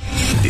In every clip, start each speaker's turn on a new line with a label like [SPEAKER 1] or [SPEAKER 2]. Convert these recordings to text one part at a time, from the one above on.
[SPEAKER 1] The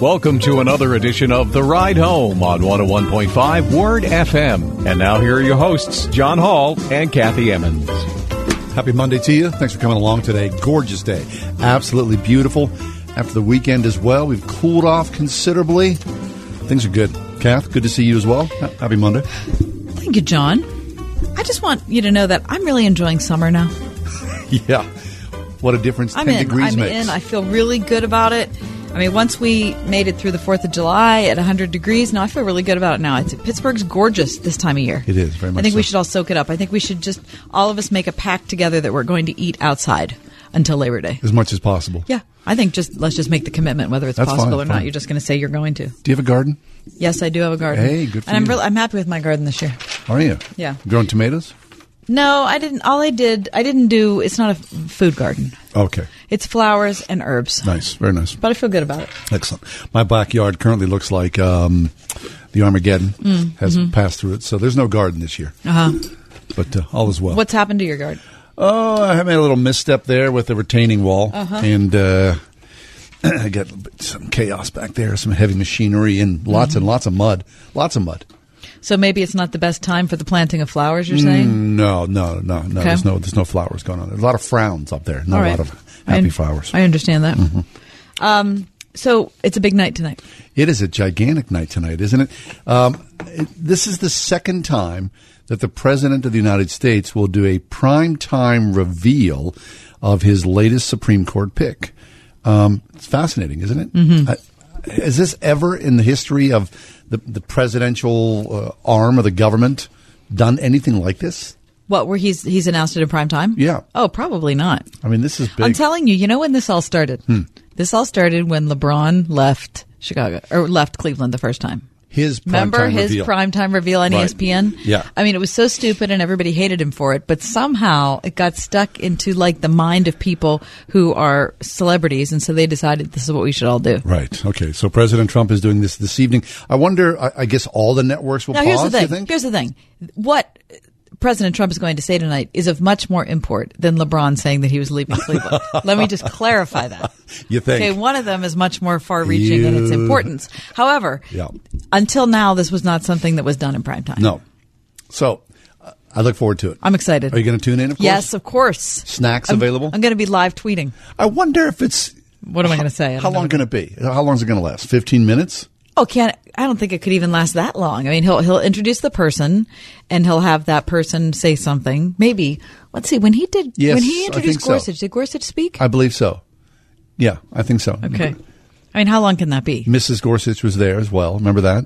[SPEAKER 2] Welcome to another edition of The Ride Home on 101.5 Word FM. And now here are your hosts, John Hall and Kathy Emmons.
[SPEAKER 3] Happy Monday to you. Thanks for coming along today. Gorgeous day. Absolutely beautiful. After the weekend as well, we've cooled off considerably. Things are good. Kath, good to see you as well. Ha- Happy Monday.
[SPEAKER 4] Thank you, John. I just want you to know that I'm really enjoying summer now.
[SPEAKER 3] Yeah. What a difference
[SPEAKER 4] I'm
[SPEAKER 3] 10
[SPEAKER 4] in.
[SPEAKER 3] degrees
[SPEAKER 4] I'm
[SPEAKER 3] makes.
[SPEAKER 4] in. I feel really good about it. I mean, once we made it through the 4th of July at 100 degrees, now I feel really good about it now. It's, Pittsburgh's gorgeous this time of year.
[SPEAKER 3] It is, very much
[SPEAKER 4] I think we
[SPEAKER 3] so.
[SPEAKER 4] should all soak it up. I think we should just, all of us make a pact together that we're going to eat outside until Labor Day.
[SPEAKER 3] as much as possible.
[SPEAKER 4] Yeah. I think just, let's just make the commitment, whether it's
[SPEAKER 3] That's
[SPEAKER 4] possible
[SPEAKER 3] fine,
[SPEAKER 4] or
[SPEAKER 3] fine.
[SPEAKER 4] not. You're just going to say you're going to.
[SPEAKER 3] Do you have a garden?
[SPEAKER 4] Yes, I do have a garden.
[SPEAKER 3] Hey, good for
[SPEAKER 4] And I'm,
[SPEAKER 3] you.
[SPEAKER 4] really, I'm happy with my garden this year.
[SPEAKER 3] Are you?
[SPEAKER 4] Yeah.
[SPEAKER 3] Growing tomatoes?
[SPEAKER 4] No, I didn't. All I did, I didn't do. It's not a f- food garden.
[SPEAKER 3] Okay.
[SPEAKER 4] It's flowers and herbs.
[SPEAKER 3] Nice. Very nice.
[SPEAKER 4] But I feel good about it.
[SPEAKER 3] Excellent. My backyard currently looks like um, the Armageddon
[SPEAKER 4] Mm-hmm.
[SPEAKER 3] has passed through it, so there's no garden this year.
[SPEAKER 4] Mm, Uh-huh.
[SPEAKER 3] But uh, all is well.
[SPEAKER 4] What's happened to your garden?
[SPEAKER 3] Oh, I made a little misstep there with the retaining wall,
[SPEAKER 4] Uh-huh.
[SPEAKER 3] and uh, I got some chaos back there, some heavy machinery, and lots
[SPEAKER 4] Mm-hmm.
[SPEAKER 3] and lots of mud, lots of mud.
[SPEAKER 4] So maybe it's not the best time for the planting of flowers. You're saying?
[SPEAKER 3] Mm, No, no, no, no.
[SPEAKER 4] Okay.
[SPEAKER 3] There's no, there's no flowers going on. There's a lot of frowns up there. Not
[SPEAKER 4] All
[SPEAKER 3] a
[SPEAKER 4] right.
[SPEAKER 3] lot of happy
[SPEAKER 4] I,
[SPEAKER 3] flowers. Mm-hmm.
[SPEAKER 4] I understand
[SPEAKER 3] Mm.
[SPEAKER 4] that. Um, so it's a big night tonight.
[SPEAKER 3] It is a gigantic night tonight, isn't it? Um, it- this is the second time that the President of the United States will do a primetime reveal of his latest Supreme Court pick. Um, it's fascinating, isn't it?
[SPEAKER 4] Mm-hmm.
[SPEAKER 3] Uh, is this ever in the history of the, the presidential uh, arm of the government done anything like this?
[SPEAKER 4] What? Where he's he's announced it in prime time?
[SPEAKER 3] Yeah.
[SPEAKER 4] Oh, probably not.
[SPEAKER 3] I mean, this is big.
[SPEAKER 4] I'm telling you. You know when this all started?
[SPEAKER 3] Hmm.
[SPEAKER 4] This all started when LeBron left Chicago or left Cleveland the first time.
[SPEAKER 3] his primetime
[SPEAKER 4] Remember his
[SPEAKER 3] reveal.
[SPEAKER 4] primetime reveal on E
[SPEAKER 3] Right.
[SPEAKER 4] ESPN?
[SPEAKER 3] Yeah.
[SPEAKER 4] I mean, it was so stupid and everybody hated him for it, but somehow it got stuck into like the mind of people who are celebrities. And so they decided this is what we should all do.
[SPEAKER 3] Right. Okay. So President Trump is doing this this evening. I wonder. I, I guess all the networks will
[SPEAKER 4] Now,
[SPEAKER 3] pause.
[SPEAKER 4] here's the
[SPEAKER 3] you
[SPEAKER 4] thing.
[SPEAKER 3] think?
[SPEAKER 4] Here's the thing. What President Trump is going to say tonight is of much more import than LeBron saying that he was leaving Cleveland. Let me just clarify that.
[SPEAKER 3] You think?
[SPEAKER 4] Okay, one of them is much more far reaching in its
[SPEAKER 3] You-
[SPEAKER 4] importance. However,
[SPEAKER 3] Yeah.
[SPEAKER 4] until now, this was not something that was done in prime time.
[SPEAKER 3] No. So uh, I look forward to it.
[SPEAKER 4] I'm excited.
[SPEAKER 3] Are you going to tune in? Of course.
[SPEAKER 4] Yes, of course.
[SPEAKER 3] Snacks
[SPEAKER 4] I'm-
[SPEAKER 3] available.
[SPEAKER 4] I'm going to be live tweeting.
[SPEAKER 3] I wonder if it's
[SPEAKER 4] What am I going to say? I
[SPEAKER 3] how
[SPEAKER 4] don't know.
[SPEAKER 3] long going to be. How long is it going to last? Fifteen minutes.
[SPEAKER 4] Oh, can't I don't think it could even last that long. I mean, he'll he'll introduce the person, and he'll have that person say something. Maybe let's see when he did
[SPEAKER 3] Yes,
[SPEAKER 4] when he
[SPEAKER 3] I
[SPEAKER 4] introduced
[SPEAKER 3] think so.
[SPEAKER 4] Gorsuch. Did Gorsuch speak?
[SPEAKER 3] I believe so. Yeah, I think so.
[SPEAKER 4] okay. I mean, how long can that be?
[SPEAKER 3] Mrs. Gorsuch was there as well. Remember that?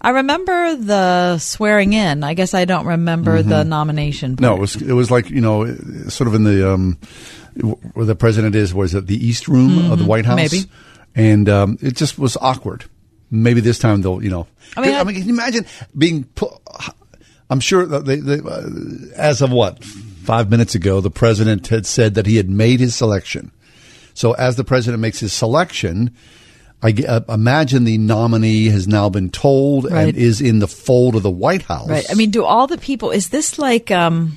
[SPEAKER 4] I remember the swearing in. I guess I don't remember
[SPEAKER 3] Mm-hmm.
[SPEAKER 4] the nomination.
[SPEAKER 3] No, it was it was like you know, sort of in the um, where the president is. Was it the East Room of the White House?
[SPEAKER 4] Mm-hmm. maybe.
[SPEAKER 3] And um, it just was awkward. Maybe this time they'll you know.
[SPEAKER 4] I mean, I-
[SPEAKER 3] can you imagine being? Pu- I'm sure that they, they uh, as of what five minutes ago, the president had said that he had made his selection. So as the president makes his selection. I g- uh, imagine the nominee has now been told
[SPEAKER 4] Right.
[SPEAKER 3] and is in the fold of the White House.
[SPEAKER 4] Right. I mean, do all the people? Is this like? um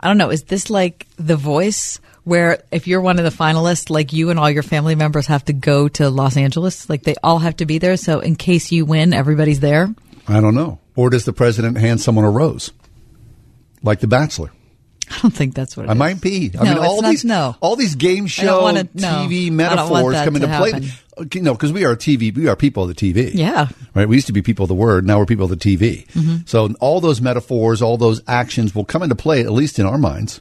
[SPEAKER 4] I don't know. Is this like The Voice, where if you're one of the finalists, like you and all your family members have to go to Los Angeles? Like they all have to be there. So in case you win, everybody's there.
[SPEAKER 3] I don't know. Or does the president hand someone a rose, like The Bachelor?
[SPEAKER 4] I don't think that's what it
[SPEAKER 3] I
[SPEAKER 4] is.
[SPEAKER 3] might be. I
[SPEAKER 4] No,
[SPEAKER 3] mean,
[SPEAKER 4] it's
[SPEAKER 3] all
[SPEAKER 4] not-
[SPEAKER 3] these
[SPEAKER 4] no.
[SPEAKER 3] all these game
[SPEAKER 4] I don't
[SPEAKER 3] show
[SPEAKER 4] wanna- no.
[SPEAKER 3] TV
[SPEAKER 4] Oh, I don't want
[SPEAKER 3] metaphors
[SPEAKER 4] that
[SPEAKER 3] come
[SPEAKER 4] to
[SPEAKER 3] into play.
[SPEAKER 4] happen.
[SPEAKER 3] Okay, no, because we are TV. We are people of the TV.
[SPEAKER 4] Yeah. Mm-hmm.
[SPEAKER 3] Right. We used to be people of the word. Now we're people of the TV. So all those metaphors, all those actions will come into play, at least in our minds.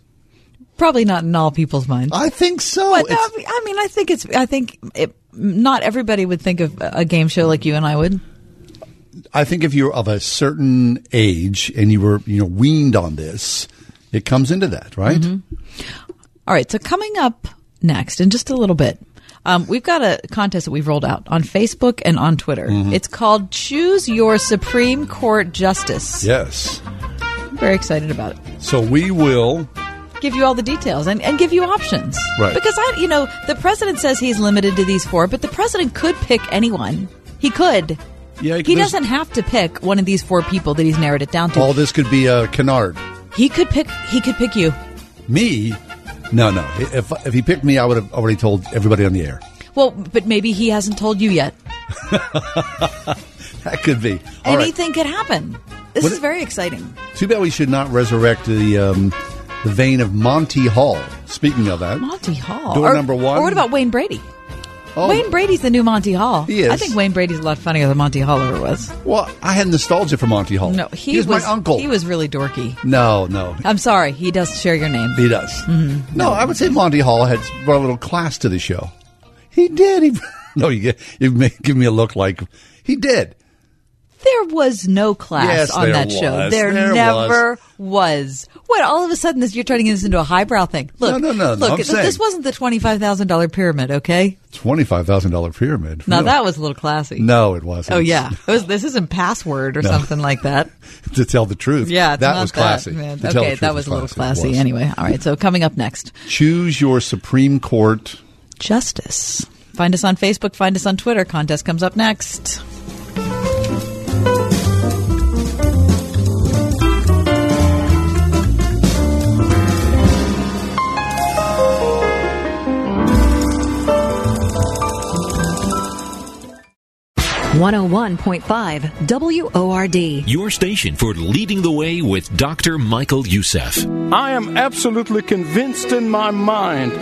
[SPEAKER 4] Probably not in all people's minds.
[SPEAKER 3] I think so.
[SPEAKER 4] But, no,
[SPEAKER 3] It's-
[SPEAKER 4] I mean, I think it's. I think it, not everybody would think of a game show like you and I would.
[SPEAKER 3] I think if you're of a certain age and you were, you know, weaned on this, it comes into that,
[SPEAKER 4] Mm-hmm.
[SPEAKER 3] right?
[SPEAKER 4] All right, so coming up next in just a little bit, um, we've got a contest that we've rolled out on Facebook and on Twitter.
[SPEAKER 3] Mm-hmm.
[SPEAKER 4] It's called Choose Your Supreme Court Justice.
[SPEAKER 3] Yes.
[SPEAKER 4] I'm very excited about it.
[SPEAKER 3] So we will.
[SPEAKER 4] Give you all the details and, and give you options.
[SPEAKER 3] Right.
[SPEAKER 4] Because I, you know, the president says he's limited to these four, but the president could pick anyone. He could.
[SPEAKER 3] Yeah,
[SPEAKER 4] He
[SPEAKER 3] this-
[SPEAKER 4] doesn't have to pick one of these four people that he's narrowed it down to.
[SPEAKER 3] All this could be a canard.
[SPEAKER 4] He could pick. He could pick you.
[SPEAKER 3] Me? No, no. If if he picked me, I would have already told everybody on the air.
[SPEAKER 4] Well, but maybe he hasn't told you yet.
[SPEAKER 3] That could be. All right.
[SPEAKER 4] Anything could happen. This
[SPEAKER 3] What
[SPEAKER 4] is
[SPEAKER 3] i-
[SPEAKER 4] very exciting.
[SPEAKER 3] Too bad we should not resurrect the um, the vein of Monty Hall. Speaking of that,
[SPEAKER 4] Monty Hall.
[SPEAKER 3] Door
[SPEAKER 4] or,
[SPEAKER 3] number one.
[SPEAKER 4] Or what about Wayne Brady?
[SPEAKER 3] Oh.
[SPEAKER 4] Wayne Brady's the new Monty Hall.
[SPEAKER 3] He is.
[SPEAKER 4] I think Wayne Brady's a lot funnier than Monty Hall ever was.
[SPEAKER 3] Well, I had nostalgia for Monty Hall.
[SPEAKER 4] No, he,
[SPEAKER 3] was, my uncle.
[SPEAKER 4] He was really dorky.
[SPEAKER 3] No, no,
[SPEAKER 4] I'm sorry, he does share your name. Mm-hmm.
[SPEAKER 3] he does. No, I would say Monty Hall had brought a little class to the show. He did. He no, you you may give me a look like he did.
[SPEAKER 4] There was no class
[SPEAKER 3] Yes,
[SPEAKER 4] on
[SPEAKER 3] there
[SPEAKER 4] that show.
[SPEAKER 3] was.
[SPEAKER 4] There,
[SPEAKER 3] There
[SPEAKER 4] never was. What? All of a sudden, this you're turning this into a highbrow thing. Look,
[SPEAKER 3] no, no, no,
[SPEAKER 4] Look,
[SPEAKER 3] I'm
[SPEAKER 4] this
[SPEAKER 3] saying-
[SPEAKER 4] wasn't the twenty five thousand dollar pyramid. Okay,
[SPEAKER 3] Twenty five thousand dollar pyramid.
[SPEAKER 4] now
[SPEAKER 3] No.
[SPEAKER 4] that was a little classy.
[SPEAKER 3] no, it wasn't.
[SPEAKER 4] Oh yeah, it was, this isn't password or something like that.
[SPEAKER 3] to tell the truth.
[SPEAKER 4] Yeah, it's
[SPEAKER 3] that
[SPEAKER 4] not
[SPEAKER 3] was classy.
[SPEAKER 4] man.
[SPEAKER 3] To tell the
[SPEAKER 4] Okay,
[SPEAKER 3] truth
[SPEAKER 4] that was a little
[SPEAKER 3] It
[SPEAKER 4] classy.
[SPEAKER 3] was.
[SPEAKER 4] Anyway, all right. So coming up next,
[SPEAKER 3] choose your Supreme Court.
[SPEAKER 4] justice. Find us on Facebook. Find us on Twitter. Contest comes up next.
[SPEAKER 5] Your station for leading the way with Dr. Michael Youssef.
[SPEAKER 6] I am absolutely convinced in my mind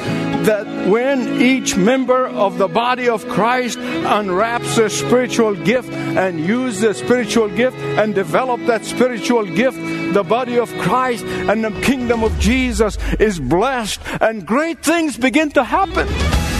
[SPEAKER 6] that when each member of the body of Christ unwraps a spiritual gift and uses the spiritual gift and develop that spiritual gift, the body of Christ and the kingdom of Jesus is blessed and great things begin to happen.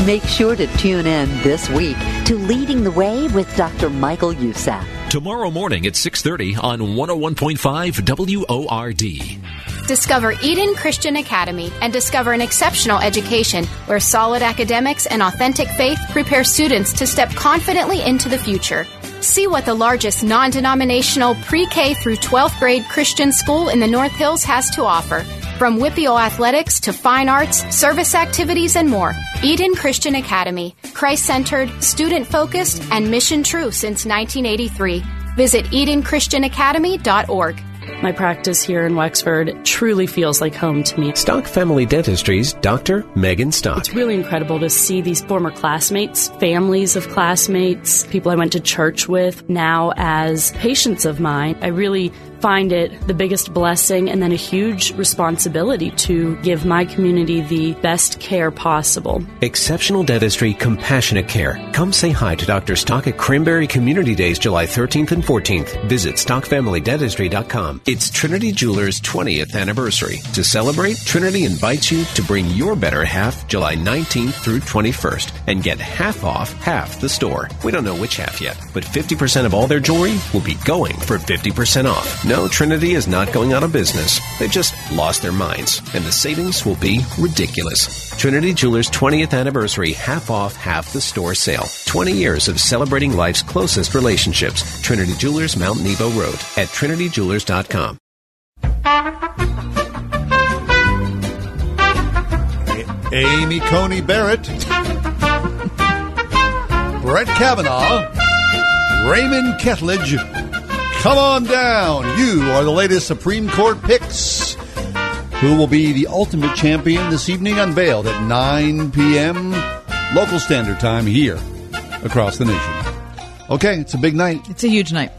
[SPEAKER 7] Make sure to tune in this week to Leading the Way with Dr. Michael Youssef.
[SPEAKER 5] Tomorrow morning at 6:30 on 101.5 WORD.
[SPEAKER 8] Discover Eden Christian Academy and discover an exceptional education where solid academics and authentic faith prepare students to step confidently into the future. See what the largest non denominational pre K through 12th grade Christian school in the North Hills has to offer. From Whippeal athletics to fine arts, service activities, and more, Eden Christian Academy, Christ centered, student focused, and mission true since 1983. Visit EdenChristianAcademy.org.
[SPEAKER 9] My practice here in Wexford truly feels like home to me.
[SPEAKER 5] Stock Family Dentistry's Dr. Megan Stock.
[SPEAKER 9] It's really incredible to see these former classmates, families of classmates, people I went to church with, now as patients of mine. I really find it the biggest blessing and then a huge responsibility to give my community the best care possible.
[SPEAKER 5] Exceptional dentistry, compassionate care. Come say hi to Dr. Stock at Cranberry Community Days, July 13th and 14th. Visit StockFamilyDentistry.com. It's Trinity Jewelers' 20th anniversary. To celebrate, Trinity invites you to bring your better half July 19th through 21st and get half off half the store. We don't know which half yet, but 50% of all their jewelry will be going for 50% off. No, Trinity is not going out of business. They've just lost their minds, and the savings will be ridiculous. Trinity Jewelers' 20th anniversary half off half the store sale. 20 years of celebrating life's closest relationships. Trinity Jewelers, Mount Nebo Road at trinityjewelers.com.
[SPEAKER 3] Amy Coney Barrett, Brett Kavanaugh, Raymond Kettledge. Come on down. You are the latest Supreme Court picks. Who will be the ultimate champion this evening unveiled at 9 p.m. local standard time here across the nation? Okay, it's a big night.
[SPEAKER 4] It's a huge night.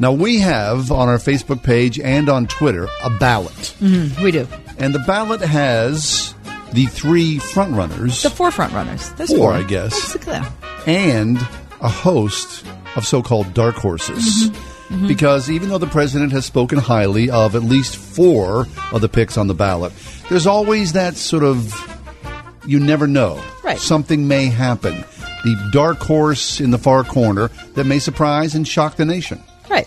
[SPEAKER 3] Now, we have on our Facebook page and on Twitter a ballot.
[SPEAKER 4] Mm-hmm, We do
[SPEAKER 3] And the ballot has the three frontrunners
[SPEAKER 4] the four front runners. There's
[SPEAKER 3] Four,
[SPEAKER 4] four,
[SPEAKER 3] I guess.
[SPEAKER 4] That's the clue.
[SPEAKER 3] and a host of so called dark horses.
[SPEAKER 4] Mm-hmm.
[SPEAKER 3] Because even though the president has spoken highly of at least four of the picks on the ballot, there's always that sort of you never know.
[SPEAKER 4] Right.
[SPEAKER 3] Something may happen. The dark horse in the far corner that may surprise and shock the nation.
[SPEAKER 4] Right.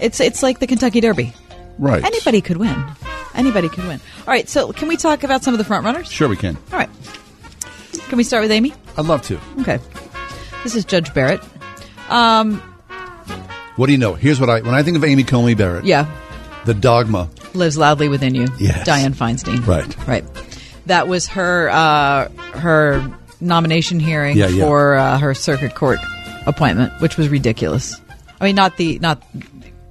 [SPEAKER 4] It's it's like the Kentucky Derby.
[SPEAKER 3] Right.
[SPEAKER 4] Anybody could win. Anybody could win. All right. So can we talk about some of the front runners?
[SPEAKER 3] Sure, we can.
[SPEAKER 4] All right. Can we start with Amy?
[SPEAKER 3] I'd love to.
[SPEAKER 4] Okay. This is Judge Barrett. Um,
[SPEAKER 3] What do you know? Here's what I when I think of Amy Comey Barrett.
[SPEAKER 4] yeah.
[SPEAKER 3] The dogma.
[SPEAKER 4] Lives loudly within you.
[SPEAKER 3] Yes.
[SPEAKER 4] Diane Feinstein.
[SPEAKER 3] Right.
[SPEAKER 4] Mm-hmm. Right. That was her uh, her nomination hearing
[SPEAKER 3] Yeah, yeah.
[SPEAKER 4] for uh, her circuit court appointment, which was ridiculous. I mean, not the not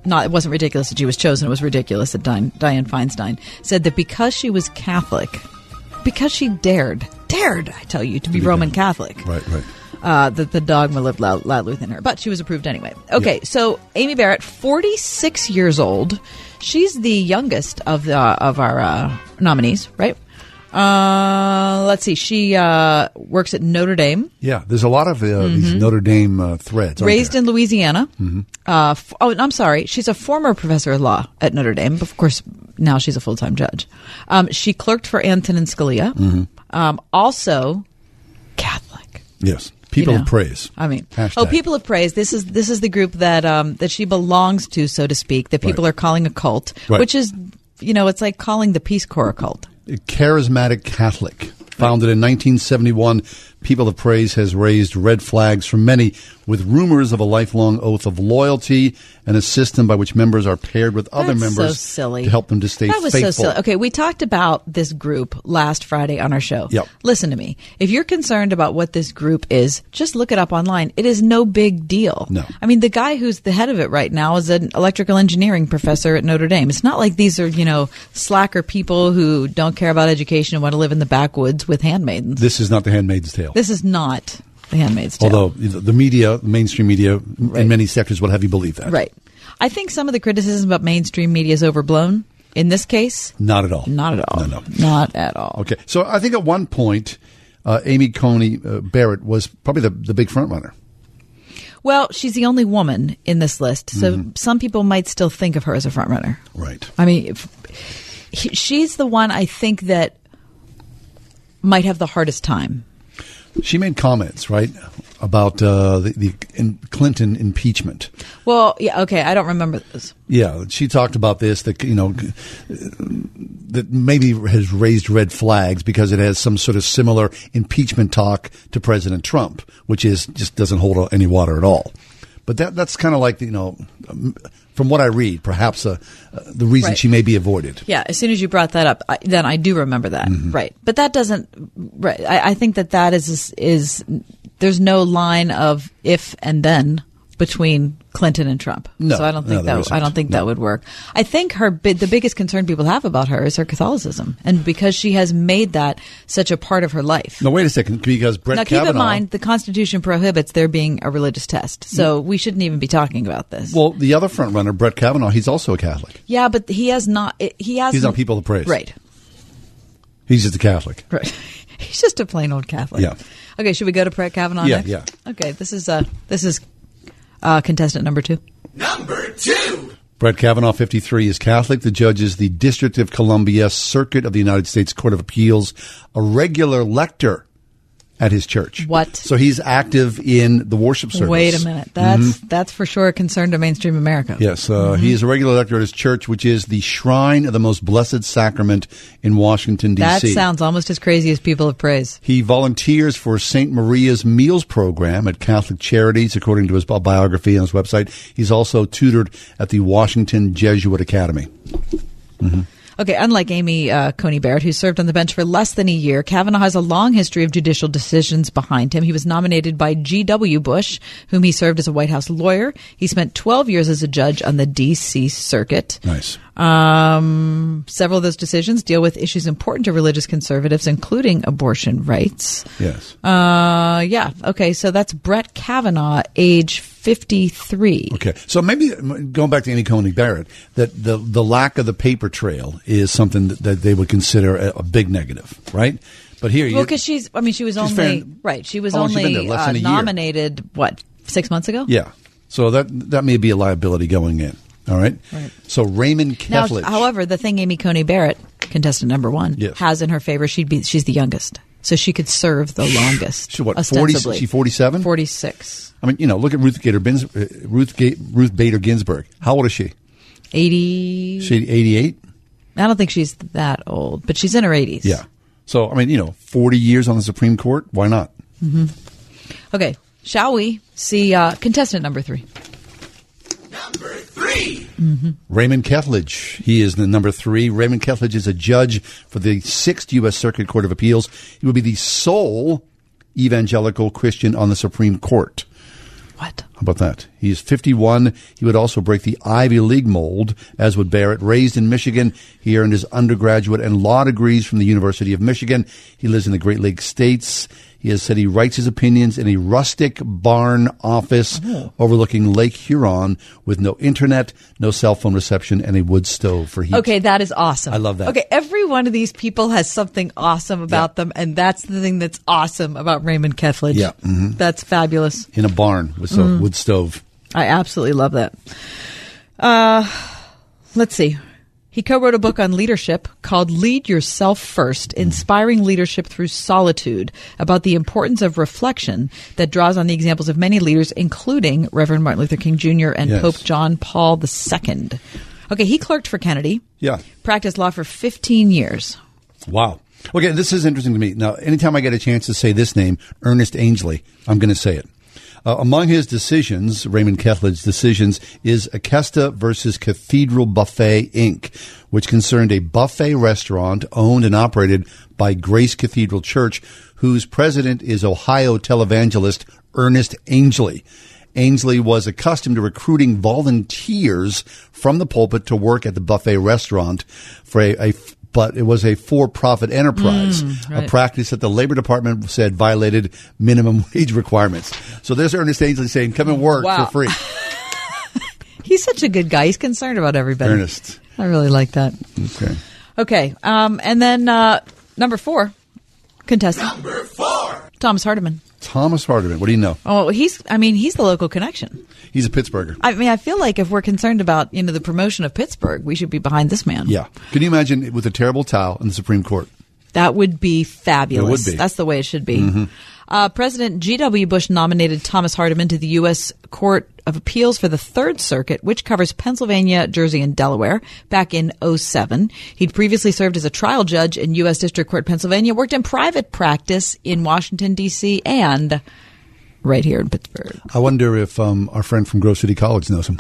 [SPEAKER 4] not it wasn't ridiculous that she was chosen. It was ridiculous that Diane, Diane Feinstein said that because she was Catholic, because she dared dared I tell you to be Roman Catholic,
[SPEAKER 3] Right, right.
[SPEAKER 4] uh, that the dogma lived loud, loudly within her. But she was approved anyway. Okay, so Amy Barrett, 46 years old. She's the youngest of the, of our uh, nominees, right? Uh, let's see. She uh, works at Notre Dame,
[SPEAKER 3] Yeah, there's a lot of uh, these Notre Dame uh, threads. aren't
[SPEAKER 4] Mm-hmm. raised
[SPEAKER 3] there?
[SPEAKER 4] in Louisiana. Uh, f- oh, and I'm sorry. She's a former professor of law at Notre Dame. Of course, now she's a full time judge. Um, she clerked for Antonin Scalia.
[SPEAKER 3] Mm-hmm.
[SPEAKER 4] Um, also, Catholic.
[SPEAKER 3] yes, people
[SPEAKER 4] you
[SPEAKER 3] of
[SPEAKER 4] know.
[SPEAKER 3] praise.
[SPEAKER 4] I mean,
[SPEAKER 3] Hashtag.
[SPEAKER 4] oh, people of praise. This is this is the group that um, that she belongs to, so to speak. That people
[SPEAKER 3] Right.
[SPEAKER 4] are calling a cult,
[SPEAKER 3] Right.
[SPEAKER 4] which is you know, it's like calling the Peace Corps a cult.
[SPEAKER 3] charismatic Catholic. Founded in 1971, People of Praise has raised red flags for many with rumors of a lifelong oath of loyalty and a system by which members are paired with other
[SPEAKER 4] That's
[SPEAKER 3] members
[SPEAKER 4] so silly.
[SPEAKER 3] to help them to stay
[SPEAKER 4] that was
[SPEAKER 3] faithful.
[SPEAKER 4] so silly. Okay, we talked about this group last Friday on our show.
[SPEAKER 3] Yep.
[SPEAKER 4] Listen to me. If you're concerned about what this group is, just look it up online. It is no big deal.
[SPEAKER 3] No.
[SPEAKER 4] I mean, the guy who's the head of it right now is an electrical engineering professor at Notre Dame. It's not like these are, you know, slacker people who don't care about education and want to live in the backwoods with handmaidens.
[SPEAKER 3] This is not the Handmaid's Tale.
[SPEAKER 4] This is not The Handmaid's Tale.
[SPEAKER 3] Although you know, the media, the mainstream media, m- in many sectors would have you believe that.
[SPEAKER 4] right. I think some of the criticism about mainstream media is overblown. In this case,
[SPEAKER 3] Not at all.
[SPEAKER 4] not at all.
[SPEAKER 3] No, no.
[SPEAKER 4] Not at all.
[SPEAKER 3] Okay. So I think at one point, uh, Amy Coney uh, Barrett was probably the, the big front runner.
[SPEAKER 4] Well, she's the only woman in this list, so some people might still think of her as a front runner.
[SPEAKER 3] Right.
[SPEAKER 4] I mean, if, he- she's the one I think that might have the hardest time.
[SPEAKER 3] She made comments, right, about uh, the, the in Clinton impeachment.
[SPEAKER 4] Well, yeah, okay, I don't remember this.
[SPEAKER 3] Yeah, she talked about this that you know that maybe has raised red flags because it has some sort of similar impeachment talk to President Trump, which is just doesn't hold any water at all. But that that's kind of like you know, um, from what I read, perhaps uh, uh, the reason
[SPEAKER 4] Right.
[SPEAKER 3] she may be avoided.
[SPEAKER 4] Yeah, as soon as you brought that up, I, then I do remember that.
[SPEAKER 3] Mm-hmm.
[SPEAKER 4] Right, but that doesn't. Right, I, I think that that is is there's no line of if and then between Clinton and Trump.
[SPEAKER 3] No,
[SPEAKER 4] so I don't
[SPEAKER 3] no,
[SPEAKER 4] think
[SPEAKER 3] there
[SPEAKER 4] that
[SPEAKER 3] isn't.
[SPEAKER 4] I don't think that
[SPEAKER 3] No.
[SPEAKER 4] would work. I think her bi- the biggest concern people have about her is her Catholicism, and because she has made that such a part of her life.
[SPEAKER 3] Now wait a second, because Brett
[SPEAKER 4] now
[SPEAKER 3] Kavanaugh.
[SPEAKER 4] keep in mind the Constitution prohibits there being a religious test, so we shouldn't even be talking about this.
[SPEAKER 3] well, the other front runner, Brett Kavanaugh, he's also a Catholic.
[SPEAKER 4] yeah, but he has not. He has.
[SPEAKER 3] He's not people of praise.
[SPEAKER 4] Right.
[SPEAKER 3] He's just a Catholic.
[SPEAKER 4] Right. He's just a plain old Catholic.
[SPEAKER 3] Yeah.
[SPEAKER 4] Okay, should we go to Brett Kavanaugh
[SPEAKER 3] Yeah,
[SPEAKER 4] next?
[SPEAKER 3] yeah.
[SPEAKER 4] Okay, this is uh this is uh contestant number two.
[SPEAKER 3] Brett Kavanaugh, 53, is Catholic. The judge is the District of Columbia Circuit of the United States Court of Appeals, a regular lector at his church.
[SPEAKER 4] What?
[SPEAKER 3] So he's active in the worship service. Mm-hmm.
[SPEAKER 4] Wait a minute. That's Mm-hmm. that's for sure a concern to mainstream America.
[SPEAKER 3] Yes, uh, he is a regular lector at his church, which is the Shrine of the Most Blessed Sacrament in Washington, D.C.
[SPEAKER 4] That sounds almost as crazy as people of praise.
[SPEAKER 3] He volunteers for St. Maria's Meals Program at Catholic Charities, according to his bi- biography on his website. He's also tutored at the Washington Jesuit Academy.
[SPEAKER 4] Okay, unlike Amy uh, Coney Barrett, who served on the bench for less than a year, Kavanaugh has a long history of judicial decisions behind him. He was nominated by G.W. Bush, whom he served as a White House lawyer. He spent 12 years as a judge on the D.C. Circuit.
[SPEAKER 3] Nice.
[SPEAKER 4] Um, several of those decisions deal with issues important to religious conservatives, including abortion rights.
[SPEAKER 3] Yes.
[SPEAKER 4] Uh, yeah. Okay. So that's Brett Kavanaugh, age 53.
[SPEAKER 3] Okay, so maybe going back to Amy Coney Barrett, that the the lack of the paper trail is something that, that they would consider a, a big negative, right? But here,
[SPEAKER 4] Well,
[SPEAKER 3] you,
[SPEAKER 4] because she's, I mean, she was
[SPEAKER 3] She's
[SPEAKER 4] only,
[SPEAKER 3] been-
[SPEAKER 4] right. She was
[SPEAKER 3] how long she been
[SPEAKER 4] only
[SPEAKER 3] there? Less
[SPEAKER 4] uh,
[SPEAKER 3] than a year.
[SPEAKER 4] nominated, what, six months ago?
[SPEAKER 3] yeah, so that that may be a liability going in. All right.
[SPEAKER 4] Right.
[SPEAKER 3] So Raymond
[SPEAKER 4] Now,
[SPEAKER 3] Keflich.
[SPEAKER 4] however, the thing Amy Coney Barrett, contestant number one,
[SPEAKER 3] Yes.
[SPEAKER 4] has in her favor, she'd be, she's the youngest. so she could serve the longest.
[SPEAKER 3] She what? Forty?
[SPEAKER 4] Ostensibly.
[SPEAKER 3] She forty-seven?
[SPEAKER 4] 46.
[SPEAKER 3] I mean, you know, look at Ruth Gator Bins, uh, Ruth Ga- Ruth Bader Ginsburg. How old is she?
[SPEAKER 4] 80.
[SPEAKER 3] She eighty-eight.
[SPEAKER 4] I don't think she's that old, but she's in her 80s.
[SPEAKER 3] Yeah. So I mean, you know, forty years on the Supreme Court. Why not?
[SPEAKER 4] Mm-hmm. Okay. Shall we see uh, contestant number three?
[SPEAKER 3] Raymond Kethledge. He is the number three. Raymond Kethledge is a judge for the sixth U.S. Circuit Court of Appeals. He will be the sole evangelical Christian on the Supreme Court.
[SPEAKER 4] What?
[SPEAKER 3] How about that? He is 51. He would also break the Ivy League mold, as would Barrett. Raised in Michigan, he earned his undergraduate and law degrees from the University of Michigan. He lives in the Great Lakes states. He has said he writes his opinions in a rustic barn office overlooking Lake Huron with no internet, no cell phone reception, and a wood stove for heat.
[SPEAKER 4] Okay, that is awesome.
[SPEAKER 3] I love that.
[SPEAKER 4] Okay, every one of these people has something awesome about them, and that's the thing that's awesome about Raymond Kethledge.
[SPEAKER 3] Yeah, mhm.
[SPEAKER 4] That's fabulous.
[SPEAKER 3] In a barn with a wood stove.
[SPEAKER 4] I absolutely love that. Uh, let's see. He co wrote a book on leadership called Lead Yourself First Inspiring Leadership Through Solitude about the importance of reflection that draws on the examples of many leaders, including Reverend Martin Luther King Jr. and
[SPEAKER 3] Yes.
[SPEAKER 4] Pope John Paul II. Okay, he clerked for Kennedy.
[SPEAKER 3] Yeah.
[SPEAKER 4] Practiced law for 15 years.
[SPEAKER 3] Wow. Okay, this is interesting to me. Now, anytime I get a chance to say this name, Ernest Angley, I'm going to say it. Uh, among his decisions, Raymond Kethledge's decisions, is Aquesta versus Cathedral Buffet Inc., which concerned a buffet restaurant owned and operated by Grace Cathedral Church, whose president is Ohio televangelist Ernest Angley. Ainsley was accustomed to recruiting volunteers from the pulpit to work at the buffet restaurant for a, a but it was a for-profit enterprise,
[SPEAKER 4] Mm,
[SPEAKER 3] a practice that the labor department said violated minimum wage requirements. So there's Ernest Ainsley saying, "Come and work
[SPEAKER 4] Wow.
[SPEAKER 3] for free."
[SPEAKER 4] He's such a good guy. He's concerned about everybody.
[SPEAKER 3] Ernest.
[SPEAKER 4] I really like that.
[SPEAKER 3] Okay.
[SPEAKER 4] Okay. Um, and then uh, number four, contestant. Number four, Thomas Hardiman.
[SPEAKER 3] Thomas Hardiman, what do you know?
[SPEAKER 4] Oh, he's. I mean, he's the local connection.
[SPEAKER 3] He's a Pittsburgher.
[SPEAKER 4] I mean, I feel like if we're concerned about you know the promotion of Pittsburgh, we should be behind this man.
[SPEAKER 3] yeah. Can you imagine it with a terrible towel in the Supreme Court?
[SPEAKER 4] That would be fabulous.
[SPEAKER 3] It would be. Mm-hmm.
[SPEAKER 4] That's the way it should be. Uh, President G.W. Bush nominated Thomas Hardiman to the U.S. Court of Appeals for the Third Circuit, which covers Pennsylvania, Jersey, and Delaware, back in 07. He'd previously served as a trial judge in U.S. District Court, Pennsylvania, worked in private practice in Washington, D.C., and right here in Pittsburgh.
[SPEAKER 3] I wonder if um, our friend from Grove City College knows him.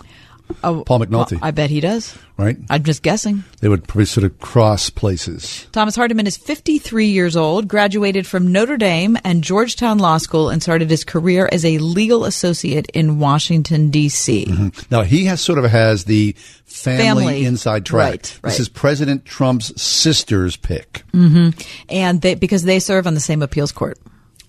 [SPEAKER 4] Oh,
[SPEAKER 3] Paul McNulty.
[SPEAKER 4] I bet he does.
[SPEAKER 3] Right?
[SPEAKER 4] I'm just guessing.
[SPEAKER 3] They would probably sort of cross places.
[SPEAKER 4] Thomas Hardiman is 53 years old, graduated from Notre Dame and Georgetown Law School, and started his career as a legal associate in Washington, D.C.
[SPEAKER 3] Now he has sort of has the family,
[SPEAKER 4] Family.
[SPEAKER 3] inside track.
[SPEAKER 4] Right,
[SPEAKER 3] this
[SPEAKER 4] right.
[SPEAKER 3] is President Trump's sister's pick.
[SPEAKER 4] Mm-hmm. And they, because they serve on the same appeals court.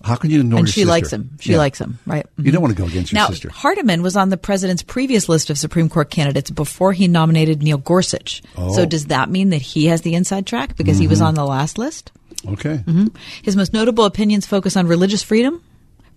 [SPEAKER 3] How can you ignore
[SPEAKER 4] and
[SPEAKER 3] your
[SPEAKER 4] she
[SPEAKER 3] sister?
[SPEAKER 4] likes him. She
[SPEAKER 3] Yeah.
[SPEAKER 4] likes him, right? Mhm.
[SPEAKER 3] You don't want to go against your
[SPEAKER 4] Now,
[SPEAKER 3] sister.
[SPEAKER 4] Hardiman was on the president's previous list of Supreme Court candidates before he nominated Neil Gorsuch.
[SPEAKER 3] Oh.
[SPEAKER 4] So, does that mean that he has the inside track because he was
[SPEAKER 3] Mm-hmm.
[SPEAKER 4] on the last list? Mm-hmm.
[SPEAKER 3] Okay.
[SPEAKER 4] His most notable opinions focus on religious freedom,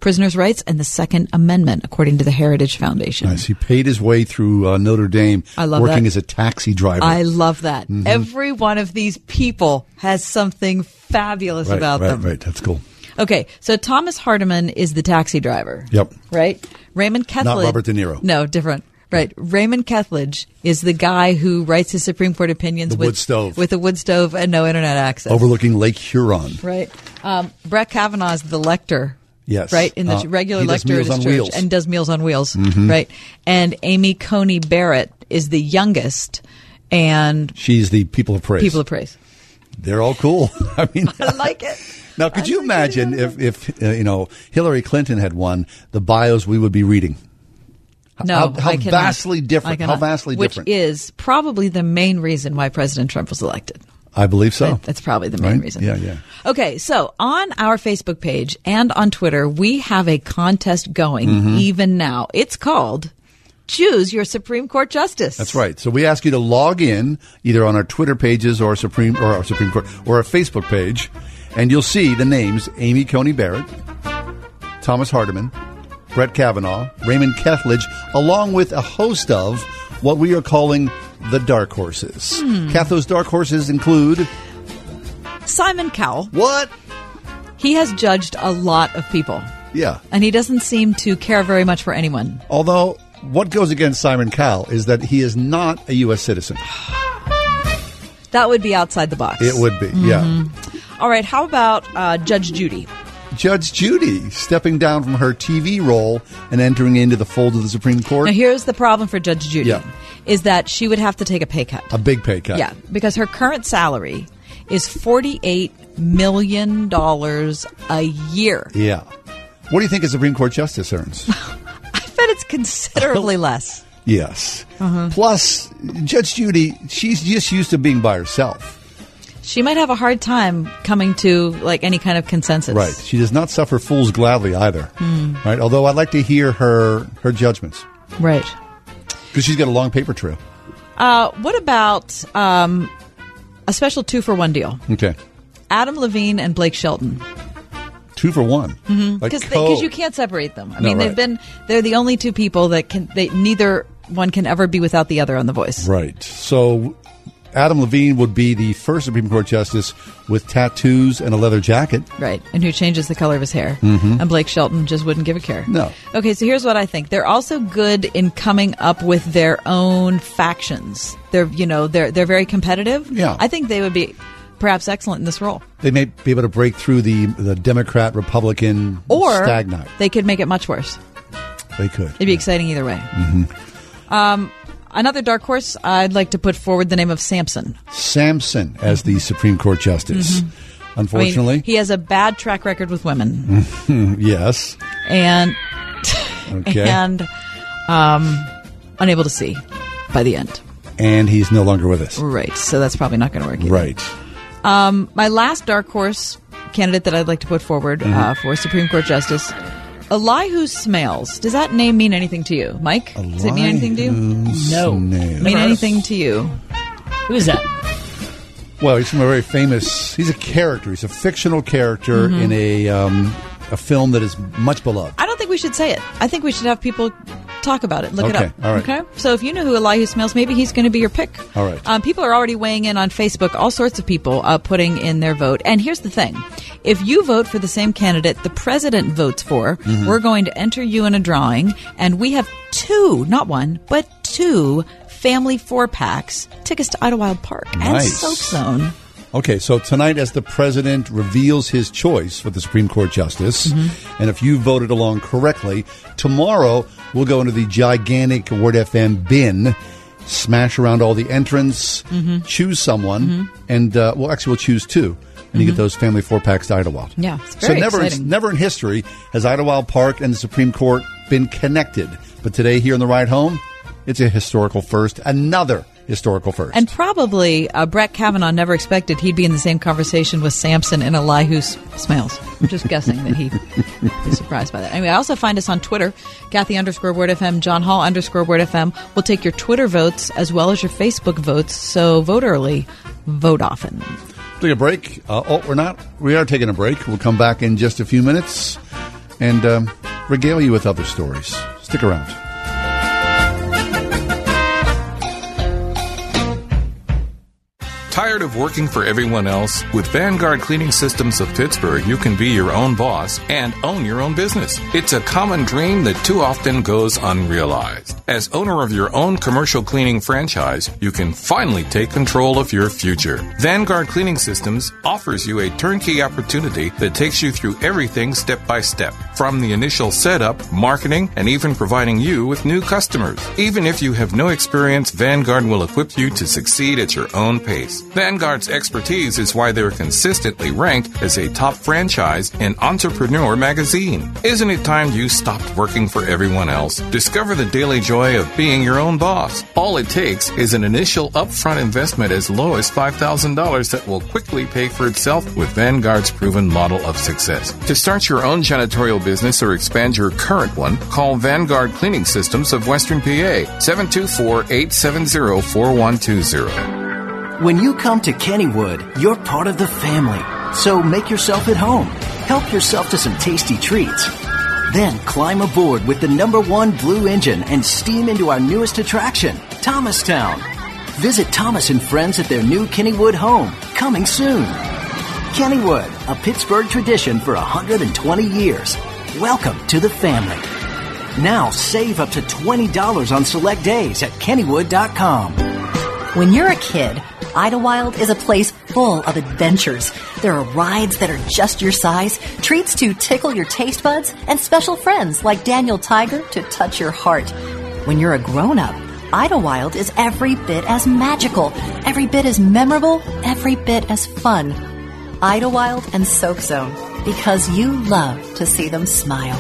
[SPEAKER 4] prisoners' rights, and the Second Amendment, according to the Heritage Foundation.
[SPEAKER 3] Nice. He paid his way through uh, Notre Dame,
[SPEAKER 4] I love
[SPEAKER 3] working
[SPEAKER 4] that.
[SPEAKER 3] as a taxi driver.
[SPEAKER 4] I love that.
[SPEAKER 3] Mm-hmm.
[SPEAKER 4] Every one of these people has something fabulous
[SPEAKER 3] right,
[SPEAKER 4] about
[SPEAKER 3] right,
[SPEAKER 4] them.
[SPEAKER 3] Right, that's cool.
[SPEAKER 4] Okay, so Thomas Hardiman is the taxi driver.
[SPEAKER 3] Yep.
[SPEAKER 4] Right? Raymond Kethledge.
[SPEAKER 3] Not Robert De Niro.
[SPEAKER 4] No, different. Right. Raymond Kethledge is the guy who writes his Supreme Court opinions
[SPEAKER 3] The
[SPEAKER 4] with,
[SPEAKER 3] wood stove.
[SPEAKER 4] with a wood stove and no internet access.
[SPEAKER 3] Overlooking Lake Huron.
[SPEAKER 4] Right. Um, Brett Kavanaugh is the lector.
[SPEAKER 3] Yes.
[SPEAKER 4] Right in the
[SPEAKER 3] Uh,
[SPEAKER 4] regular
[SPEAKER 3] he does
[SPEAKER 4] lector at
[SPEAKER 3] Meals
[SPEAKER 4] his
[SPEAKER 3] on
[SPEAKER 4] church
[SPEAKER 3] Wheels. Mm-hmm.
[SPEAKER 4] and does Meals on Wheels. Right. And Amy Coney Barrett is the youngest and
[SPEAKER 3] She's the people of praise.
[SPEAKER 4] people of praise.
[SPEAKER 3] They're all cool. I mean,
[SPEAKER 4] I like it.
[SPEAKER 3] now could you imagine if, if uh, you know Hillary Clinton had won the bios we would be reading?
[SPEAKER 4] No,
[SPEAKER 3] How- how
[SPEAKER 4] I cannot.
[SPEAKER 3] vastly different.
[SPEAKER 4] I
[SPEAKER 3] How
[SPEAKER 4] cannot.
[SPEAKER 3] vastly different.
[SPEAKER 4] Which is probably the main reason why President Trump was elected.
[SPEAKER 3] I believe so.
[SPEAKER 4] That- That's probably the main
[SPEAKER 3] Right?
[SPEAKER 4] reason.
[SPEAKER 3] Yeah, yeah.
[SPEAKER 4] Okay, so on our Facebook page and on Twitter, we have a contest going
[SPEAKER 3] Mm-hmm.
[SPEAKER 4] even now. It's called Choose Your Supreme Court Justice.
[SPEAKER 3] That's right. So we ask you to log in either on our Twitter pages or our Supreme or our Supreme Court or our Facebook page, and you'll see the names Amy Coney Barrett, Thomas Hardiman, Brett Kavanaugh, Raymond Kethledge, along with a host of what we are calling the dark horses.
[SPEAKER 4] Hmm.
[SPEAKER 3] Katho's dark horses include
[SPEAKER 4] Simon Cowell.
[SPEAKER 3] what?
[SPEAKER 4] He has judged a lot of people.
[SPEAKER 3] Yeah.
[SPEAKER 4] And he doesn't seem to care very much for anyone.
[SPEAKER 3] Although, what goes against Simon Cowell is that he is not a U.S. citizen.
[SPEAKER 4] That would be outside the box.
[SPEAKER 3] It would be,
[SPEAKER 4] Mm-hmm.
[SPEAKER 3] yeah.
[SPEAKER 4] All right, how about uh, Judge Judy?
[SPEAKER 3] Judge Judy stepping down from her TV role and entering into the fold of the Supreme Court.
[SPEAKER 4] Now, here's the problem for Judge Judy
[SPEAKER 3] Yeah.
[SPEAKER 4] is that she would have to take a pay cut.
[SPEAKER 3] a big pay cut.
[SPEAKER 4] Yeah, because her current salary is $48 million a year.
[SPEAKER 3] Yeah. What do you think a Supreme Court justice earns?
[SPEAKER 4] I bet it's considerably less.
[SPEAKER 3] yes. Plus, Judge Judy, she's just used to being by herself.
[SPEAKER 4] She might have a hard time coming to like any kind of consensus. Hmm.
[SPEAKER 3] Right. She does not suffer fools gladly either. Right. Although I'd like to hear her her judgments
[SPEAKER 4] Right.
[SPEAKER 3] because she's got a long paper trail.
[SPEAKER 4] Uh, what about um, a special two for one deal?
[SPEAKER 3] Okay.
[SPEAKER 4] Adam Levine and Blake Shelton,
[SPEAKER 3] Two for one. Mm-hmm.
[SPEAKER 4] because because you can't separate them. I
[SPEAKER 3] No,
[SPEAKER 4] mean,
[SPEAKER 3] right.
[SPEAKER 4] they've been they're the only two people that can they neither one can ever be without the other on The Voice.
[SPEAKER 3] Right. So Adam Levine would be the first Supreme Court justice with tattoos and a leather jacket.
[SPEAKER 4] Right. Mm-hmm. And who changes the color of his hair. And Blake Shelton just wouldn't give a care.
[SPEAKER 3] No.
[SPEAKER 4] Okay, so here's what I think. They're also good in coming up with their own factions. They're, you know, they're they're very competitive.
[SPEAKER 3] Yeah.
[SPEAKER 4] I think they would be perhaps excellent in this role.
[SPEAKER 3] They may be able to break through the the Democrat Republican
[SPEAKER 4] Or
[SPEAKER 3] stagnite.
[SPEAKER 4] they could make it much worse.
[SPEAKER 3] They could.
[SPEAKER 4] It'd be exciting either way. Mm-hmm. Um, another dark horse, I'd like to put forward the name of Samson.
[SPEAKER 3] Sampson as the Supreme Court justice.
[SPEAKER 4] I mean,
[SPEAKER 3] Unfortunately,
[SPEAKER 4] he has a bad track record with women.
[SPEAKER 3] yes.
[SPEAKER 4] And
[SPEAKER 3] Okay.
[SPEAKER 4] and um, unable to see by the end.
[SPEAKER 3] And he's no longer with us.
[SPEAKER 4] Right. So that's probably not going to work. either.
[SPEAKER 3] Right.
[SPEAKER 4] Um, my last dark horse candidate that I'd like to put forward
[SPEAKER 3] Mm-hmm.
[SPEAKER 4] uh, for Supreme Court Justice, Elihu Smales. Does that name mean anything to you, Mike? Does it mean anything to you?
[SPEAKER 3] No.
[SPEAKER 4] Mean anything to you?
[SPEAKER 10] Who is that?
[SPEAKER 3] Well, he's from a very famous. He's a character. He's a fictional character
[SPEAKER 4] Mm-hmm.
[SPEAKER 3] in a um, a film that is much beloved.
[SPEAKER 4] I don't think we should say it. I think we should have people talk about it. Look
[SPEAKER 3] Okay,
[SPEAKER 4] it up.
[SPEAKER 3] all right.
[SPEAKER 4] Okay. So if you know who Elihu Smiles, maybe he's going to be your pick.
[SPEAKER 3] All right.
[SPEAKER 4] Um, people are already weighing in on Facebook. All sorts of people uh, putting in their vote. And here's the thing: if you vote for the same candidate the president votes for,
[SPEAKER 3] Mm-hmm.
[SPEAKER 4] we're going to enter you in a drawing, and we have two, not one, but two family four packs tickets to Idlewild Park and
[SPEAKER 3] Nice.
[SPEAKER 4] Soap Zone.
[SPEAKER 3] Okay, so tonight, as the president reveals his choice for the Supreme Court justice,
[SPEAKER 4] Mm-hmm.
[SPEAKER 3] and if you voted along correctly, tomorrow we'll go into the gigantic Word FM bin, smash around all the entrants,
[SPEAKER 4] Mm-hmm.
[SPEAKER 3] choose someone, and uh, well, actually, we'll choose two, and you
[SPEAKER 4] Mm-hmm.
[SPEAKER 3] get those family four packs to Idlewild.
[SPEAKER 4] Yeah, it's
[SPEAKER 3] so
[SPEAKER 4] very
[SPEAKER 3] never,
[SPEAKER 4] exciting.
[SPEAKER 3] never in history has Idlewild Park and the Supreme Court been connected, but today here on the ride home, it's a historical first, another historical first.
[SPEAKER 4] And probably uh, Brett Kavanaugh never expected he'd be in the same conversation with Samson and Elihu S- Smiles. I'm just guessing that he'd be surprised by that. Anyway, also find us on Twitter, Kathy underscore Word FM, John Hall underscore Word FM. We'll take your Twitter votes as well as your Facebook votes. So vote early, vote often.
[SPEAKER 3] Take a break. Uh, oh, we're not. We are taking a break. We'll come back in just a few minutes and um, regale you with other stories. Stick around.
[SPEAKER 11] Tired of working for everyone else? With Vanguard Cleaning Systems of Pittsburgh, you can be your own boss and own your own business. It's a common dream that too often goes unrealized. As owner of your own commercial cleaning franchise, you can finally take control of your future. Vanguard Cleaning Systems offers you a turnkey opportunity that takes you through everything step by step, from the initial setup, marketing, and even providing you with new customers. Even if you have no experience, Vanguard will equip you to succeed at your own pace. Vanguard's expertise is why they're consistently ranked as a top franchise in Entrepreneur magazine. Isn't it time you stopped working for everyone else? Discover the daily joy of being your own boss. All it takes is an initial upfront investment as low as $5,000 that will quickly pay for itself with Vanguard's proven model of success. To start your own janitorial business or expand your current one, call Vanguard Cleaning Systems of Western PA 724 870 4120.
[SPEAKER 12] When you come to Kennywood, you're part of the family. So make yourself at home. Help yourself to some tasty treats. Then climb aboard with the number one blue engine and steam into our newest attraction, Thomastown. Visit Thomas and friends at their new Kennywood home, coming soon. Kennywood, a Pittsburgh tradition for 120 years. Welcome to the family. Now save up to $20 on select days at Kennywood.com.
[SPEAKER 7] When you're a kid, Idlewild is a place full of adventures. There are rides that are just your size, treats to tickle your taste buds, and special friends like Daniel Tiger to touch your heart. When you're a grown up, Idlewild is every bit as magical, every bit as memorable, every bit as fun. Idlewild and Soak Zone, because you love to see them smile.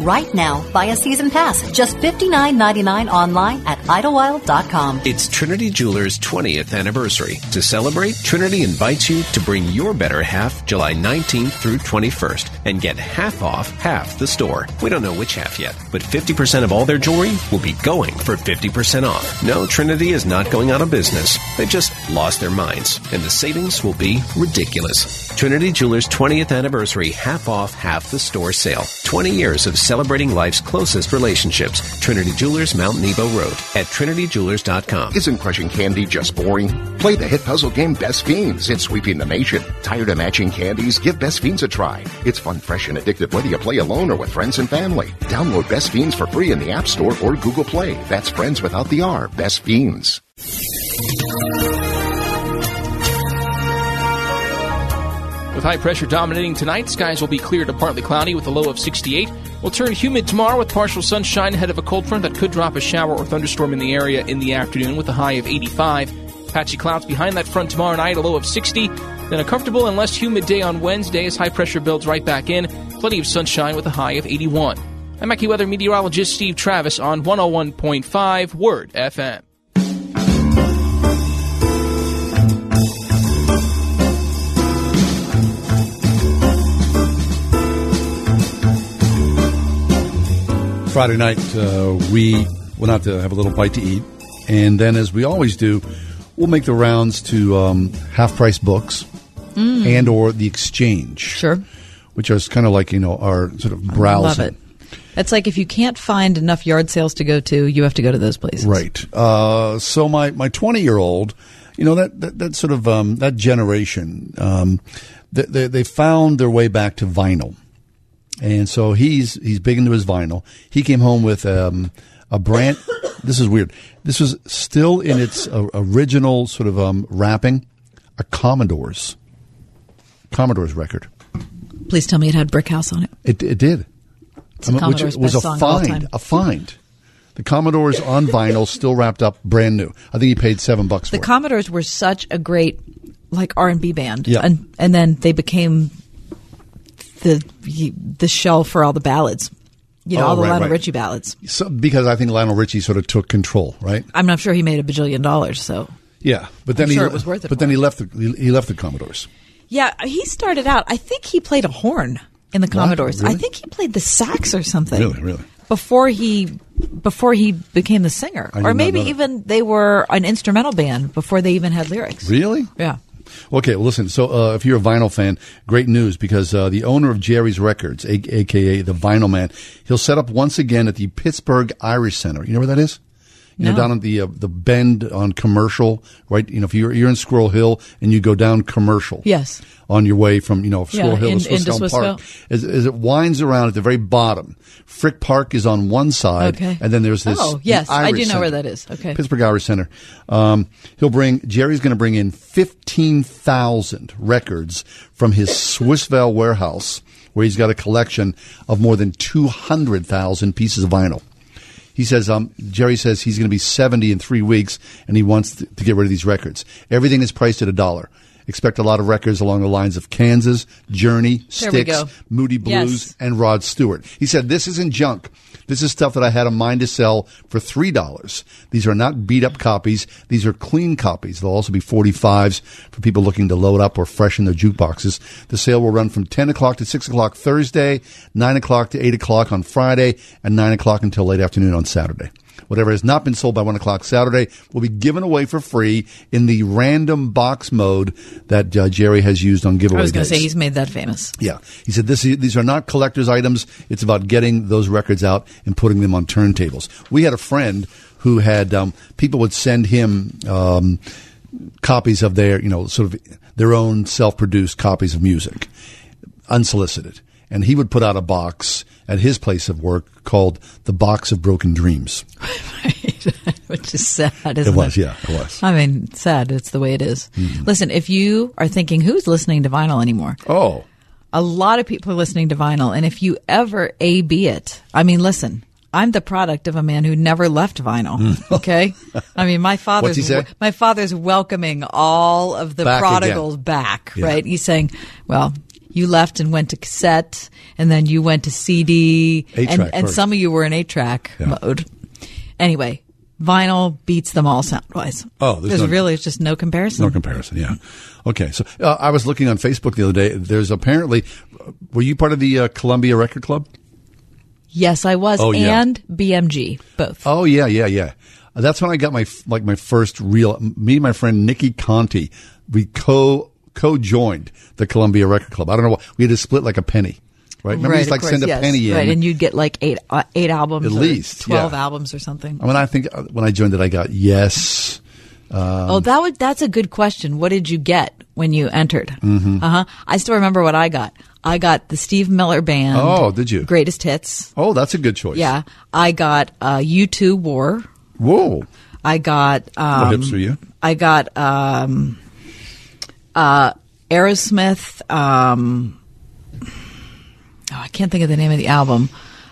[SPEAKER 7] Right now, buy a season pass, just $59.99 online at idlewild.com.
[SPEAKER 5] It's Trinity Jewelers' 20th anniversary. To celebrate, Trinity invites you to bring your better half July 19th through 21st and get half off half the store. We don't know which half yet, but 50% of all their jewelry will be going for 50% off. No, Trinity is not going out of business. They just lost their minds, and the savings will be ridiculous. Trinity Jewelers' 20th anniversary half off half the store sale. 20 years of celebrating life's closest relationships. Trinity Jewelers, Mount Nebo Road at trinityjewelers.com.
[SPEAKER 13] Isn't crushing candy just boring? Play the hit puzzle game Best Fiends. It's sweeping the nation. Tired of matching candies? Give Best Fiends a try. It's fun, fresh, and addictive whether you play alone or with friends and family. Download Best Fiends for free in the App Store or Google Play. That's friends without the R. Best Fiends.
[SPEAKER 14] With high pressure dominating tonight, skies will be clear to partly cloudy with a low of 68. We'll turn humid tomorrow with partial sunshine ahead of a cold front that could drop a shower or thunderstorm in the area in the afternoon with a high of 85. Patchy clouds behind that front tomorrow night, a low of 60. Then a comfortable and less humid day on Wednesday as high pressure builds right back in. Plenty of sunshine with a high of 81. I'm AccuWeather meteorologist Steve Travis on 101.5 Word FM.
[SPEAKER 3] Friday night, uh, we went out to have a little bite to eat. And then, as we always do, we'll make the rounds to um, half price books
[SPEAKER 4] Mm.
[SPEAKER 3] and or the exchange. Sure. Which is kind of like, you know, our sort of browsing.
[SPEAKER 4] Love it. That's like if you can't find enough yard sales to go to, you have to go to those places.
[SPEAKER 3] Right. Uh, so my my twenty year old, you know that that, that sort of um, that generation, um, they, they they found their way back to vinyl, and so he's he's big into his vinyl. He came home with um, a brand. this is weird. This was still in its uh, original sort of um, wrapping, a Commodores, Commodores record.
[SPEAKER 4] Please tell me it had brick house on it.
[SPEAKER 3] It, it did.
[SPEAKER 4] It's the Commodore's
[SPEAKER 3] it was
[SPEAKER 4] best
[SPEAKER 3] a
[SPEAKER 4] song of all
[SPEAKER 3] find.
[SPEAKER 4] time.
[SPEAKER 3] A find. The Commodore's on vinyl, still wrapped up, brand new. I think he paid seven bucks for
[SPEAKER 4] The
[SPEAKER 3] it.
[SPEAKER 4] Commodores were such a great like R and B band,
[SPEAKER 3] Yeah.
[SPEAKER 4] and and then they became the the shell for all the ballads. You know,
[SPEAKER 3] Oh,
[SPEAKER 4] all the
[SPEAKER 3] right,
[SPEAKER 4] Lionel
[SPEAKER 3] right.
[SPEAKER 4] Richie ballads.
[SPEAKER 3] So, because I think Lionel Richie sort of took control, right?
[SPEAKER 4] I'm not sure he made a bajillion dollars. So
[SPEAKER 3] Yeah, but
[SPEAKER 4] I'm
[SPEAKER 3] then he
[SPEAKER 4] sure it was worth it
[SPEAKER 3] But then he left the he, he left the Commodores.
[SPEAKER 4] yeah, he started out. I think he played a horn in the
[SPEAKER 3] What?
[SPEAKER 4] Commodores.
[SPEAKER 3] Really?
[SPEAKER 4] I think he played the sax or something.
[SPEAKER 3] Really, really.
[SPEAKER 4] before he before he became the singer
[SPEAKER 3] I did
[SPEAKER 4] or
[SPEAKER 3] not
[SPEAKER 4] maybe
[SPEAKER 3] know that.
[SPEAKER 4] even they were an instrumental band before they even had lyrics
[SPEAKER 3] Really?
[SPEAKER 4] Yeah.
[SPEAKER 3] Okay, well, listen. So, uh, if you're a vinyl fan, great news because uh, the owner of Jerry's Records, a- aka the Vinyl Man, he'll set up once again at the Pittsburgh Irish Center. You know where that is? You know,
[SPEAKER 15] No.
[SPEAKER 3] down at the uh, the bend on Commercial, right? You know, if you're you're in Squirrel Hill and you go down Commercial,
[SPEAKER 4] Yes.
[SPEAKER 3] on your way from you know
[SPEAKER 4] Yeah,
[SPEAKER 3] Squirrel Hill
[SPEAKER 4] in-
[SPEAKER 3] to Swiss
[SPEAKER 4] into
[SPEAKER 3] Town
[SPEAKER 4] Swiss
[SPEAKER 3] Park,
[SPEAKER 4] Hill.
[SPEAKER 3] as, as it winds around at the very bottom, Frick Park is on one side,
[SPEAKER 4] Okay.
[SPEAKER 3] and then there's this.
[SPEAKER 4] Oh,
[SPEAKER 3] the
[SPEAKER 4] yes, I
[SPEAKER 3] Irish
[SPEAKER 4] do know where
[SPEAKER 3] Center.
[SPEAKER 4] that is. Okay.
[SPEAKER 3] Pittsburgh Irish Center. Um, he'll bring Jerry's going to bring in fifteen thousand records from his Swissvale warehouse, where he's got a collection of more than two hundred thousand pieces of vinyl. He says, um, Jerry says he's going to be 70 in three weeks and he wants to, to get rid of these records. Everything is priced at a dollar. Expect a lot of records along the lines of Kansas, Journey,
[SPEAKER 15] There we
[SPEAKER 3] Styx,
[SPEAKER 15] go.
[SPEAKER 3] Moody Blues,
[SPEAKER 15] Yes.
[SPEAKER 3] and Rod Stewart. He said, This isn't junk. This is stuff that I had a mind to sell for $3. These are not beat up copies. These are clean copies. There'll also be 45s for people looking to load up or freshen their jukeboxes. The sale will run from 10 o'clock to 6 o'clock Thursday, 9 o'clock to 8 o'clock on Friday, and 9 o'clock until late afternoon on Saturday. Whatever has not been sold by 1 o'clock Saturday will be given away for free in the random box mode that uh, Jerry has used on giveaway
[SPEAKER 4] i was going
[SPEAKER 3] days.
[SPEAKER 4] to say he's made that famous
[SPEAKER 3] Yeah. He said this, these are not collector's items. It's about getting those records out and putting them on turntables. We had a friend who had, um, people would send him, um, copies of their, you know, sort of their own self-produced copies of music, unsolicited. And he would put out a box at his place of work called the Box of Broken Dreams.
[SPEAKER 4] which is sad, isn't it?
[SPEAKER 3] was, yeah, it was.
[SPEAKER 4] I mean, sad. It's the way it is.
[SPEAKER 3] Mhm.
[SPEAKER 4] Listen, if you are thinking, who's listening to vinyl anymore?
[SPEAKER 3] Oh.
[SPEAKER 4] A lot of people are listening to vinyl. And if you ever A-B it, I mean, listen, I'm the product of a man who never left vinyl.
[SPEAKER 3] Mm.
[SPEAKER 4] Okay. I mean, my
[SPEAKER 3] What's he
[SPEAKER 4] father's,
[SPEAKER 3] say?
[SPEAKER 4] my father's welcoming all of the
[SPEAKER 3] Back again.
[SPEAKER 4] prodigals back,
[SPEAKER 3] Yeah.
[SPEAKER 4] right? He's saying, well, you left and went to cassette and then you went to CD and,
[SPEAKER 3] Eight-track
[SPEAKER 4] and
[SPEAKER 3] first.
[SPEAKER 4] some of you were in eight track
[SPEAKER 3] Yeah.
[SPEAKER 4] mode. Anyway, vinyl beats them all sound wise.
[SPEAKER 3] Oh, there's
[SPEAKER 4] there's,
[SPEAKER 3] no-
[SPEAKER 4] really just no comparison.
[SPEAKER 3] No comparison, yeah. Okay, so uh, I was looking on Facebook the other day. There's apparently, were you part of the uh, Columbia Record Club?
[SPEAKER 4] yes, I was,
[SPEAKER 3] Oh, yeah.
[SPEAKER 4] and BMG both.
[SPEAKER 3] Oh yeah, yeah, yeah. Uh, That's when I got my f- like my first real. Me and my friend Nikki Conti, we co co joined the Columbia Record Club. I don't know why we had to split like a penny, right? Remember, we
[SPEAKER 4] Right,
[SPEAKER 3] used to,
[SPEAKER 4] of
[SPEAKER 3] like
[SPEAKER 4] course,
[SPEAKER 3] send a
[SPEAKER 4] yes.
[SPEAKER 3] penny in.
[SPEAKER 4] right, and you'd get like eight uh, eight albums,
[SPEAKER 3] At
[SPEAKER 4] or
[SPEAKER 3] least,
[SPEAKER 4] twelve
[SPEAKER 3] yeah.
[SPEAKER 4] albums or something.
[SPEAKER 3] I mean, I think uh, when I joined it, I got yes. Um,
[SPEAKER 4] oh, that would that's a good question. What did you get when you entered?
[SPEAKER 3] Mhm.
[SPEAKER 4] Uh huh. I still remember what I got. I got the Steve Miller Band.
[SPEAKER 3] Oh, did you?
[SPEAKER 4] Greatest hits.
[SPEAKER 3] Oh, that's a good choice.
[SPEAKER 4] Yeah, I got uh, U2 War.
[SPEAKER 3] Whoa.
[SPEAKER 4] I got. Um,
[SPEAKER 3] What hipster you?
[SPEAKER 4] I got um, uh, Aerosmith. Um, oh, I can't think of the name of the album.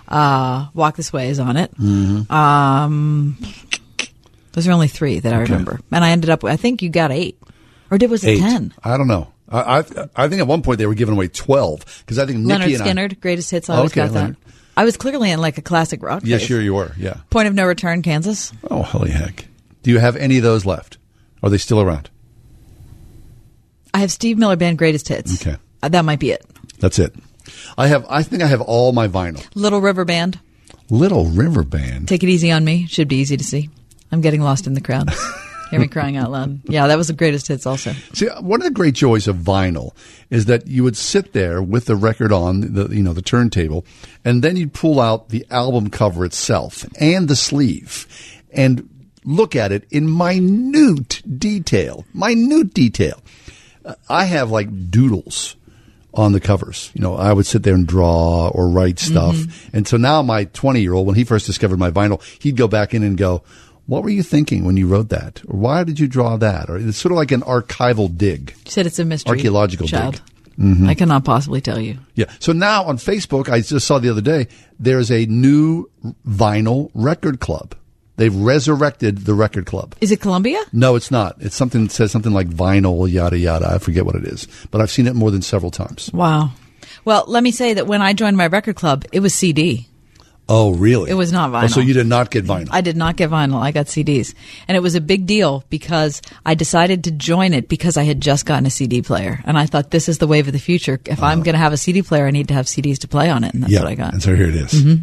[SPEAKER 4] Uh, Walk This Way is on it.
[SPEAKER 3] Mhm.
[SPEAKER 4] Um, those are only three that I
[SPEAKER 3] Okay.
[SPEAKER 4] remember, and I ended up. I think you got eight, or did was it
[SPEAKER 3] Eight.
[SPEAKER 4] ten?
[SPEAKER 3] I don't know. I, I I think at one point they were giving away twelve because I think Nikki
[SPEAKER 4] Leonard
[SPEAKER 3] and I-
[SPEAKER 4] Skinner, greatest hits. I always
[SPEAKER 3] Okay,
[SPEAKER 4] got that.
[SPEAKER 3] Leonard.
[SPEAKER 4] I was clearly in like a classic rock.
[SPEAKER 3] Yeah,
[SPEAKER 4] phase.
[SPEAKER 3] sure you were. Yeah.
[SPEAKER 4] Point of No Return, Kansas.
[SPEAKER 3] Oh, holy heck! Do you have any of those left? Are they still around?
[SPEAKER 4] I have Steve Miller Band, greatest hits.
[SPEAKER 3] Okay.
[SPEAKER 4] Uh, that might be it.
[SPEAKER 3] That's it. I have. I think I have all my vinyl.
[SPEAKER 4] Little River Band.
[SPEAKER 3] Little River Band.
[SPEAKER 4] Take it easy on me. Should be easy to see. I'm getting lost in the crowd. Hear me crying out loud. Yeah, that was the greatest hits also.
[SPEAKER 3] See, one of the great joys of vinyl is that you would sit there with the record on the you know the turntable, and then you'd pull out the album cover itself and the sleeve, and look at it in minute detail. Minute detail. Uh, I have like doodles on the covers. You know, I would sit there and draw or write stuff.
[SPEAKER 16] Mhm.
[SPEAKER 3] And so now my 20 year old, when he first discovered my vinyl, he'd go back in and go, what were you thinking when you wrote that? Or why did you draw that? Or it's sort of like an archival dig.
[SPEAKER 4] You said it's a mystery.
[SPEAKER 3] Archaeological
[SPEAKER 4] child.
[SPEAKER 3] dig. Mhm.
[SPEAKER 4] I cannot possibly tell you.
[SPEAKER 3] Yeah. So now on Facebook, I just saw the other day, there's a new vinyl record club. They've resurrected the record club.
[SPEAKER 4] Is it Columbia?
[SPEAKER 3] No, it's not. It's something that says something like vinyl, yada, yada. I forget what it is, but I've seen it more than several times.
[SPEAKER 4] Wow. Well, let me say that when I joined my record club, it was CD.
[SPEAKER 3] Oh, really?
[SPEAKER 4] It was not
[SPEAKER 3] Oh, so
[SPEAKER 4] vinyl.
[SPEAKER 3] you did not get vinyl.
[SPEAKER 4] I did not get vinyl. I got CDs. And it was a big deal because I decided to join it because I had just gotten a CD player. And I thought, this is the wave of the future. If I'm going to have a CD player, I need to have CDs to play on it. And that's
[SPEAKER 3] yeah,
[SPEAKER 4] what I got.
[SPEAKER 3] And so here it is.
[SPEAKER 4] Mhm.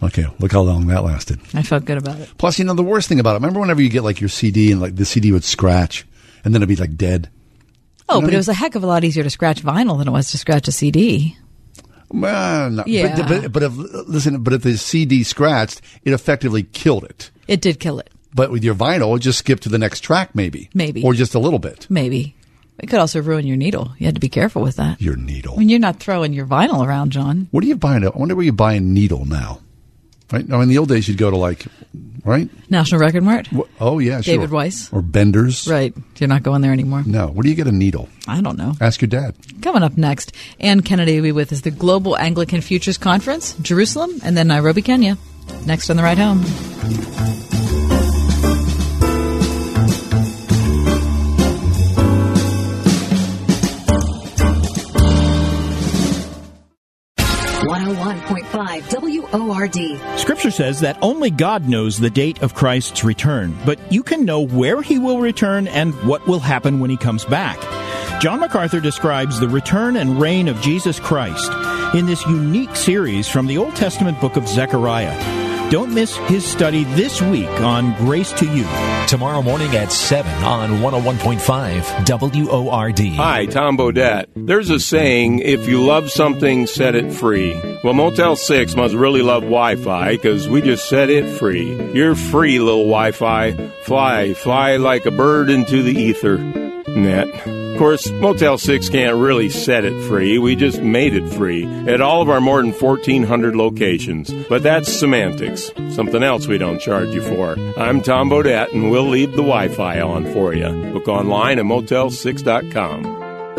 [SPEAKER 3] Okay, look how long that lasted.
[SPEAKER 4] I felt good about it.
[SPEAKER 3] Plus, you know the worst thing about it. Remember whenever you get like your CD and like the CD would scratch, and then it'd be like dead.
[SPEAKER 4] Oh,
[SPEAKER 3] You know
[SPEAKER 4] but
[SPEAKER 3] what I
[SPEAKER 4] it was a heck of a lot easier to scratch vinyl than it was to scratch a CD.
[SPEAKER 3] Well, no.
[SPEAKER 4] Yeah.
[SPEAKER 3] But, but, but if listen, but if the CD scratched, it effectively killed it.
[SPEAKER 4] It did kill it,
[SPEAKER 3] But with your vinyl, it just skipped to the next track, maybe,
[SPEAKER 4] Maybe.
[SPEAKER 3] or just a little bit.
[SPEAKER 4] maybe. It could also ruin your needle. You had to be careful with that.
[SPEAKER 3] Your needle.
[SPEAKER 4] I mean, you're not throwing your vinyl around, John.
[SPEAKER 3] What are you buying? I wonder where you buy a needle now. Right? Now, in the old days, you'd go to like, right?
[SPEAKER 4] National Record Mart?
[SPEAKER 3] Wh- Oh yeah, sure.
[SPEAKER 4] David Weiss.
[SPEAKER 3] or Benders.
[SPEAKER 4] Right. You're not going there anymore.
[SPEAKER 3] No. Where do you get a needle?
[SPEAKER 4] I don't know.
[SPEAKER 3] Ask your dad.
[SPEAKER 4] Coming up next, Ann Kennedy will be with us, the Global Anglican Futures Conference, Jerusalem, and then Nairobi, Kenya. Next on the ride home.
[SPEAKER 17] One point five WORD.
[SPEAKER 18] Scripture says that only God knows the date of Christ's return, but you can know where he will return and what will happen when he comes back. John MacArthur describes the return and reign of Jesus Christ in this unique series from the Old Testament book of Zechariah. Don't miss his study this week on Grace to You.
[SPEAKER 19] tomorrow morning at 7 on 101.5 WORD.
[SPEAKER 20] Hi, Tom Bodette. There's a saying if you love something, set it free. Well, Motel 6 must really love Wi Fi because we just set it free. You're free, little Wi Fi. Fly, fly like a bird into the ether. Net. Of course, Motel 6 can't really set it free. We just made it free at all of our more than 1,400 locations. But that's semantics, something else we don't charge you for. I'm Tom Bodette, and we'll leave the Wi Fi on for you. Look online at motel6.com.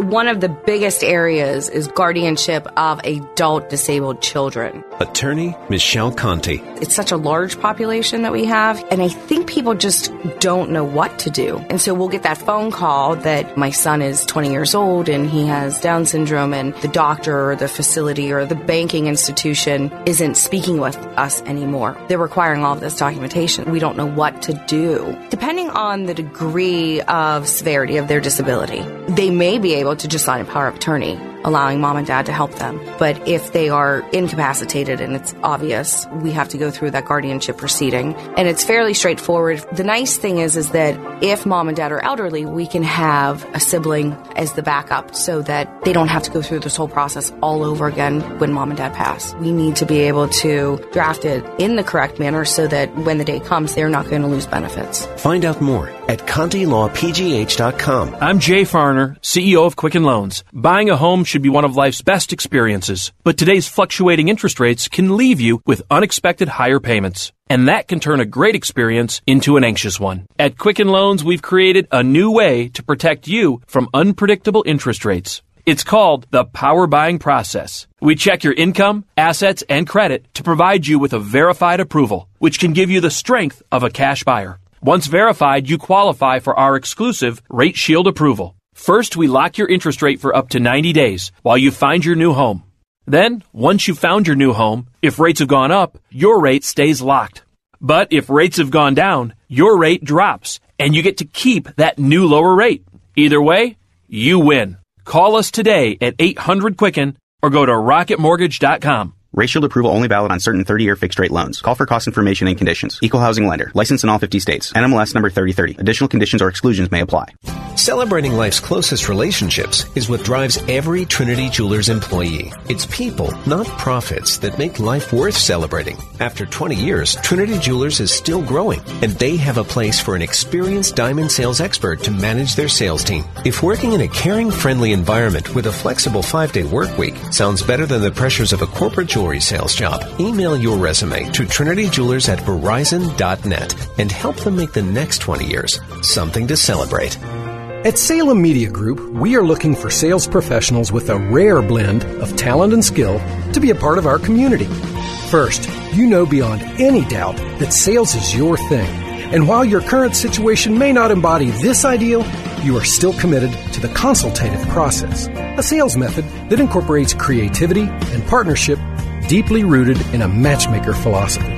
[SPEAKER 21] One of the biggest areas is guardianship of adult disabled children.
[SPEAKER 5] Attorney Michelle Conti.
[SPEAKER 21] It's such a large population that we have, and I think people just don't know what to do. And so we'll get that phone call that my son is 20 years old and he has Down syndrome, and the doctor or the facility or the banking institution isn't speaking with us anymore. They're requiring all of this documentation. We don't know what to do. Depending on the degree of severity of their disability, they may be able to just sign a power of attorney allowing mom and dad to help them. But if they are incapacitated and it's obvious, we have to go through that guardianship proceeding. And it's fairly straightforward. The nice thing is, is that if mom and dad are elderly, we can have a sibling as the backup so that they don't have to go through this whole process all over again when mom and dad pass. We need to be able to draft it in the correct manner so that when the day comes, they're not going to lose benefits.
[SPEAKER 5] Find out more at ContiLawPGH.com.
[SPEAKER 22] I'm Jay Farner, CEO of Quicken Loans. Buying a home should be one of life's best experiences, but today's fluctuating interest rates can leave you with unexpected higher payments. And that can turn a great experience into an anxious one. At Quicken Loans, we've created a new way to protect you from unpredictable interest rates. It's called the power buying process. We check your income, assets, and credit to provide you with a verified approval, which can give you the strength of a cash buyer. Once verified, you qualify for our exclusive Rate Shield approval. First, we lock your interest rate for up to 90 days while you find your new home. Then, once you've found your new home, if rates have gone up, your rate stays locked. But if rates have gone down, your rate drops and you get to keep that new lower rate. Either way, you win. Call us today at 800 Quicken or go to rocketmortgage.com.
[SPEAKER 23] Racial approval only valid on certain 30-year fixed-rate loans. Call for cost information and conditions. Equal housing lender. Licensed in all 50 states. NMLS number 3030. Additional conditions or exclusions may apply.
[SPEAKER 5] Celebrating life's closest relationships is what drives every Trinity Jewelers employee. It's people, not profits, that make life worth celebrating. After 20 years, Trinity Jewelers is still growing, and they have a place for an experienced diamond sales expert to manage their sales team. If working in a caring, friendly environment with a flexible five-day work week sounds better than the pressures of a corporate jewelry sales job, email your resume to trinityjewelers at verizon.net and help them make the next 20 years something to celebrate.
[SPEAKER 24] At Salem Media Group, we are looking for sales professionals with a rare blend of talent and skill to be a part of our community. First, you know beyond any doubt that sales is your thing. And while your current situation may not embody this ideal, you are still committed to the consultative process, a sales method that incorporates creativity and partnership deeply rooted in a matchmaker philosophy.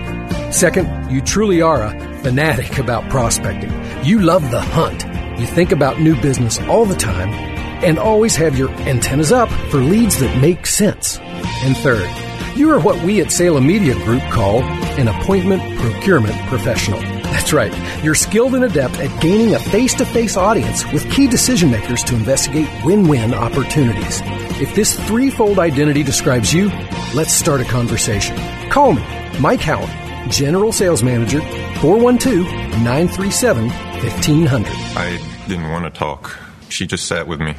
[SPEAKER 24] Second, you truly are a fanatic about prospecting. You love the hunt. You think about new business all the time and always have your antennas up for leads that make sense. And third, you are what we at Salem Media Group call an appointment procurement professional. That's right. You're skilled and adept at gaining a face to face audience with key decision makers to investigate win win opportunities. If this threefold identity describes you, let's start a conversation. Call me, Mike Howard, General Sales Manager, 412 937 1500.
[SPEAKER 25] I didn't want to talk. She just sat with me.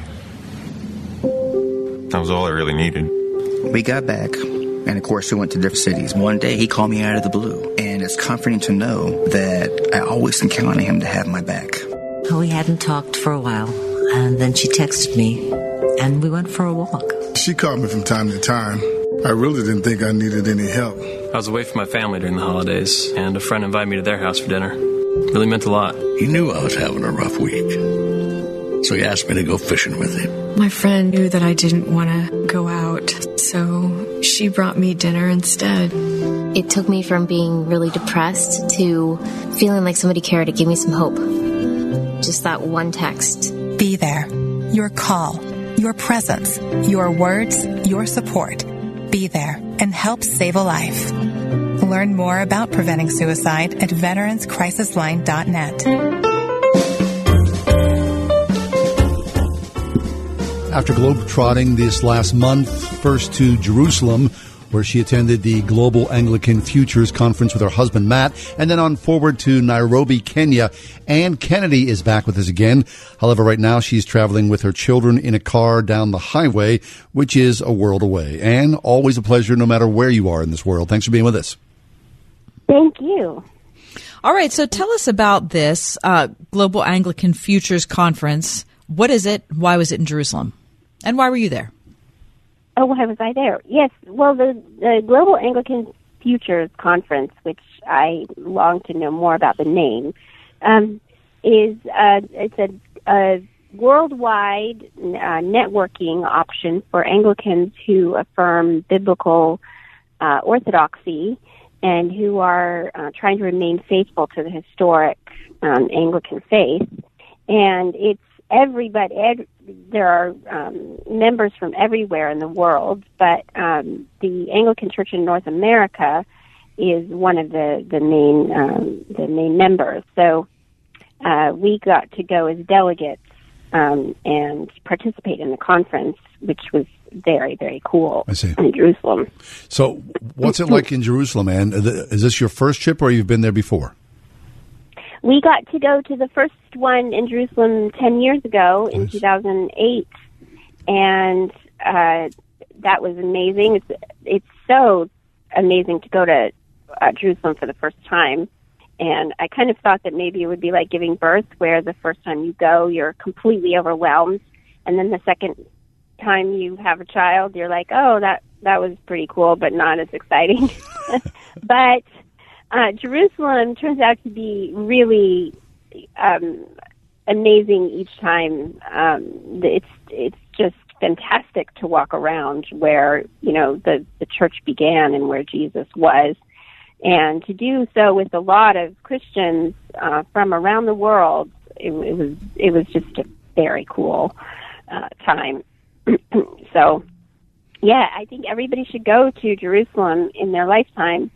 [SPEAKER 25] That was all I really needed.
[SPEAKER 26] We got back, and of course, we went to different cities. One day, he called me out of the blue, and it's comforting to know that I always can count on him to have my back.
[SPEAKER 7] Oh, We hadn't talked for a while, and then she texted me, and we went for a walk.
[SPEAKER 27] She called me from time to time. I really didn't think I needed any help.
[SPEAKER 28] I was away from my family during the holidays, and a friend invited me to their house for dinner. Really meant a lot.
[SPEAKER 29] He knew I was having a rough week, so he asked me to go fishing with him.
[SPEAKER 30] My friend knew that I didn't want to go out, so she brought me dinner instead.
[SPEAKER 31] It took me from being really depressed to feeling like somebody cared. It gave me some hope. Just that one text.
[SPEAKER 32] Be there. Your call, your presence, your words, your support. Be there and help save a life. learn more about preventing suicide at veteranscrisisline.net.
[SPEAKER 3] After globetrotting this last month, first to Jerusalem, where she attended the Global Anglican Futures Conference with her husband Matt, and then on forward to Nairobi, Kenya. Ann Kennedy is back with us again. However, right now she's traveling with her children in a car down the highway, which is a world away. Ann, always a pleasure no matter where you are in this world. Thanks for being with us.
[SPEAKER 1] Thank you.
[SPEAKER 4] All right, so tell us about this uh, Global Anglican Futures Conference. What is it? Why was it in Jerusalem? And why were you there?
[SPEAKER 1] Oh, why was I there? Yes, well, the, the Global Anglican Futures Conference, which I long to know more about the name, um, is uh, it's a, a worldwide uh, networking option for Anglicans who affirm biblical uh, orthodoxy and who are uh, trying to remain faithful to the historic um, Anglican faith. And it's everybody ed, there are um, members from everywhere in the world but um, the anglican church in north america is one of the the main um, the main members so uh, we got to go as delegates um, and participate in the conference which was very very cool
[SPEAKER 3] I see.
[SPEAKER 1] in jerusalem
[SPEAKER 3] So, what's it like in Jerusalem, Ann? Is this your first trip or you've been there before?
[SPEAKER 1] we got to go to the first one in Jerusalem 10 years ago in 2008 and uh, that was amazing it's, it's so amazing to go to uh, Jerusalem for the first time and I kind of thought that maybe it would be like giving birth where the first time you go you're completely overwhelmed and then the second time you have a child you're like oh that that was pretty cool but not as exciting but uh, Jerusalem turns out to be really um, amazing each time. Um, it's it's just fantastic to walk around where you know the the church began and where Jesus was, and to do so with a lot of Christians uh, from around the world. It, it was it was just a very cool uh, time. so, yeah, I think everybody should go to Jerusalem in their lifetime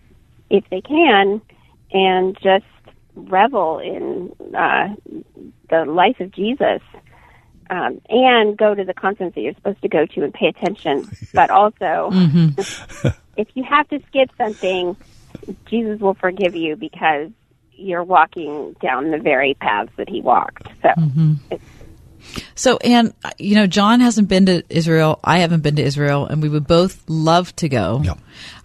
[SPEAKER 1] if they can, and just revel in uh, the life of Jesus. Um, and go to the conference that you're supposed to go to and pay attention. But also, if you have to skip something, Jesus will forgive you because you're walking down the very paths that he walked. So,
[SPEAKER 4] Mm-hmm. So, Anne, you know, John hasn't been to Israel. I haven't been to Israel, and we would both love to go.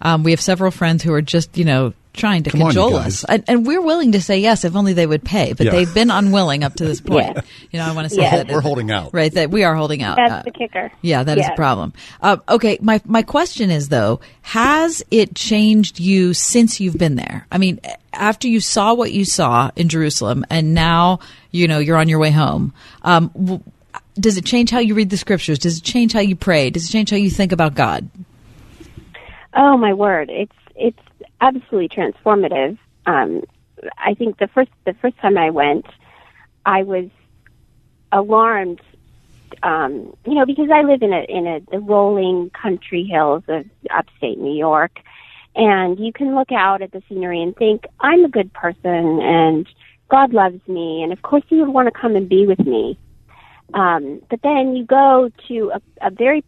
[SPEAKER 4] Um, we have several friends who are just, you know, trying to
[SPEAKER 3] Come on, you
[SPEAKER 4] cajole
[SPEAKER 3] guys.
[SPEAKER 4] us. And, and we're willing to say yes if only they would pay, but
[SPEAKER 3] Yeah.
[SPEAKER 4] they've been unwilling up to this point. You know, I want to say
[SPEAKER 3] We're hol-
[SPEAKER 4] that.
[SPEAKER 3] we're holding out.
[SPEAKER 4] Right, that we are holding out.
[SPEAKER 1] that's
[SPEAKER 4] Uh,
[SPEAKER 1] the kicker.
[SPEAKER 4] yeah, that is a
[SPEAKER 1] Yes.
[SPEAKER 4] problem. Uh, okay, my my question is though, has it changed you since you've been there? I mean, after you saw what you saw in Jerusalem, and now you know you're on your way home. Um, w- does it change how you read the scriptures? Does it change how you pray? Does it change how you think about God?
[SPEAKER 1] Oh my word! It's it's absolutely transformative. Um, I think the first the first time I went, I was alarmed. Um, you know, because I live in a in a the rolling country hills of upstate New York, and you can look out at the scenery and think, I'm a good person, and God loves me, and of course He would want to come and be with me. Um, but then you go to a, a very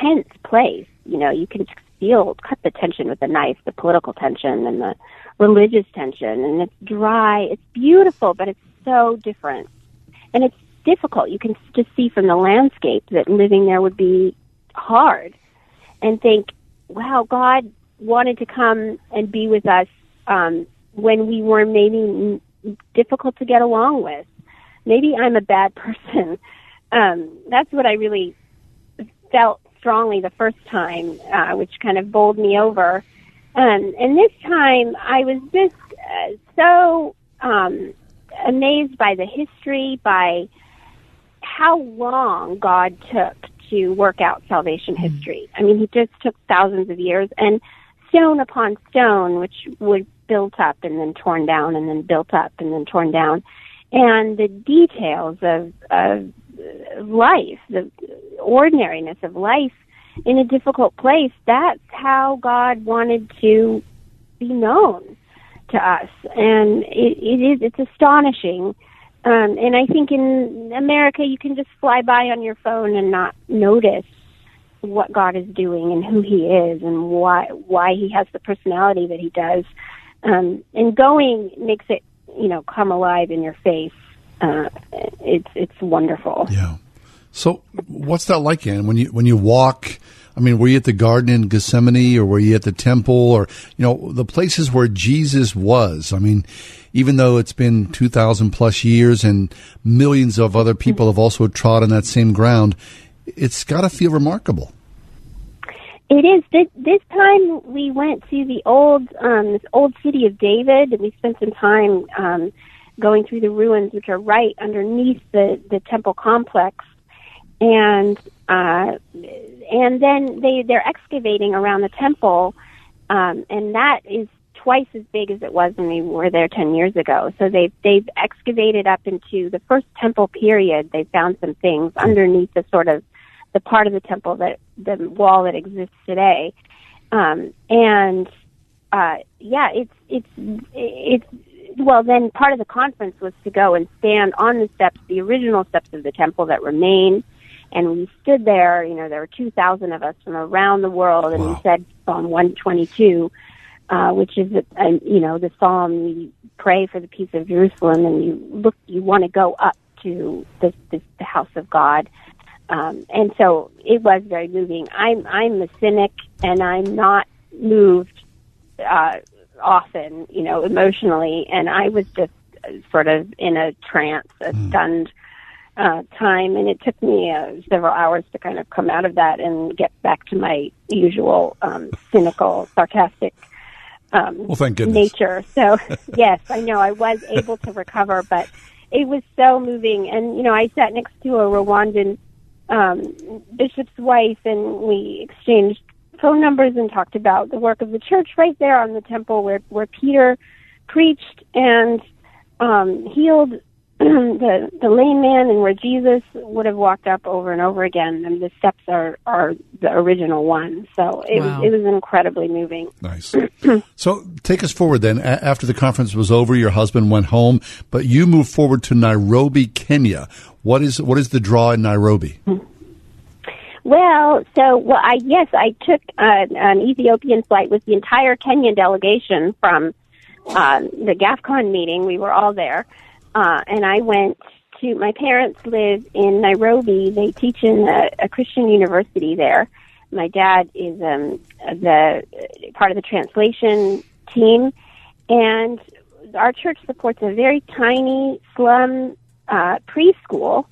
[SPEAKER 1] tense place. You know, you can feel cut the tension with a knife, the political tension and the religious tension, and it's dry. It's beautiful, but it's so different, and it's difficult. You can just see from the landscape that living there would be hard, and think, wow, God wanted to come and be with us um, when we were maybe n- difficult to get along with. Maybe I'm a bad person. Um, that's what I really felt strongly the first time, uh, which kind of bowled me over. Um, and this time, I was just uh, so um, amazed by the history, by how long God took to work out salvation history. I mean, He just took thousands of years, and stone upon stone, which was built up and then torn down, and then built up and then torn down, and the details of of uh, life, the ordinariness of life in a difficult place. That's how God wanted to be known to us, and it, it is it's astonishing. Um, and I think in America, you can just fly by on your phone and not notice what God is doing and who He is and why why He has the personality that He does. Um, and going makes it you know come alive in your face. Uh, it's it's wonderful.
[SPEAKER 3] Yeah. So what's that like, Ann? When you when you walk, I mean, were you at the Garden in Gethsemane, or were you at the Temple, or you know the places where Jesus was? I mean, even though it's been two thousand plus years and millions of other people have also trod on that same ground, it's got to feel remarkable.
[SPEAKER 1] It is this, this time we went to the old um, this old city of David, and we spent some time um, going through the ruins, which are right underneath the the temple complex, and uh, and then they they're excavating around the temple, um, and that is twice as big as it was when we were there 10 years ago. So they've, they've excavated up into the first temple period. They found some things underneath the sort of the part of the temple that the wall that exists today. Um, and, uh, yeah, it's, it's, it's, well, then part of the conference was to go and stand on the steps, the original steps of the temple that remain. And we stood there, you know, there were 2,000 of us from around the world and wow. we said Psalm 122, uh, which is uh, you know the psalm you pray for the peace of Jerusalem, and you look you want to go up to this, this, the house of God, um, and so it was very moving. I'm I'm a cynic, and I'm not moved uh, often, you know, emotionally, and I was just sort of in a trance, a stunned. Uh, time and it took me uh, several hours to kind of come out of that and get back to my usual um, cynical, sarcastic um,
[SPEAKER 3] well, thank goodness.
[SPEAKER 1] nature. So yes, I know I was able to recover, but it was so moving. And you know, I sat next to a Rwandan um, bishop's wife, and we exchanged phone numbers and talked about the work of the church right there on the temple where where Peter preached and um, healed the the lame man, and where Jesus would have walked up over and over again. And the steps are are the original one. So it wow. was it was incredibly moving.
[SPEAKER 3] Nice. so take us forward then. A- after the conference was over, your husband went home, but you moved forward to Nairobi, Kenya. What is what is the draw in Nairobi?
[SPEAKER 1] Well, so well, I yes, I took uh, an Ethiopian flight with the entire Kenyan delegation from uh, the GAFCON meeting. We were all there. Uh, and I went to my parents live in Nairobi. They teach in a, a Christian university there. My dad is um, the part of the translation team, and our church supports a very tiny slum uh, preschool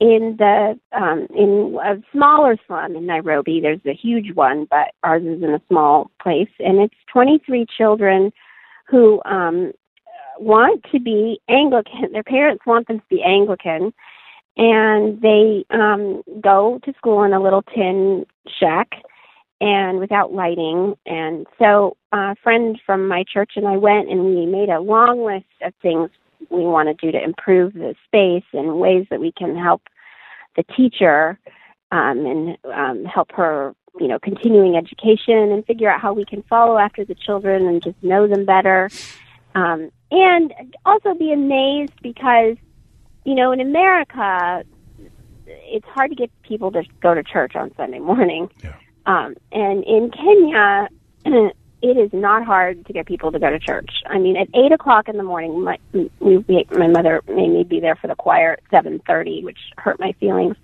[SPEAKER 1] in the um, in a smaller slum in Nairobi. There's a huge one, but ours is in a small place, and it's 23 children who um, want to be Anglican. Their parents want them to be Anglican, and they um, go to school in a little tin shack and without lighting. And so, a friend from my church and I went, and we made a long list of things we want to do to improve the space and ways that we can help the teacher um, and um, help her. You know, continuing education and figure out how we can follow after the children and just know them better. Um, and also be amazed because you know in America it's hard to get people to go to church on Sunday morning, yeah. um, and in Kenya it is not hard to get people to go to church. I mean, at eight o'clock in the morning, my we, my mother made me be there for the choir at seven thirty, which hurt my feelings.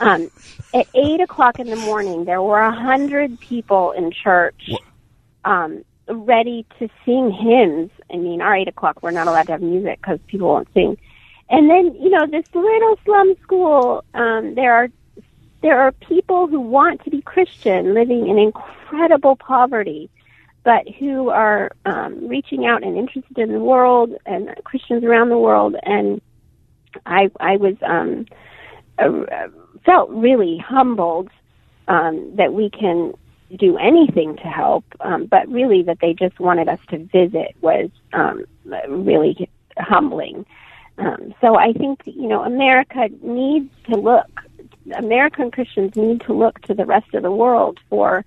[SPEAKER 1] Um, at eight o'clock in the morning, there were a hundred people in church. Um, ready to sing hymns. I mean, our eight o'clock, we're not allowed to have music because people won't sing. And then, you know, this little slum school, um, there are there are people who want to be Christian, living in incredible poverty, but who are um, reaching out and interested in the world and Christians around the world. And I, I was um, uh, felt really humbled um, that we can do anything to help, um, but really that they just wanted us to visit was um, really humbling. Um, so I think you know America needs to look. American Christians need to look to the rest of the world for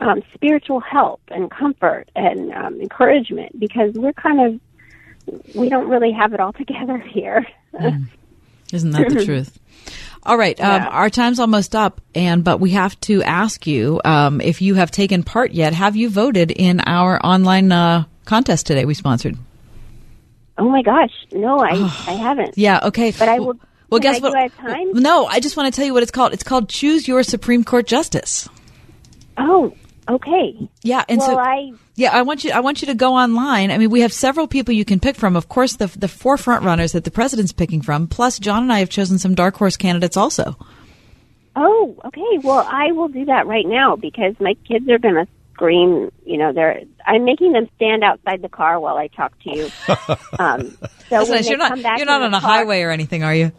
[SPEAKER 1] um, spiritual help and comfort and um, encouragement because we're kind of we don't really have it all together here.
[SPEAKER 4] Mm. Isn't that the truth? All right, um,
[SPEAKER 1] Yeah.
[SPEAKER 4] our time's almost up, and but we have to ask you um, if you have taken part yet. Have you voted in our online uh, contest today? We sponsored.
[SPEAKER 1] oh my gosh, no, I I haven't.
[SPEAKER 4] Yeah. Okay.
[SPEAKER 1] But I will.
[SPEAKER 4] Well,
[SPEAKER 1] can
[SPEAKER 4] guess
[SPEAKER 1] I
[SPEAKER 4] what?
[SPEAKER 1] Do I have time?
[SPEAKER 4] No, I just want to tell you what it's called. It's called Choose Your Supreme Court Justice.
[SPEAKER 1] Oh, okay.
[SPEAKER 4] Yeah, and
[SPEAKER 1] well,
[SPEAKER 4] so
[SPEAKER 1] I
[SPEAKER 4] yeah, I want you. I want you to go online. I mean, we have several people you can pick from. Of course, the the four front runners that the president's picking from. Plus, John and I have chosen some dark horse candidates also.
[SPEAKER 1] Oh, okay. Well, I will do that right now because my kids are going to scream. You know, they're. I'm making them stand outside the car while I talk to you. Um, so
[SPEAKER 4] That's nice.
[SPEAKER 1] when they
[SPEAKER 4] You're not
[SPEAKER 1] come back
[SPEAKER 4] you're not
[SPEAKER 1] in
[SPEAKER 4] on
[SPEAKER 1] the
[SPEAKER 4] a
[SPEAKER 1] car-
[SPEAKER 4] highway or anything, are you?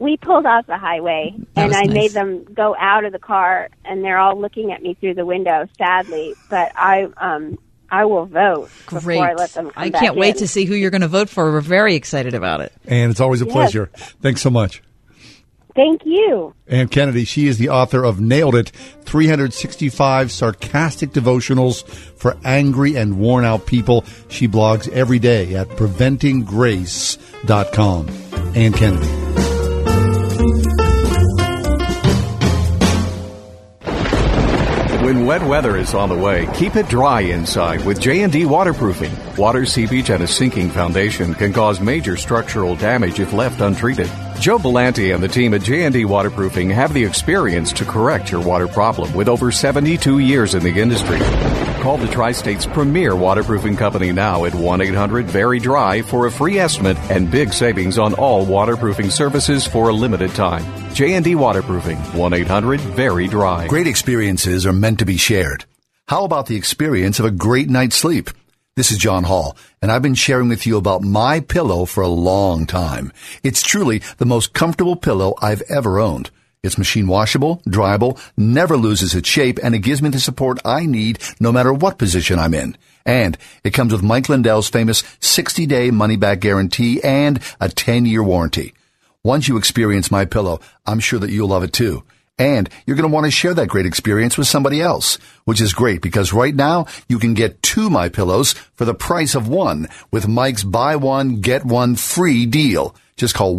[SPEAKER 1] We pulled off the highway,
[SPEAKER 4] That
[SPEAKER 1] and
[SPEAKER 4] was
[SPEAKER 1] I
[SPEAKER 4] nice.
[SPEAKER 1] made them go out of the car, and they're all looking at me through the window, sadly. But I, um, I will vote
[SPEAKER 4] Great.
[SPEAKER 1] before I let them. Come
[SPEAKER 4] I
[SPEAKER 1] back
[SPEAKER 4] can't wait
[SPEAKER 1] in.
[SPEAKER 4] to see who you're going to vote for. We're very excited about it.
[SPEAKER 3] And it's always a
[SPEAKER 1] Yes.
[SPEAKER 3] pleasure. Thanks so much.
[SPEAKER 1] Thank you.
[SPEAKER 3] Ann Kennedy, she is the author of Nailed It 365 Sarcastic Devotionals for Angry and Worn Out People. She blogs every day at preventinggrace.com. Ann Kennedy.
[SPEAKER 33] When wet weather is on the way, keep it dry inside with J&D waterproofing. Water seepage and a sinking foundation can cause major structural damage if left untreated. Joe Belanti and the team at J&D Waterproofing have the experience to correct your water problem with over 72 years in the industry. Call the Tri-State's premier waterproofing company now at 1-800-VERY-DRY for a free estimate and big savings on all waterproofing services for a limited time. J&D Waterproofing, 1-800-VERY-DRY.
[SPEAKER 34] Great experiences are meant to be shared. How about the experience of a great night's sleep? This is John Hall, and I've been sharing with you about my pillow for a long time. It's truly the most comfortable pillow I've ever owned. It's machine washable, dryable, never loses its shape, and it gives me the support I need no matter what position I'm in. And it comes with Mike Lindell's famous 60-day money-back guarantee and a 10-year warranty. Once you experience my pillow, I'm sure that you'll love it too. And you're going to want to share that great experience with somebody else, which is great because right now you can get two my pillows for the price of one with Mike's buy one get one free deal. Just call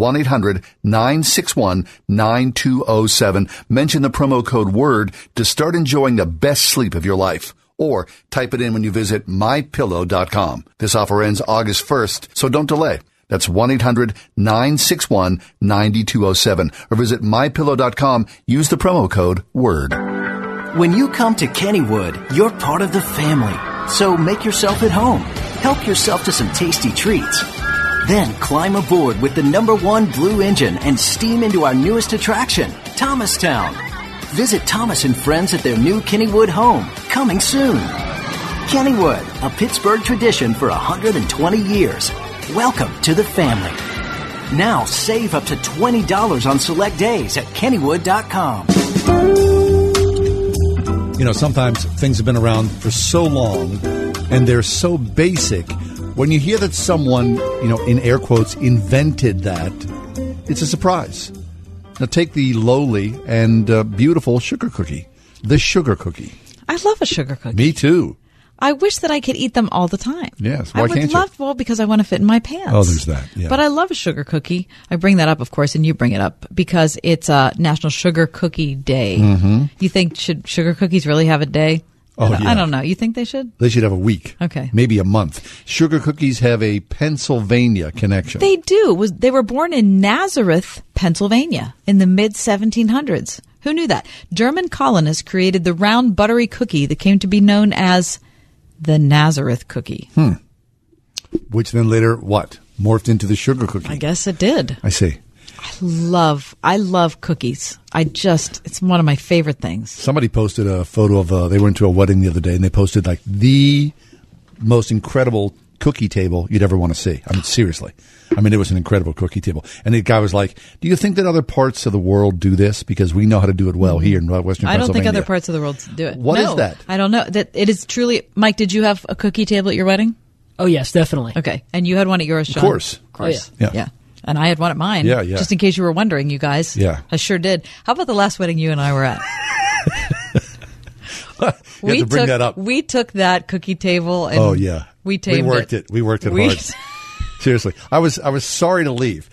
[SPEAKER 34] 1-800-961-9207. Mention the promo code word to start enjoying the best sleep of your life or type it in when you visit mypillow.com. This offer ends August 1st, so don't delay. That's 1-800-961-9207 or visit mypillow.com. Use the promo code WORD.
[SPEAKER 2] When you come to Kennywood, you're part of the family. So make yourself at home. Help yourself to some tasty treats. Then climb aboard with the number one blue engine and steam into our newest attraction, Thomastown. Visit Thomas and friends at their new Kennywood home, coming soon. Kennywood, a Pittsburgh tradition for 120 years. Welcome to the family. Now save up to $20 on select days at Kennywood.com.
[SPEAKER 3] You know, sometimes things have been around for so long and they're so basic. When you hear that someone, you know, in air quotes, invented that, it's a surprise. Now take the lowly and uh, beautiful sugar cookie, the sugar cookie.
[SPEAKER 4] I love a sugar cookie.
[SPEAKER 3] Me too.
[SPEAKER 4] I wish that I could eat them all the time.
[SPEAKER 3] Yes.
[SPEAKER 4] I
[SPEAKER 3] Why
[SPEAKER 4] would
[SPEAKER 3] can't you?
[SPEAKER 4] love well because I want to fit in my pants.
[SPEAKER 3] Oh, there's that, yeah.
[SPEAKER 4] But I love a sugar cookie. I bring that up, of course, and you bring it up because it's uh, National Sugar Cookie Day.
[SPEAKER 3] Mhm.
[SPEAKER 4] You think should sugar cookies really have a day?
[SPEAKER 3] Oh,
[SPEAKER 4] I, don't, I
[SPEAKER 3] yeah.
[SPEAKER 4] don't know. You think they should?
[SPEAKER 3] They should have a week.
[SPEAKER 4] Okay.
[SPEAKER 3] Maybe a month. Sugar cookies have a Pennsylvania connection.
[SPEAKER 4] They do. It Was they were born in Nazareth, Pennsylvania, in the mid 1700s. Who knew that? German colonists created the round buttery cookie that came to be known as the Nazareth cookie.
[SPEAKER 3] hmm. Which then later what? Morphed into the sugar cookie.
[SPEAKER 4] I guess it did.
[SPEAKER 3] I see.
[SPEAKER 4] I love I love cookies. I just it's one of my favorite things.
[SPEAKER 3] Somebody posted a photo of uh, they went to a wedding the other day and they posted like the most incredible cookie table you'd ever want to see. I mean, seriously. I mean, it was an incredible cookie table. And the guy was like, "Do you think that other parts of the world do this? Because we know how to do it well here in Western
[SPEAKER 4] Mm-hmm. I don't think
[SPEAKER 3] Pennsylvania."
[SPEAKER 4] other parts of the world do it.
[SPEAKER 3] What
[SPEAKER 4] What
[SPEAKER 3] is
[SPEAKER 4] is
[SPEAKER 3] that?
[SPEAKER 4] I don't know. That it is truly Mike, did you have a cookie table at your wedding?
[SPEAKER 35] Oh yes, definitely.
[SPEAKER 4] Okay. And you had one at yours, Sean?
[SPEAKER 3] course.
[SPEAKER 4] Of course.
[SPEAKER 3] Oh, yeah.
[SPEAKER 4] yeah. And I had one at mine.
[SPEAKER 3] Yeah, yeah.
[SPEAKER 4] Just in case you were wondering, you guys.
[SPEAKER 3] Yeah.
[SPEAKER 4] I sure did. How about the last wedding you and I were at?
[SPEAKER 3] you had to bring
[SPEAKER 4] took,
[SPEAKER 3] that up.
[SPEAKER 4] We took that cookie table and
[SPEAKER 3] oh yeah,
[SPEAKER 4] we tamed
[SPEAKER 3] we worked it. We worked it
[SPEAKER 4] We-
[SPEAKER 3] hard. Seriously, I was I was sorry to leave.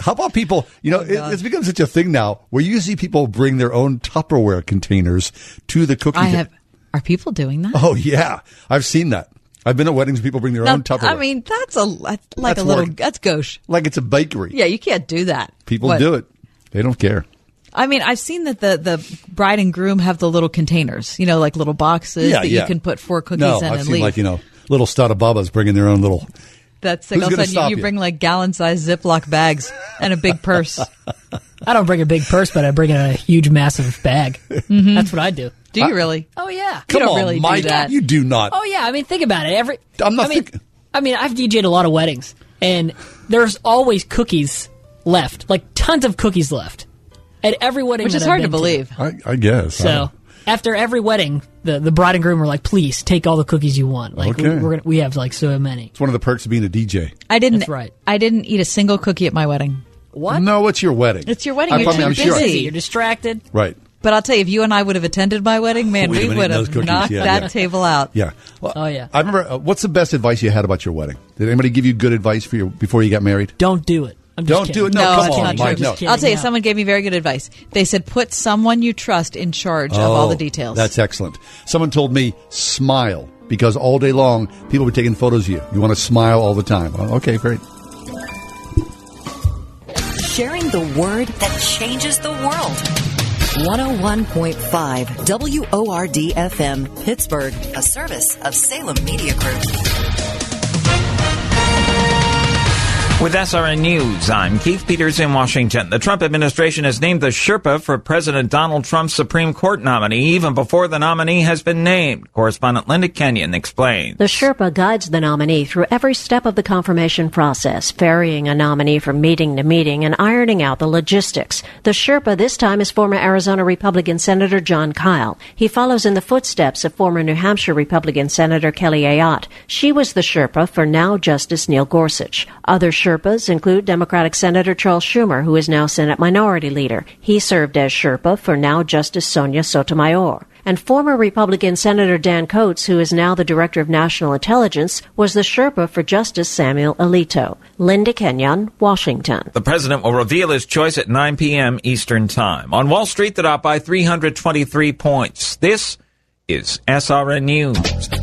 [SPEAKER 3] How about people? You
[SPEAKER 4] Oh,
[SPEAKER 3] know, it, it's become such a thing now where you see people bring their own Tupperware containers to the cookie.
[SPEAKER 4] I
[SPEAKER 3] ta-
[SPEAKER 4] have. Are people doing that?
[SPEAKER 3] Oh yeah, I've seen that. I've been at weddings where people bring their
[SPEAKER 4] Now,
[SPEAKER 3] own Tupperware.
[SPEAKER 4] I mean, that's a that's like
[SPEAKER 3] That's
[SPEAKER 4] a little.
[SPEAKER 3] work.
[SPEAKER 4] That's gauche.
[SPEAKER 3] like it's a bakery.
[SPEAKER 4] Yeah, you can't do that.
[SPEAKER 3] People
[SPEAKER 4] But-
[SPEAKER 3] do it. They don't care.
[SPEAKER 4] I mean, I've seen that the the bride and groom have the little containers, you know, like little boxes
[SPEAKER 3] yeah,
[SPEAKER 4] that
[SPEAKER 3] yeah.
[SPEAKER 4] you can put four cookies
[SPEAKER 3] no,
[SPEAKER 4] in
[SPEAKER 3] I've
[SPEAKER 4] and
[SPEAKER 3] seen
[SPEAKER 4] leave.
[SPEAKER 3] like you know little Stada Babas bringing their own little.
[SPEAKER 4] That's
[SPEAKER 3] Who's
[SPEAKER 4] sick. All of
[SPEAKER 3] gonna
[SPEAKER 4] a sudden,
[SPEAKER 3] stop you?
[SPEAKER 4] you, you bring like Gallen-sized Ziploc bags and a big purse.
[SPEAKER 34] I don't bring a big purse, but I bring a huge, massive bag. That's what I do.
[SPEAKER 4] Mm-hmm. Do you really?
[SPEAKER 34] Oh yeah.
[SPEAKER 3] Come
[SPEAKER 34] you don't
[SPEAKER 3] on,
[SPEAKER 34] really
[SPEAKER 3] Mike,
[SPEAKER 34] do that.
[SPEAKER 3] you do not.
[SPEAKER 34] Oh yeah. I mean, think about it. Every
[SPEAKER 3] I'm not
[SPEAKER 34] I mean,
[SPEAKER 3] thinking-
[SPEAKER 34] I mean, I've DJed a lot of weddings, and there's always cookies left, like tons of cookies left at every wedding,
[SPEAKER 4] Which
[SPEAKER 34] that
[SPEAKER 4] is
[SPEAKER 34] I've
[SPEAKER 4] hard to
[SPEAKER 34] been
[SPEAKER 4] believe.
[SPEAKER 3] I, I guess. I
[SPEAKER 34] So
[SPEAKER 3] don't-
[SPEAKER 34] after every wedding, the, the bride and groom are like, "Please take all the cookies you want. Like we,
[SPEAKER 3] Okay.
[SPEAKER 34] we're gonna, we have like so many."
[SPEAKER 3] it's one of the perks of being a DJ.
[SPEAKER 4] I didn't.
[SPEAKER 34] That's right.
[SPEAKER 4] I didn't eat a single cookie at my wedding.
[SPEAKER 34] What?
[SPEAKER 3] No, it's your wedding.
[SPEAKER 4] It's your wedding.
[SPEAKER 3] I
[SPEAKER 4] You're
[SPEAKER 3] probably-
[SPEAKER 4] too
[SPEAKER 3] I'm sure-
[SPEAKER 4] busy.
[SPEAKER 34] You're distracted.
[SPEAKER 3] Right.
[SPEAKER 4] But I'll tell you, if you and I would have attended my wedding, man,
[SPEAKER 3] We'd have
[SPEAKER 4] we
[SPEAKER 3] been
[SPEAKER 4] would
[SPEAKER 3] eating
[SPEAKER 4] have
[SPEAKER 3] those cookies.
[SPEAKER 4] knocked
[SPEAKER 3] Yeah,
[SPEAKER 4] that
[SPEAKER 3] yeah.
[SPEAKER 4] table out.
[SPEAKER 3] Yeah. Well,
[SPEAKER 34] Oh, yeah.
[SPEAKER 3] I remember. Uh, what's the best advice you had about your wedding? Did anybody give you good advice for your before you got married?
[SPEAKER 34] Don't do it. I'm just
[SPEAKER 3] Don't
[SPEAKER 34] kidding.
[SPEAKER 3] do it. No,
[SPEAKER 4] No,
[SPEAKER 3] come
[SPEAKER 4] that's
[SPEAKER 3] on, Mike.
[SPEAKER 4] not
[SPEAKER 34] true.
[SPEAKER 3] No.
[SPEAKER 34] Just kidding.
[SPEAKER 4] I'll tell you,
[SPEAKER 34] Yeah.
[SPEAKER 4] someone gave me very good advice. They said, put someone you trust in charge of all the
[SPEAKER 3] Oh,
[SPEAKER 4] details.
[SPEAKER 3] That's excellent. Someone told me smile because all day long people were taking photos of you. You want to smile all the time. Well, okay, great.
[SPEAKER 7] Sharing the word that changes the world. 101.5 WORD FM, Pittsburgh, a service of Salem Media Group.
[SPEAKER 36] With SRN News, I'm Keith Peters in Washington. The Trump administration has named the Sherpa for President Donald Trump's Supreme Court nominee even before the nominee has been named. Correspondent Linda Kenyon explains.
[SPEAKER 37] The Sherpa guides the nominee through every step of the confirmation process, ferrying a nominee from meeting to meeting and ironing out the logistics. The Sherpa this time is former Arizona Republican Senator John Kyle. He follows in the footsteps of former New Hampshire Republican Senator Kelly Ayotte. She was the Sherpa for now Justice Neil Gorsuch. Other Sherpas include Democratic Senator Charles Schumer, who is now Senate Minority Leader. He served as Sherpa for now Justice Sonia Sotomayor. And former Republican Senator Dan Coates, who is now the Director of National Intelligence, was the Sherpa for Justice Samuel Alito. Linda Kenyon, Washington.
[SPEAKER 36] The president will reveal his choice at 9 p.m. Eastern Time. On Wall Street, the Dow by 323 points. This is SRN News.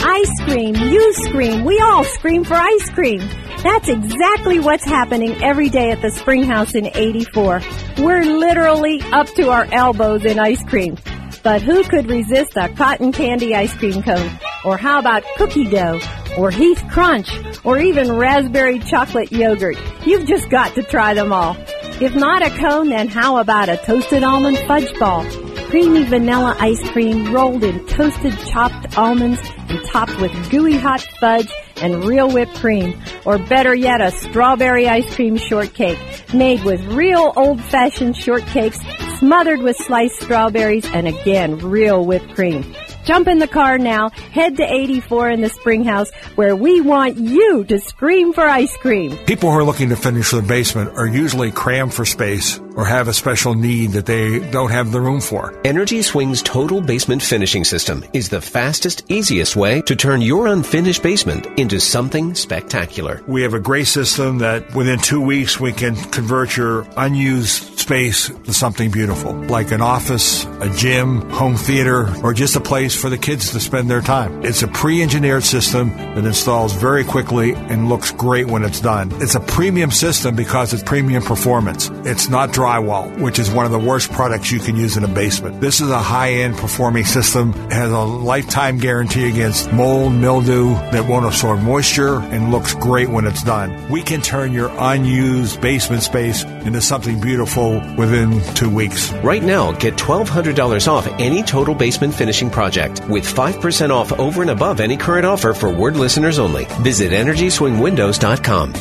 [SPEAKER 38] Ice cream, you scream, we all scream for ice cream. That's exactly what's happening every day at the Springhouse in 84. We're literally up to our elbows in ice cream. But who could resist a cotton candy ice cream cone? Or how about cookie dough? Or Heath Crunch? Or even raspberry chocolate yogurt? You've just got to try them all. If not a cone, then how about a toasted almond fudge ball? creamy vanilla ice cream rolled in toasted chopped almonds and topped with gooey hot fudge and real whipped cream. Or better yet, a strawberry ice cream shortcake made with real old fashioned shortcakes smothered with sliced strawberries and again, real whipped cream. Jump in the car now, head to 84 in the Springhouse where we want you to scream for ice cream.
[SPEAKER 17] People who are looking to finish their basement are usually crammed for space or have a special need that they don't have the room for.
[SPEAKER 5] Energy Swing's total basement finishing system is the fastest, easiest way to turn your unfinished basement into something spectacular.
[SPEAKER 17] We have a gray system that within two weeks we can convert your unused space to something beautiful, like an office, a gym, home theater, or just a place for the kids to spend their time. It's a pre engineered system that installs very quickly and looks great when it's done. It's a premium system because it's premium performance. It's not drywall, which is one of the worst products you can use in a basement. This is a high end performing system, has a lifetime guarantee against mold, mildew that won't absorb moisture and looks great when it's done. We can turn your unused basement space into something beautiful within two weeks.
[SPEAKER 5] Right now, get $1,200 off any total basement finishing project with 5% off over and above any current offer for word listeners only. Visit EnergySwingWindows.com.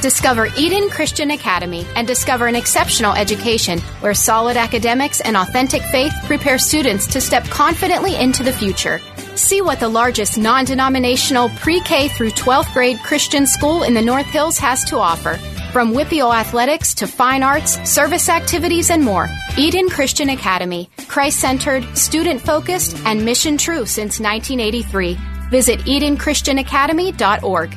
[SPEAKER 8] Discover Eden Christian Academy and discover an exceptional education where solid academics and authentic faith prepare students to step confidently into the future. See what the largest non denominational pre K through 12th grade Christian school in the North Hills has to offer. From Whippio athletics to fine arts, service activities, and more, Eden Christian Academy, Christ centered, student focused, and mission true since 1983. Visit EdenChristianAcademy.org.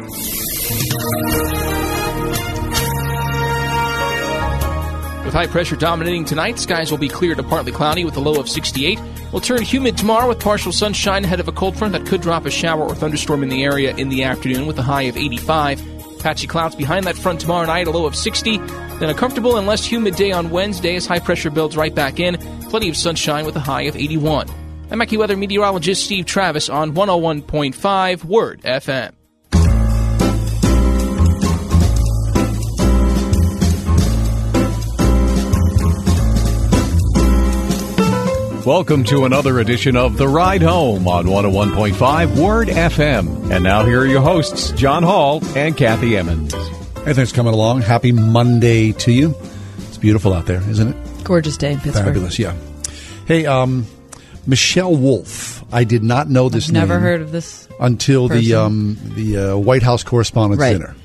[SPEAKER 14] With high pressure dominating tonight, skies will be clear to partly cloudy with a low of 68. We'll turn humid tomorrow with partial sunshine ahead of a cold front that could drop a shower or thunderstorm in the area in the afternoon with a high of 85. Patchy clouds behind that front tomorrow night, a low of 60. Then a comfortable and less humid day on Wednesday as high pressure builds right back in. Plenty of sunshine with a high of 81. I'm Mackey Weather meteorologist Steve Travis on 101.5 Word FM.
[SPEAKER 33] Welcome to another edition of The Ride Home on 101.5 Word FM. And now here are your hosts, John Hall and Kathy Emmons.
[SPEAKER 3] Hey, thanks for coming along. Happy Monday to you. It's beautiful out there, isn't it?
[SPEAKER 4] Gorgeous day in Pittsburgh.
[SPEAKER 3] Fabulous, yeah. Hey, um, Michelle Wolf. I did not know this
[SPEAKER 4] I've never
[SPEAKER 3] name
[SPEAKER 4] heard of this
[SPEAKER 3] until the
[SPEAKER 4] person.
[SPEAKER 3] um, the uh, White House Correspondents'
[SPEAKER 4] Right.
[SPEAKER 3] Dinner,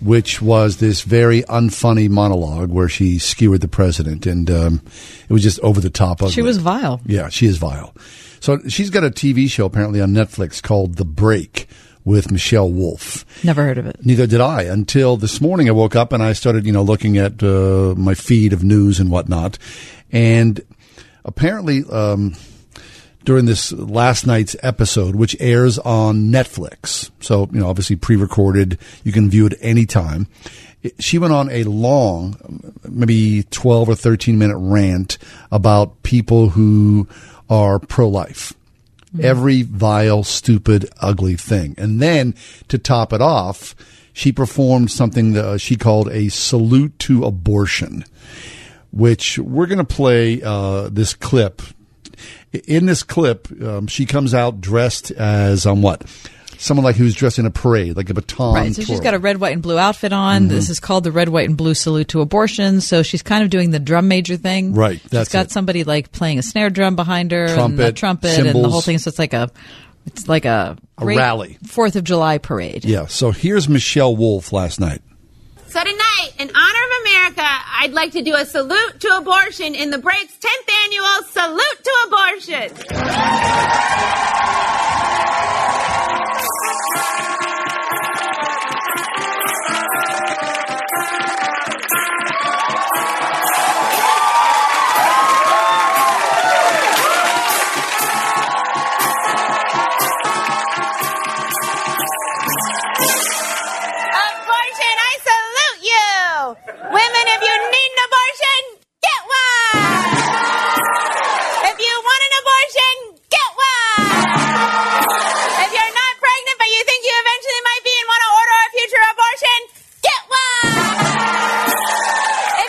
[SPEAKER 3] which was this very unfunny monologue where she skewered the president, and um, it was just over the top. Ugly.
[SPEAKER 4] She was vile.
[SPEAKER 3] Yeah, she is vile. So she's got a TV show apparently on Netflix called The Break with Michelle Wolf.
[SPEAKER 4] Never heard of it.
[SPEAKER 3] Neither did I until this morning. I woke up and I started, you know, looking at uh, my feed of news and whatnot, and apparently. Um, during this last night's episode, which airs on Netflix. So, you know, obviously pre recorded. You can view it anytime. It- She went on a long, maybe 12 or 13 minute rant about people who are pro life. Every vile, stupid, ugly thing. And then to top it off, she performed something that uh, she called a salute to abortion, which we're going to play uh, this clip in this clip, um, she comes out dressed as um, what? Someone like who's dressed in a parade, like a baton.
[SPEAKER 4] Right, so she's
[SPEAKER 3] twirl.
[SPEAKER 4] got a red, white, and blue outfit on.
[SPEAKER 3] Mhm.
[SPEAKER 4] This is called the red, white, and blue salute to abortion. So she's kind of doing the drum major thing.
[SPEAKER 3] Right,
[SPEAKER 4] she's
[SPEAKER 3] that's
[SPEAKER 4] got
[SPEAKER 3] it.
[SPEAKER 4] somebody like playing a snare drum behind her, and the
[SPEAKER 3] Trumpet,
[SPEAKER 4] trumpet, and the whole
[SPEAKER 3] cymbals.
[SPEAKER 4] thing. So it's like a, it's like a,
[SPEAKER 3] A rally.
[SPEAKER 4] Fourth of July parade.
[SPEAKER 3] Yeah. So here's Michelle Wolf last night.
[SPEAKER 16] So tonight, in honor of America, I'd like to do a salute to abortion in the Break's 10th annual Salute to Abortion. Abortion, I salute you! Women, if you need an abortion, get one! If you want an abortion, get one! If you're not pregnant but you think you eventually might be and want to order a future abortion, get one!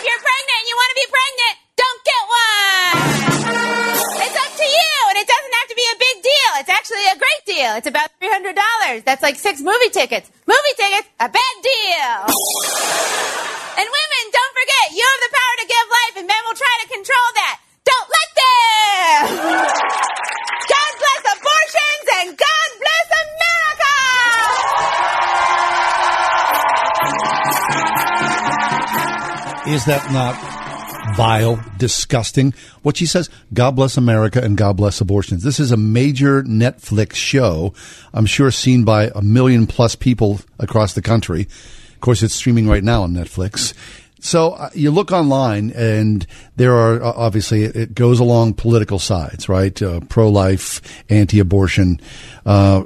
[SPEAKER 16] If you're pregnant and you want to be pregnant, don't get one! It's up to you, and it doesn't have to be a big deal. It's actually a great deal. It's about $300. That's like six movie tickets. Movie tickets, a bad deal. And women, don't forget, you have the power to give life, and men will try to control that. Don't let them! God bless abortions, and God bless America!
[SPEAKER 3] Is that not vile, disgusting? What she says, God bless America and God bless abortions. This is a major Netflix show, I'm sure seen by a million plus people across the country. Of course, it's streaming right now on Netflix. So uh, you look online, and there are uh, obviously it, it goes along political sides, right? Uh, Pro life, anti abortion. Uh,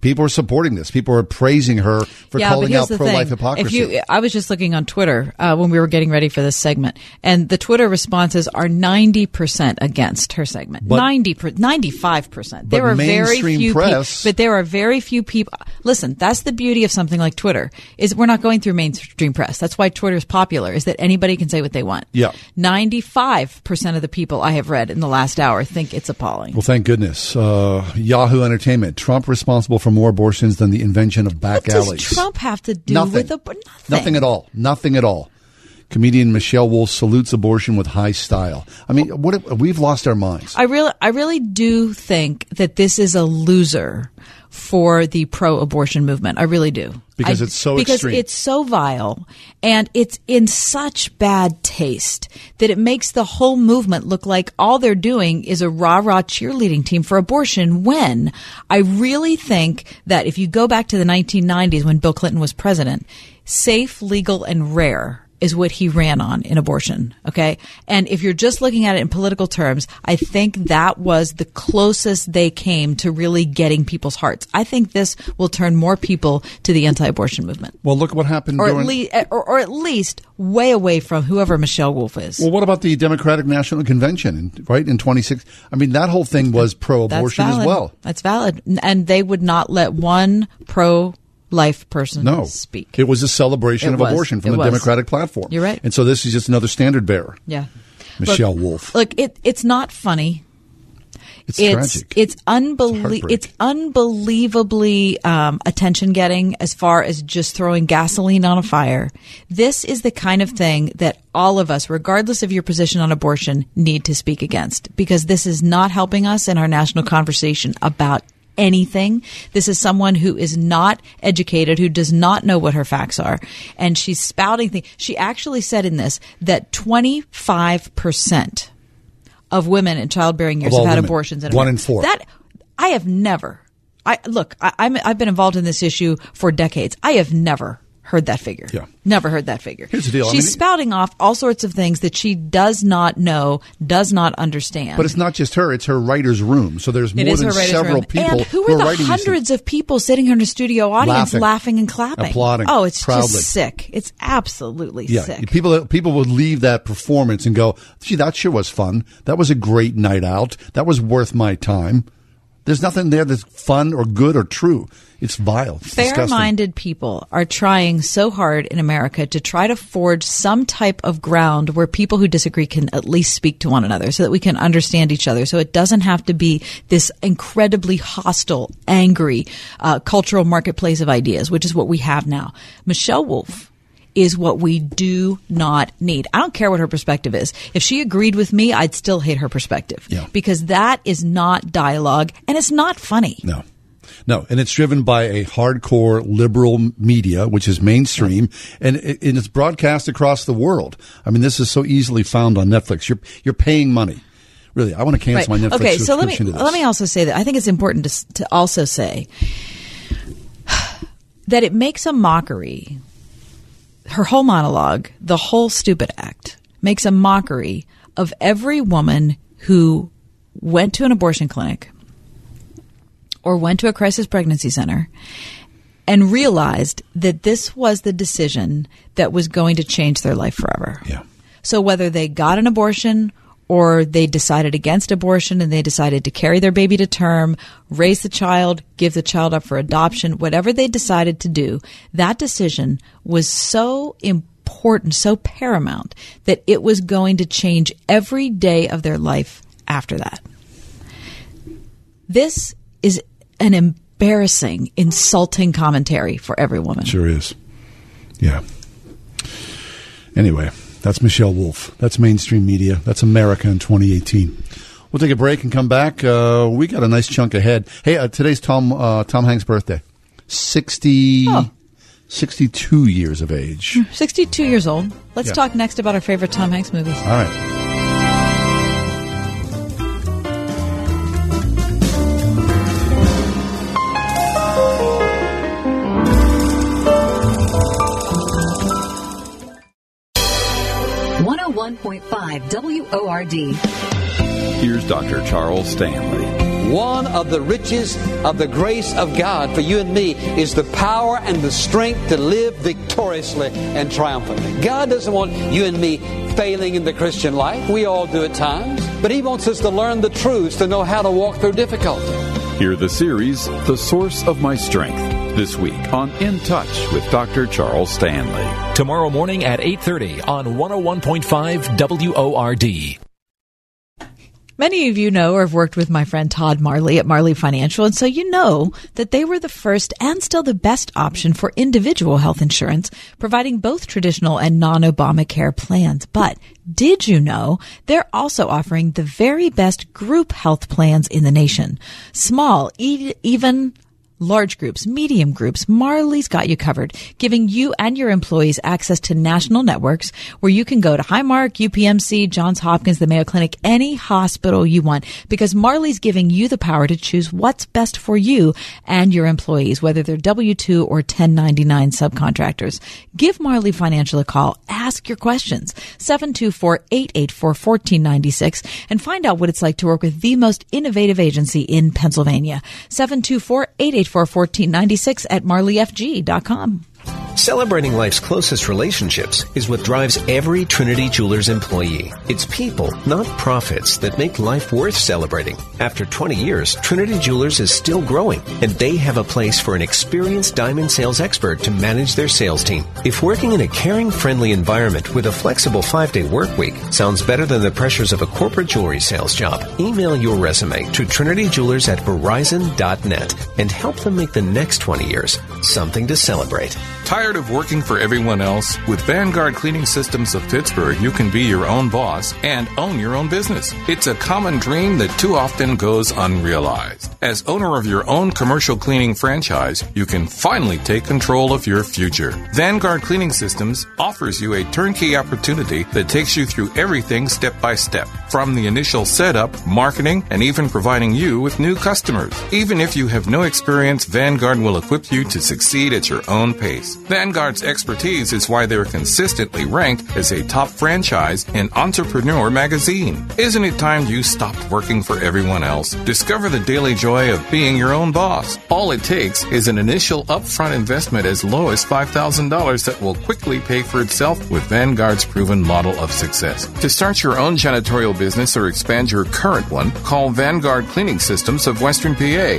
[SPEAKER 3] People are supporting this. People are praising her for
[SPEAKER 4] yeah, but
[SPEAKER 3] calling
[SPEAKER 4] here's
[SPEAKER 3] out
[SPEAKER 4] the
[SPEAKER 3] pro life
[SPEAKER 4] thing.
[SPEAKER 3] hypocrisy.
[SPEAKER 4] If you, I was just looking on Twitter uh, when we were getting ready for this segment, and the Twitter responses are 90% against her segment.
[SPEAKER 3] But-
[SPEAKER 4] 90 per, 95%.
[SPEAKER 3] but
[SPEAKER 4] There are very
[SPEAKER 3] mainstream
[SPEAKER 4] few
[SPEAKER 3] press-
[SPEAKER 4] people. But there are very few people. Listen, that's the beauty of something like Twitter is we're not going through mainstream press. That's why Twitter is popular is that anybody can say what they want.
[SPEAKER 3] yeah.
[SPEAKER 4] 95% of the people I have read in the last hour think it's appalling.
[SPEAKER 3] Well, thank goodness. Uh, Yahoo Entertainment. Trump responsible for more abortions than the invention of back
[SPEAKER 4] What
[SPEAKER 3] alleys.
[SPEAKER 4] does Trump have to do
[SPEAKER 3] Nothing.
[SPEAKER 4] with ab-
[SPEAKER 3] Nothing at all. Nothing at all. Comedian Michelle Wolf salutes abortion with high style. I mean, what if, we've lost our minds.
[SPEAKER 4] I really, I really do think that this is a loser for the pro-abortion movement. I really do
[SPEAKER 3] Because
[SPEAKER 4] I-
[SPEAKER 3] it's so
[SPEAKER 4] because
[SPEAKER 3] extreme.
[SPEAKER 4] it's so vile and it's in such bad taste that it makes the whole movement look like all they're doing is a rah-rah cheerleading team for abortion. When I really think that if you go back to the 1990s when Bill Clinton was president, safe, legal, and rare is what he ran on in abortion. Okay. And if you're just looking at it in political terms, I think that was the closest they came to really getting people's hearts. I think this will turn more people to the anti abortion movement.
[SPEAKER 3] Well, look what happened
[SPEAKER 4] Or at,
[SPEAKER 3] during.
[SPEAKER 4] least, or, or at least way away from whoever Michelle Wolf is.
[SPEAKER 3] well, what about the Democratic National Convention, in- right? In 26. I mean, that whole thing was pro
[SPEAKER 4] That's
[SPEAKER 3] abortion as
[SPEAKER 4] valid.
[SPEAKER 3] well.
[SPEAKER 4] That's valid. N- And they would not let one pro life person
[SPEAKER 3] No.
[SPEAKER 4] speak.
[SPEAKER 3] It was a celebration
[SPEAKER 4] It
[SPEAKER 3] of
[SPEAKER 4] was.
[SPEAKER 3] abortion from
[SPEAKER 4] It
[SPEAKER 3] the
[SPEAKER 4] was.
[SPEAKER 3] Democratic platform.
[SPEAKER 4] You're right.
[SPEAKER 3] And so this is just another standard bearer.
[SPEAKER 4] Yeah.
[SPEAKER 3] Michelle
[SPEAKER 4] Look-
[SPEAKER 3] Wolf.
[SPEAKER 4] Look, it, it's not funny.
[SPEAKER 3] It's tragic.
[SPEAKER 4] It's unbelie-
[SPEAKER 3] heartbreaking.
[SPEAKER 4] it's, unbelievably um, attention getting as far as just throwing gasoline on a fire. This is the kind of thing that all of us, regardless of your position on abortion, need to speak against because this is not helping us in our national conversation about anything. This is someone who is not educated, who does not know what her facts are. And she's spouting things. She actually said in this that 25% of women in childbearing years
[SPEAKER 3] Of all
[SPEAKER 4] have had
[SPEAKER 3] women.
[SPEAKER 4] abortions. In
[SPEAKER 3] One
[SPEAKER 4] America.
[SPEAKER 3] in four.
[SPEAKER 4] That I have never. I look. I, I'm, I've been involved in this issue for decades. I have never heard that figure.
[SPEAKER 3] Yeah.
[SPEAKER 4] Never heard that figure.
[SPEAKER 3] Here's the deal, I
[SPEAKER 4] She's
[SPEAKER 3] mean-
[SPEAKER 4] spouting off all sorts of things that she does not know, does not understand.
[SPEAKER 3] But it's not just her; it's her writer's room. So there's
[SPEAKER 4] It
[SPEAKER 3] more
[SPEAKER 4] is
[SPEAKER 3] than
[SPEAKER 4] her writer's
[SPEAKER 3] several
[SPEAKER 4] room.
[SPEAKER 3] people
[SPEAKER 4] and who
[SPEAKER 3] who
[SPEAKER 4] are the
[SPEAKER 3] writing these things.
[SPEAKER 4] hundreds of people sitting here in a studio audience
[SPEAKER 3] Laughing.
[SPEAKER 4] laughing, and clapping,
[SPEAKER 3] Applauding.
[SPEAKER 4] Oh, it's
[SPEAKER 3] Proudly.
[SPEAKER 4] just sick. It's absolutely
[SPEAKER 3] Yeah,
[SPEAKER 4] sick.
[SPEAKER 3] people people would leave that performance and go, "Gee, that sure was fun. That was a great night out. That was worth my time." There's nothing there that's fun or good or true. It's vile. It's disgusting.
[SPEAKER 4] fair-minded people are trying so hard in America to try to forge some type of ground where people who disagree can at least speak to one another so that we can understand each other so it doesn't have to be this incredibly hostile angry uh, cultural marketplace of ideas which is what we have now michelle wolf is what we do not need. I don't care what her perspective is. If she agreed with me, I'd still hate her perspective
[SPEAKER 3] Yeah.
[SPEAKER 4] because that is not dialogue and it's not funny.
[SPEAKER 3] No. No, and it's driven by a hardcore liberal media, which is mainstream, and, it, and it's broadcast across the world. I mean, this is so easily found on Netflix. You're you're paying money. Really, I want to cancel my Netflix
[SPEAKER 4] Okay, so let me
[SPEAKER 3] subscription to this.
[SPEAKER 4] let me also say that I think it's important to, s- to also say that it makes a mockery. Her whole monologue, the whole stupid act, makes a mockery of every woman who went to an abortion clinic or went to a crisis pregnancy center and realized that this was the decision that was going to change their life forever. Yeah. So whether they got an abortion or they decided against abortion and they decided to carry their baby to term, raise the child, give the child up for adoption, whatever they decided to do, that decision was so important, so paramount that it was going to change every day of their life after that. This is an embarrassing, insulting commentary for every woman.
[SPEAKER 3] Sure is. Yeah. Anyway, that's Michelle Wolf. That's mainstream media. That's America in 2018. We'll take a break and come back. Uh, we got a nice chunk ahead. Hey, uh, today's Tom uh, Tom Hanks' birthday. 60, 62 years of age.
[SPEAKER 4] 62 Hmm, years old. Let's
[SPEAKER 3] Yeah.
[SPEAKER 4] talk next about our favorite Tom Hanks movies.
[SPEAKER 3] All right.
[SPEAKER 18] WORD.
[SPEAKER 17] oh
[SPEAKER 21] Here's Dr. Charles Stanley.
[SPEAKER 18] One of the riches of the grace of God for you and me is the power and the strength to live victoriously and triumphantly. God doesn't want you and me failing in the Christian life. We all do at times. But He wants us to learn the truths to know how to walk through difficulty.
[SPEAKER 21] Hear the series, The Source of My Strength, this week on In Touch with Dr. Charles Stanley.
[SPEAKER 11] Tomorrow morning at 8:30 on 101.5 WORD.
[SPEAKER 4] Many of you know or have worked with my friend Todd Marley at Marley Financial, and so you know that they were the first and still the best option for individual health insurance, providing both traditional and non-Obamacare plans. But did you know they're also offering the very best group health plans in the nation? Small, e- even large groups, medium groups, Marley's got you covered, giving you and your employees access to national networks where you can go to Highmark, UPMC, Johns Hopkins, the Mayo Clinic, any hospital you want, because Marley's giving you the power to choose what's best for you and your employees, whether they're W-2 or 1099 subcontractors. Give Marley Financial a call. Ask your questions. 724-884-1496 and find out what it's like to work with the most innovative agency in Pennsylvania. 724 884 for 1496 at marleyfg.com.
[SPEAKER 5] Celebrating life's closest relationships is what drives every Trinity Jewelers employee. It's people, not profits, that make life worth celebrating. After 20 years, Trinity Jewelers is still growing, and they have a place for an experienced diamond sales expert to manage their sales team. If working in a caring, friendly environment with a flexible five day work week sounds better than the pressures of a corporate jewelry sales job, email your resume to trinityjewelers at verizon.net and help them make the next 20 years something to celebrate.
[SPEAKER 11] Tired of working for everyone else? With Vanguard Cleaning Systems of Pittsburgh, you can be your own boss and own your own business. It's a common dream that too often goes unrealized. As owner of your own commercial cleaning franchise, you can finally take control of your future. Vanguard Cleaning Systems offers you a turnkey opportunity that takes you through everything step by step, from the initial setup, marketing, and even providing you with new customers. Even if you have no experience, Vanguard will equip you to succeed at your own pace. Vanguard's expertise is why they're consistently ranked as a top franchise in Entrepreneur magazine. Isn't it time you stopped working for everyone else? Discover the daily joy of being your own boss. All it takes is an initial upfront investment as low as $5,000 that will quickly pay for itself with Vanguard's proven model of success. To start your own janitorial business or expand your current one, call Vanguard Cleaning Systems of Western PA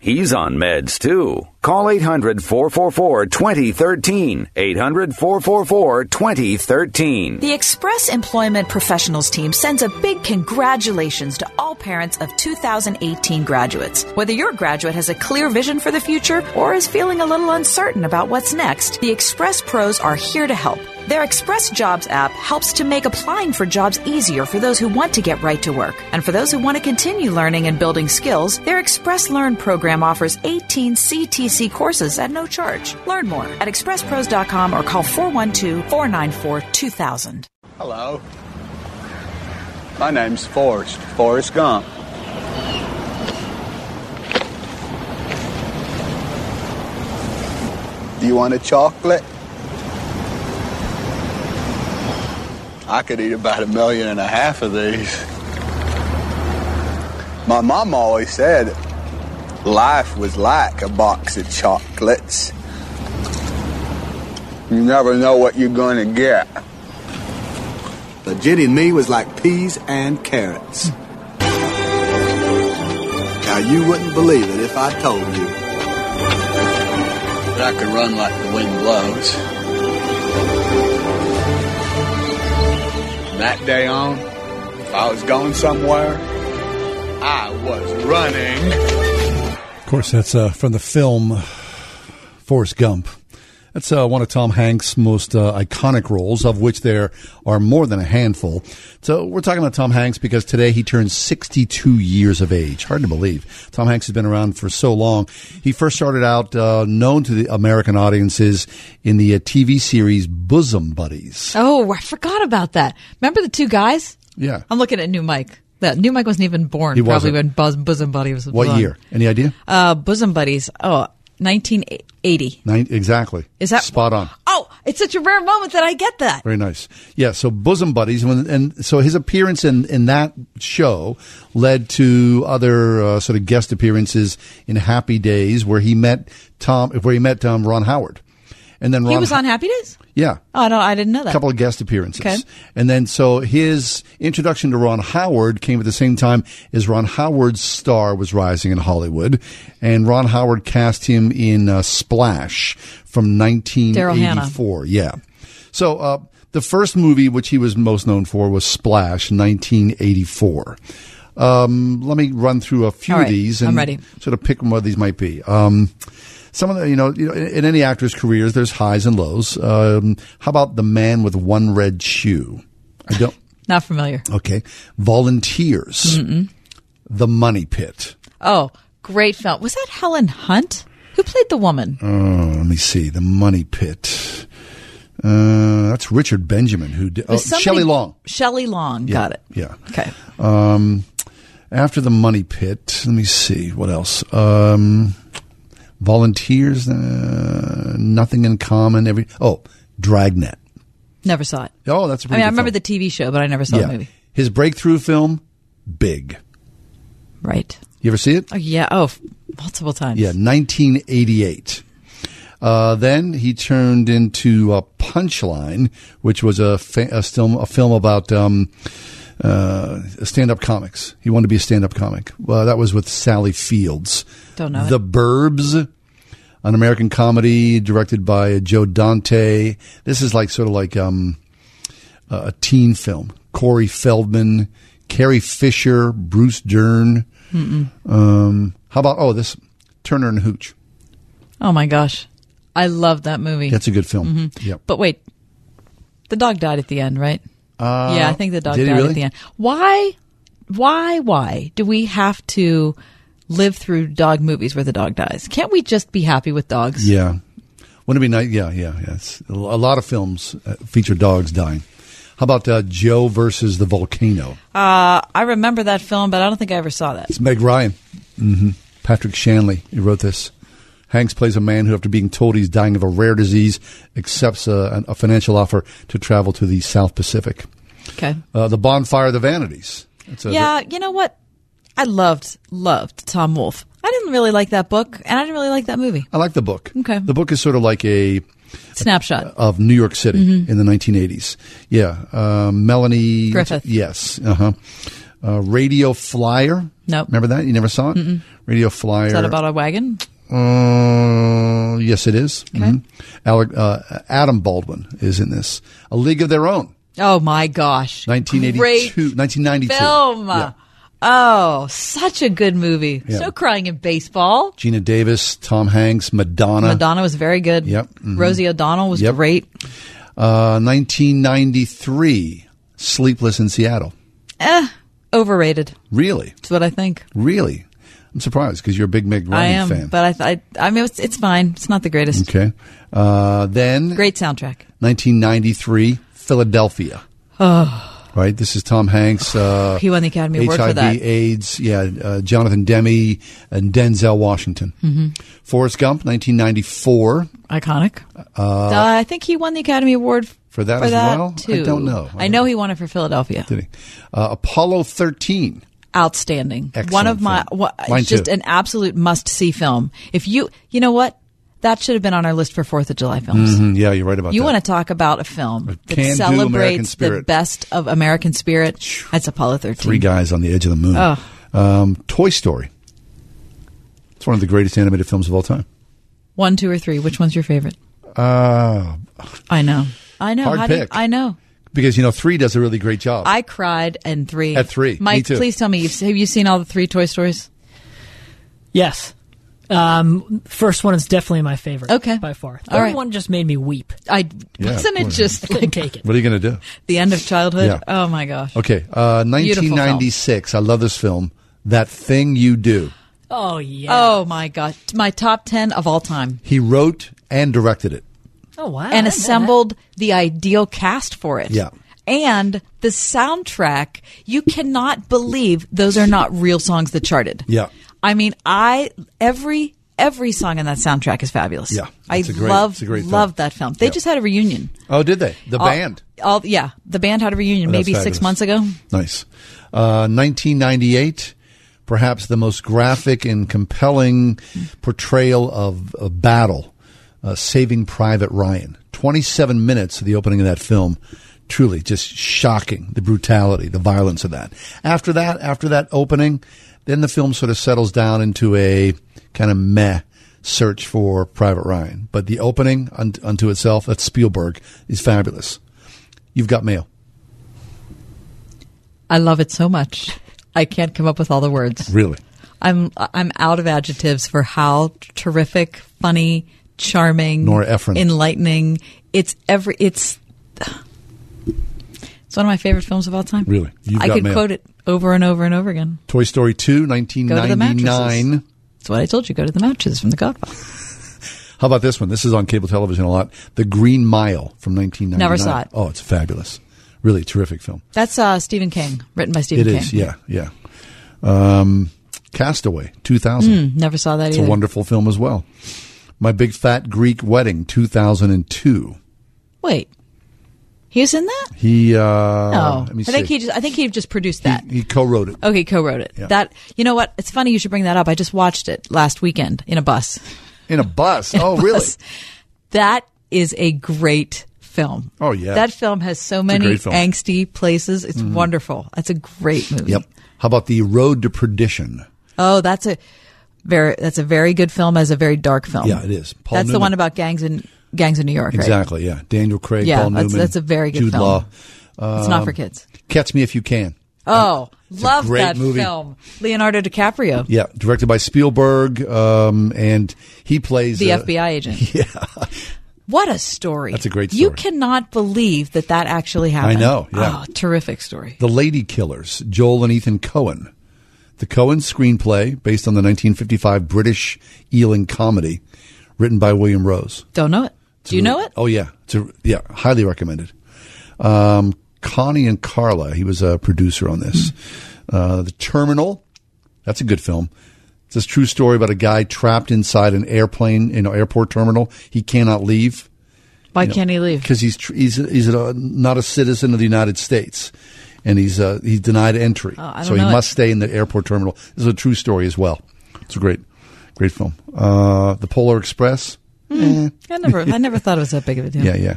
[SPEAKER 15] He's on meds too. Call 800 444 2013. 800 444 2013.
[SPEAKER 24] The Express Employment Professionals team sends a big congratulations to all parents of 2018 graduates. Whether your graduate has a clear vision for the future or is feeling a little uncertain about what's next, the Express pros are here to help. Their Express Jobs app helps to make applying for jobs easier for those who want to get right to work. And for those who want to continue learning and building skills, their Express Learn program offers 18 CTC courses at no charge. Learn more at expresspros.com or call 412 494 2000.
[SPEAKER 27] Hello. My name's Forrest, Forrest Gump. Do you want a chocolate? I could eat about a million and a half of these. My mom always said life was like a box of chocolates. You never know what you're going to get. But Jenny and me was like peas and carrots. Now, you wouldn't believe it if I told you.
[SPEAKER 1] But I could run like the wind blows. From that day on, if I was going somewhere, I was running.
[SPEAKER 3] Of course, that's uh, from the film Forrest Gump. That's uh, one of Tom Hanks' most uh, iconic roles, of which there are more than a handful. So we're talking about Tom Hanks because today he turns 62 years of age. Hard to believe. Tom Hanks has been around for so long. He first started out uh, known to the American audiences in the uh, TV series Bosom Buddies.
[SPEAKER 4] Oh, I forgot about that. Remember the two guys?
[SPEAKER 3] Yeah.
[SPEAKER 4] I'm looking at New Mike. That New Mike wasn't even born.
[SPEAKER 3] He
[SPEAKER 4] probably
[SPEAKER 3] wasn't.
[SPEAKER 4] when Bos- Bosom Buddy was. was
[SPEAKER 3] What
[SPEAKER 4] on.
[SPEAKER 3] year? Any idea?
[SPEAKER 4] Uh, Bosom Buddies. Oh, 1980.
[SPEAKER 3] Nine, exactly.
[SPEAKER 4] Is that-
[SPEAKER 3] spot on?
[SPEAKER 4] Oh, it's such a rare moment that I get that.
[SPEAKER 3] Very nice. Yeah. So bosom buddies, when and so his appearance in in that show led to other uh, sort of guest appearances in Happy Days, where he met Tom, where he met um, Ron Howard, and then Ron
[SPEAKER 4] He was on Happy Days?
[SPEAKER 3] Yeah.
[SPEAKER 4] Oh, I don't. I didn't know that.
[SPEAKER 3] A couple of guest appearances.
[SPEAKER 4] Okay.
[SPEAKER 3] And then so his introduction to Ron Howard came at the same time as Ron Howard's star was rising in Hollywood. And Ron Howard cast him in uh, Splash from 1984. Yeah. So uh, the first movie which he was most known for was Splash, 1984. Um, let me run through a few
[SPEAKER 4] All right.
[SPEAKER 3] of these
[SPEAKER 4] I'm
[SPEAKER 3] and
[SPEAKER 4] ready.
[SPEAKER 3] sort of pick what these might be. Um, some of the, you know, you know, in, in any actor's careers, there's highs and lows. Um, how about the man with one red shoe? I don't.
[SPEAKER 4] Not familiar.
[SPEAKER 3] Okay, volunteers. The money pit.
[SPEAKER 4] Oh, great film. Was that Helen Hunt who played the woman?
[SPEAKER 3] Oh, let me see. The money pit. Uh, that's Richard Benjamin who did. Oh,
[SPEAKER 4] Was somebody-
[SPEAKER 3] Shelley Long.
[SPEAKER 4] Shelley Long. Got it.
[SPEAKER 3] Yeah.
[SPEAKER 4] Okay.
[SPEAKER 3] Um, after the money pit, let me see what else. Um, volunteers, uh, nothing in common. Every oh, Dragnet.
[SPEAKER 4] Never saw it.
[SPEAKER 3] Oh, that's. A
[SPEAKER 4] I
[SPEAKER 3] pretty
[SPEAKER 4] mean, I
[SPEAKER 3] good
[SPEAKER 4] remember
[SPEAKER 3] film.
[SPEAKER 4] the TV show, but I never saw the movie.
[SPEAKER 3] His breakthrough film, Big.
[SPEAKER 4] Right.
[SPEAKER 3] You ever see it?
[SPEAKER 4] Oh yeah. Oh, f- multiple times.
[SPEAKER 3] Yeah, 1988. Uh, then he turned into uh, Punchline, which was a, fa- a, film, a film about um, uh, stand-up comics. He wanted to be a stand-up comic. Well, that was with Sally Fields.
[SPEAKER 4] Don't know it.
[SPEAKER 3] The Burbs, an American comedy directed by Joe Dante. This is like sort of like um, a teen film. Corey Feldman, Carrie Fisher, Bruce Dern.
[SPEAKER 4] Mm-mm.
[SPEAKER 3] Um, how about oh this Turner and Hooch?
[SPEAKER 4] Oh my gosh, I love that movie.
[SPEAKER 3] That's a good film.
[SPEAKER 4] Mhm.
[SPEAKER 3] Yep.
[SPEAKER 4] But wait, the dog died at the end, right?
[SPEAKER 3] Uh,
[SPEAKER 4] yeah, I think the dog
[SPEAKER 3] did
[SPEAKER 4] died
[SPEAKER 3] he really?
[SPEAKER 4] at the end. Why? Why? Why do we have to live through dog movies where the dog dies? Can't we just be happy with dogs?
[SPEAKER 3] Yeah. Wouldn't it be nice? Yeah, yeah, yes. A lot of films uh, feature dogs dying. How about uh, Joe versus the volcano?
[SPEAKER 4] Uh, I remember that film, but I don't think I ever saw that.
[SPEAKER 3] It's Meg Ryan. hmm Patrick Shanley. He wrote this. Hanks plays a man who, after being told he's dying of a rare disease, accepts a, a financial offer to travel to the South Pacific.
[SPEAKER 4] Okay.
[SPEAKER 3] Uh, the Bonfire of the Vanities. It's a-
[SPEAKER 4] yeah, you know what? I loved loved Tom Wolfe. I didn't really like that book, and I didn't really like that movie.
[SPEAKER 3] I like the book.
[SPEAKER 4] Okay.
[SPEAKER 3] The book is sort of like a
[SPEAKER 4] Snapshot.
[SPEAKER 3] of New York City
[SPEAKER 4] Mhm.
[SPEAKER 3] in the 1980s. Yeah, uh, Melanie
[SPEAKER 4] Griffith.
[SPEAKER 3] Yes, uh-huh. uh Radio Flyer.
[SPEAKER 4] Nope.
[SPEAKER 3] remember that you never saw it.
[SPEAKER 4] Mm-mm.
[SPEAKER 3] Radio Flyer.
[SPEAKER 4] Is that about a wagon?
[SPEAKER 3] Uh, yes, it is.
[SPEAKER 4] Okay.
[SPEAKER 3] Mhm. Alec, uh, Adam Baldwin is in this. A League of Their Own,
[SPEAKER 4] Oh my gosh!
[SPEAKER 3] 1982, 1992.
[SPEAKER 4] film.
[SPEAKER 3] Yeah.
[SPEAKER 4] Oh, such a good movie.
[SPEAKER 3] Yeah.
[SPEAKER 4] So crying in baseball.
[SPEAKER 3] Gina Davis, Tom Hanks, Madonna.
[SPEAKER 4] Madonna was very good.
[SPEAKER 3] Yep. mhm.
[SPEAKER 4] Rosie O'Donnell was
[SPEAKER 3] Yep.
[SPEAKER 4] great.
[SPEAKER 3] Uh, 1993, Sleepless in Seattle.
[SPEAKER 4] Eh, overrated.
[SPEAKER 3] Really?
[SPEAKER 4] That's what I think.
[SPEAKER 3] Really? I'm surprised because you're a big Meg Ryan
[SPEAKER 4] I am,
[SPEAKER 3] fan.
[SPEAKER 4] but I, th- I, I mean, it's, it's fine. It's not the greatest.
[SPEAKER 3] Okay. Uh, then
[SPEAKER 4] Great soundtrack.
[SPEAKER 3] 1993, Philadelphia.
[SPEAKER 4] Oh,
[SPEAKER 3] Right. This is Tom Hanks. Uh,
[SPEAKER 4] He won the Academy Award for
[SPEAKER 3] HIV,
[SPEAKER 4] that.
[SPEAKER 3] AIDS. Yeah. Uh, Jonathan Demme and Denzel Washington.
[SPEAKER 4] Mhm.
[SPEAKER 3] Forrest Gump, 1994.
[SPEAKER 4] iconic. Uh,
[SPEAKER 3] Uh,
[SPEAKER 4] I think he won the Academy Award f-
[SPEAKER 3] for that
[SPEAKER 4] for
[SPEAKER 3] as
[SPEAKER 4] that
[SPEAKER 3] well? I
[SPEAKER 4] too.
[SPEAKER 3] don't know. I
[SPEAKER 4] I know he won it for Philadelphia.
[SPEAKER 3] did he? Uh, Apollo 13.
[SPEAKER 4] outstanding.
[SPEAKER 3] Excellent
[SPEAKER 4] One of my
[SPEAKER 3] film.
[SPEAKER 4] wha- it's
[SPEAKER 3] Mine
[SPEAKER 4] just
[SPEAKER 3] too.
[SPEAKER 4] an absolute must see film. If you you know what that should have been on our list for Fourth of July films.
[SPEAKER 3] Mhm, Yeah, you're right about
[SPEAKER 4] You
[SPEAKER 3] that.
[SPEAKER 4] want to talk about a film that
[SPEAKER 3] can-do American
[SPEAKER 4] celebrates the
[SPEAKER 3] spirit.
[SPEAKER 4] best of American spirit? That's Apollo thirteen.
[SPEAKER 3] Three guys on the edge of the moon.
[SPEAKER 4] Ugh.
[SPEAKER 3] Um, Toy Story. It's one of the greatest animated films of all time.
[SPEAKER 4] One, two, or three. Which one's your favorite?
[SPEAKER 3] Uh,
[SPEAKER 4] Oh. I know. I know.
[SPEAKER 3] Hard
[SPEAKER 4] How Do you,
[SPEAKER 3] pick.
[SPEAKER 4] I know.
[SPEAKER 3] because you know three does a really great job.
[SPEAKER 4] I cried and three.
[SPEAKER 3] At three. Me
[SPEAKER 4] Mike,
[SPEAKER 3] too.
[SPEAKER 4] please tell me, you've, have you seen all the three Toy Stories? Oh,
[SPEAKER 34] Yes. Um, first one is definitely my favorite. Okay. By far. The
[SPEAKER 4] All
[SPEAKER 34] other
[SPEAKER 4] right.
[SPEAKER 34] one just made me weep.
[SPEAKER 4] I
[SPEAKER 3] Yeah,
[SPEAKER 4] wasn't it
[SPEAKER 3] well,
[SPEAKER 4] just like
[SPEAKER 34] take
[SPEAKER 3] what are you going to do?
[SPEAKER 4] the end of childhood?
[SPEAKER 3] Yeah.
[SPEAKER 4] Oh my gosh.
[SPEAKER 3] Okay, uh,
[SPEAKER 4] Beautiful film.
[SPEAKER 3] 1996. I love this film. That thing you do.
[SPEAKER 34] Oh yeah.
[SPEAKER 4] Oh my god. My top ten of all time.
[SPEAKER 3] He wrote and directed it.
[SPEAKER 34] Oh wow.
[SPEAKER 4] And assembled the ideal cast for it.
[SPEAKER 3] Yeah.
[SPEAKER 4] And the soundtrack, you cannot believe those are not real songs that charted.
[SPEAKER 3] Yeah.
[SPEAKER 4] I mean, I every every song in that soundtrack is fabulous.
[SPEAKER 3] Yeah,
[SPEAKER 4] I
[SPEAKER 3] it's a great-
[SPEAKER 4] love
[SPEAKER 3] it's a great film.
[SPEAKER 4] love that film. They just had a reunion.
[SPEAKER 3] Oh, did they? The
[SPEAKER 4] All-
[SPEAKER 3] band.
[SPEAKER 4] All yeah, the band had a reunion
[SPEAKER 3] Oh, that's
[SPEAKER 4] maybe
[SPEAKER 3] fabulous.
[SPEAKER 4] six months ago.
[SPEAKER 3] Nice. Uh, 1998, perhaps the most graphic and compelling portrayal of a battle, uh, Saving Private Ryan. 27 minutes of the opening of that film. Truly just shocking, the brutality, the violence of that. After that, after that opening, then the film sort of settles down into a kind of meh search for Private Ryan. But the opening un- unto itself, that's Spielberg, is fabulous. You've got mail.
[SPEAKER 4] I love it so much. I can't come up with all the words.
[SPEAKER 3] Really?
[SPEAKER 4] I'm I'm out of adjectives for how terrific, funny, charming,
[SPEAKER 3] Nora Ephron.
[SPEAKER 4] enlightening. It's every it's it's one of my favorite films of all time.
[SPEAKER 3] Really? You've
[SPEAKER 4] I
[SPEAKER 3] got
[SPEAKER 4] could
[SPEAKER 3] mail.
[SPEAKER 4] quote it over and over and over again.
[SPEAKER 3] Toy Story 2,
[SPEAKER 4] Go to the
[SPEAKER 3] 1999.
[SPEAKER 4] mattresses. That's what I told you. Go to the mattresses from The Godfather.
[SPEAKER 3] How about this one? This is on cable television a lot. The Green Mile from 1999.
[SPEAKER 4] Never saw it.
[SPEAKER 3] Oh, it's fabulous. Really terrific film.
[SPEAKER 4] That's uh, Stephen King, written by
[SPEAKER 3] It
[SPEAKER 4] Stephen
[SPEAKER 3] is.
[SPEAKER 4] King.
[SPEAKER 3] yeah, yeah. Um, Castaway, 2000.
[SPEAKER 4] Mm, never saw that
[SPEAKER 3] it's
[SPEAKER 4] either.
[SPEAKER 3] a wonderful film as well. My Big Fat Greek Wedding, 2002.
[SPEAKER 4] Wait, he was in that?
[SPEAKER 3] He, uh,
[SPEAKER 4] no,
[SPEAKER 3] let
[SPEAKER 4] Oh, I
[SPEAKER 3] me
[SPEAKER 4] think
[SPEAKER 3] see.
[SPEAKER 4] he just Oh, I think he just produced that.
[SPEAKER 3] he co-wrote it.
[SPEAKER 4] Okay, co-wrote it.
[SPEAKER 3] Yeah.
[SPEAKER 4] That you know what? It's funny you should bring that up. I just watched it last weekend in a bus.
[SPEAKER 3] In a bus?
[SPEAKER 4] In a
[SPEAKER 3] Oh, really?
[SPEAKER 4] bus. That is a great film.
[SPEAKER 3] Oh, yeah.
[SPEAKER 4] That film has so
[SPEAKER 3] a
[SPEAKER 4] many
[SPEAKER 3] great film.
[SPEAKER 4] angsty places. It's
[SPEAKER 3] Mhm.
[SPEAKER 4] wonderful. That's a great movie.
[SPEAKER 3] Yep. How about The Road to Perdition?
[SPEAKER 4] Oh, that's a very that's a very good film as a very dark film.
[SPEAKER 3] Yeah, it is. Paul
[SPEAKER 4] that's the
[SPEAKER 3] Newman.
[SPEAKER 4] one about gangs in gangs in New York, right?
[SPEAKER 3] Exactly, yeah. Daniel Craig,
[SPEAKER 4] Yeah,
[SPEAKER 3] Paul
[SPEAKER 4] that's-
[SPEAKER 3] Newman.
[SPEAKER 4] that's a very good
[SPEAKER 3] Jude
[SPEAKER 4] film.
[SPEAKER 3] Law. Um,
[SPEAKER 4] It's not for kids.
[SPEAKER 3] Catch Me If You Can.
[SPEAKER 4] Oh, love
[SPEAKER 3] great
[SPEAKER 4] that
[SPEAKER 3] movie.
[SPEAKER 4] film. Leonardo DiCaprio,
[SPEAKER 3] Yeah, directed by Spielberg, um, and he plays
[SPEAKER 4] the
[SPEAKER 3] uh,
[SPEAKER 4] FBI agent. Yeah. What a story.
[SPEAKER 3] That's a great
[SPEAKER 4] You
[SPEAKER 3] story.
[SPEAKER 4] cannot believe that that actually happened.
[SPEAKER 3] I know, yeah.
[SPEAKER 4] Oh, terrific story.
[SPEAKER 3] The Lady Killers, Joel and Ethan Cohen. The Cohen screenplay, based on the 1955 British Ealing comedy, written by William Rose.
[SPEAKER 4] Don't know it.
[SPEAKER 3] It's
[SPEAKER 4] Do you
[SPEAKER 3] really-
[SPEAKER 4] know it?
[SPEAKER 3] Oh yeah, it's a, yeah, highly recommended. Um, Connie and Carla, he was a producer on this.
[SPEAKER 4] Hmm.
[SPEAKER 3] Uh, the Terminal, that's a good film. It's this true story about a guy trapped inside an airplane, you know, airport terminal. He cannot leave.
[SPEAKER 4] Why can't he leave?
[SPEAKER 3] Because he's tr- he's he's a, not a citizen of the United States, and he's uh, he's denied entry.
[SPEAKER 4] Oh, I don't
[SPEAKER 3] so he
[SPEAKER 4] know it.
[SPEAKER 3] must stay in the airport terminal. This is a true story as well. It's a great, great film. Uh, the Polar Express.
[SPEAKER 4] Hmm. I never, I never thought it was that big of a deal.
[SPEAKER 3] Yeah, yeah.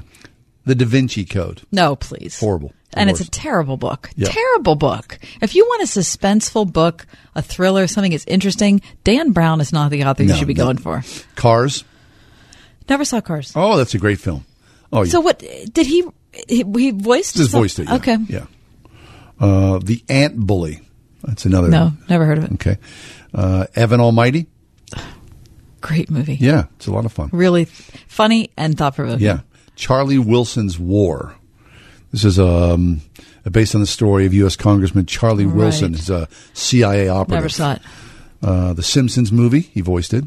[SPEAKER 3] The Da Vinci Code.
[SPEAKER 4] No, please.
[SPEAKER 3] Horrible.
[SPEAKER 4] And
[SPEAKER 3] The
[SPEAKER 4] it's a
[SPEAKER 3] worst.
[SPEAKER 4] terrible book.
[SPEAKER 3] Yeah.
[SPEAKER 4] Terrible book. If you want a suspenseful book, a thriller, something that's interesting, Dan Brown is not the author you
[SPEAKER 3] No,
[SPEAKER 4] should be
[SPEAKER 3] no.
[SPEAKER 4] going for.
[SPEAKER 3] Cars.
[SPEAKER 4] Never saw Cars.
[SPEAKER 3] Oh, that's a great film. Oh, yeah.
[SPEAKER 4] So what did he? He, he voiced.
[SPEAKER 3] just
[SPEAKER 4] some-
[SPEAKER 3] voiced it. Yeah.
[SPEAKER 4] Okay.
[SPEAKER 3] Yeah. Uh, the Ant Bully. That's another.
[SPEAKER 4] No, never heard of it.
[SPEAKER 3] Okay. Uh, Evan Almighty.
[SPEAKER 4] Great movie.
[SPEAKER 3] Yeah, it's a lot of fun.
[SPEAKER 4] Really funny and thought provoking.
[SPEAKER 3] Yeah. Charlie Wilson's War. This is um, based on the story of U.S. Congressman Charlie
[SPEAKER 4] Right.
[SPEAKER 3] Wilson, who's a CIA operative.
[SPEAKER 4] Never saw it.
[SPEAKER 3] Uh, the Simpsons movie, he voiced it.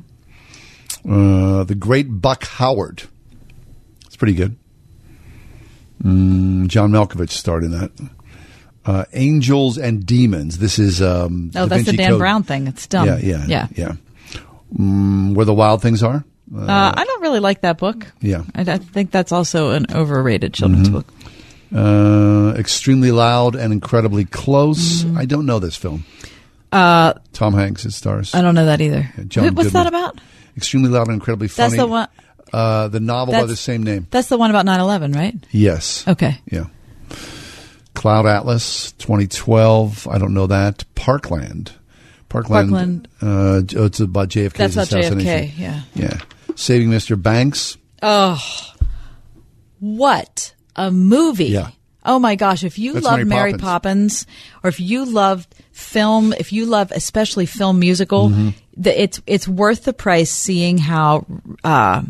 [SPEAKER 3] Uh, the Great Buck Howard. It's pretty good. Mm, John Malkovich starred in that. Uh, Angels and Demons. This is. Um,
[SPEAKER 4] Oh,
[SPEAKER 3] Da
[SPEAKER 4] that's the
[SPEAKER 3] Vinci
[SPEAKER 4] Dan
[SPEAKER 3] Code.
[SPEAKER 4] Brown thing. It's dumb.
[SPEAKER 3] Yeah, yeah,
[SPEAKER 4] Yeah.
[SPEAKER 3] yeah, Mm, Where the Wild Things Are.
[SPEAKER 4] Uh, I don't really like that book.
[SPEAKER 3] Yeah.
[SPEAKER 4] I, I think that's also an overrated children's book.
[SPEAKER 3] Mm-hmm. Uh, extremely loud and incredibly close. I don't know this film.
[SPEAKER 4] Mm-hmm. Uh,
[SPEAKER 3] Tom Hanks it stars.
[SPEAKER 4] I don't know that either.
[SPEAKER 3] Yeah, John
[SPEAKER 4] Who- What's that
[SPEAKER 3] Goodman.
[SPEAKER 4] about?
[SPEAKER 3] Extremely loud and incredibly funny.
[SPEAKER 4] That's the one-
[SPEAKER 3] Uh, the novel by
[SPEAKER 4] That's-
[SPEAKER 3] the same name.
[SPEAKER 4] That's the one about 9-11, right?
[SPEAKER 3] Yes.
[SPEAKER 4] Okay.
[SPEAKER 3] Yeah. Cloud Atlas 2012. I don't know that. Parkland. Parkland.
[SPEAKER 4] Parkland.
[SPEAKER 3] Uh, it's about JFK's
[SPEAKER 4] That's about
[SPEAKER 3] assassination.
[SPEAKER 4] JFK, yeah.
[SPEAKER 3] Yeah. Saving Mr. Banks.
[SPEAKER 4] Oh, what a movie!
[SPEAKER 3] Yeah.
[SPEAKER 4] Oh my gosh! If you
[SPEAKER 3] That's
[SPEAKER 4] love
[SPEAKER 3] Mary
[SPEAKER 4] Mary
[SPEAKER 3] Poppins.
[SPEAKER 4] Poppins. or if you love film, if you love especially film musical,
[SPEAKER 3] Mhm.
[SPEAKER 4] the, it's it's worth the price seeing how uh,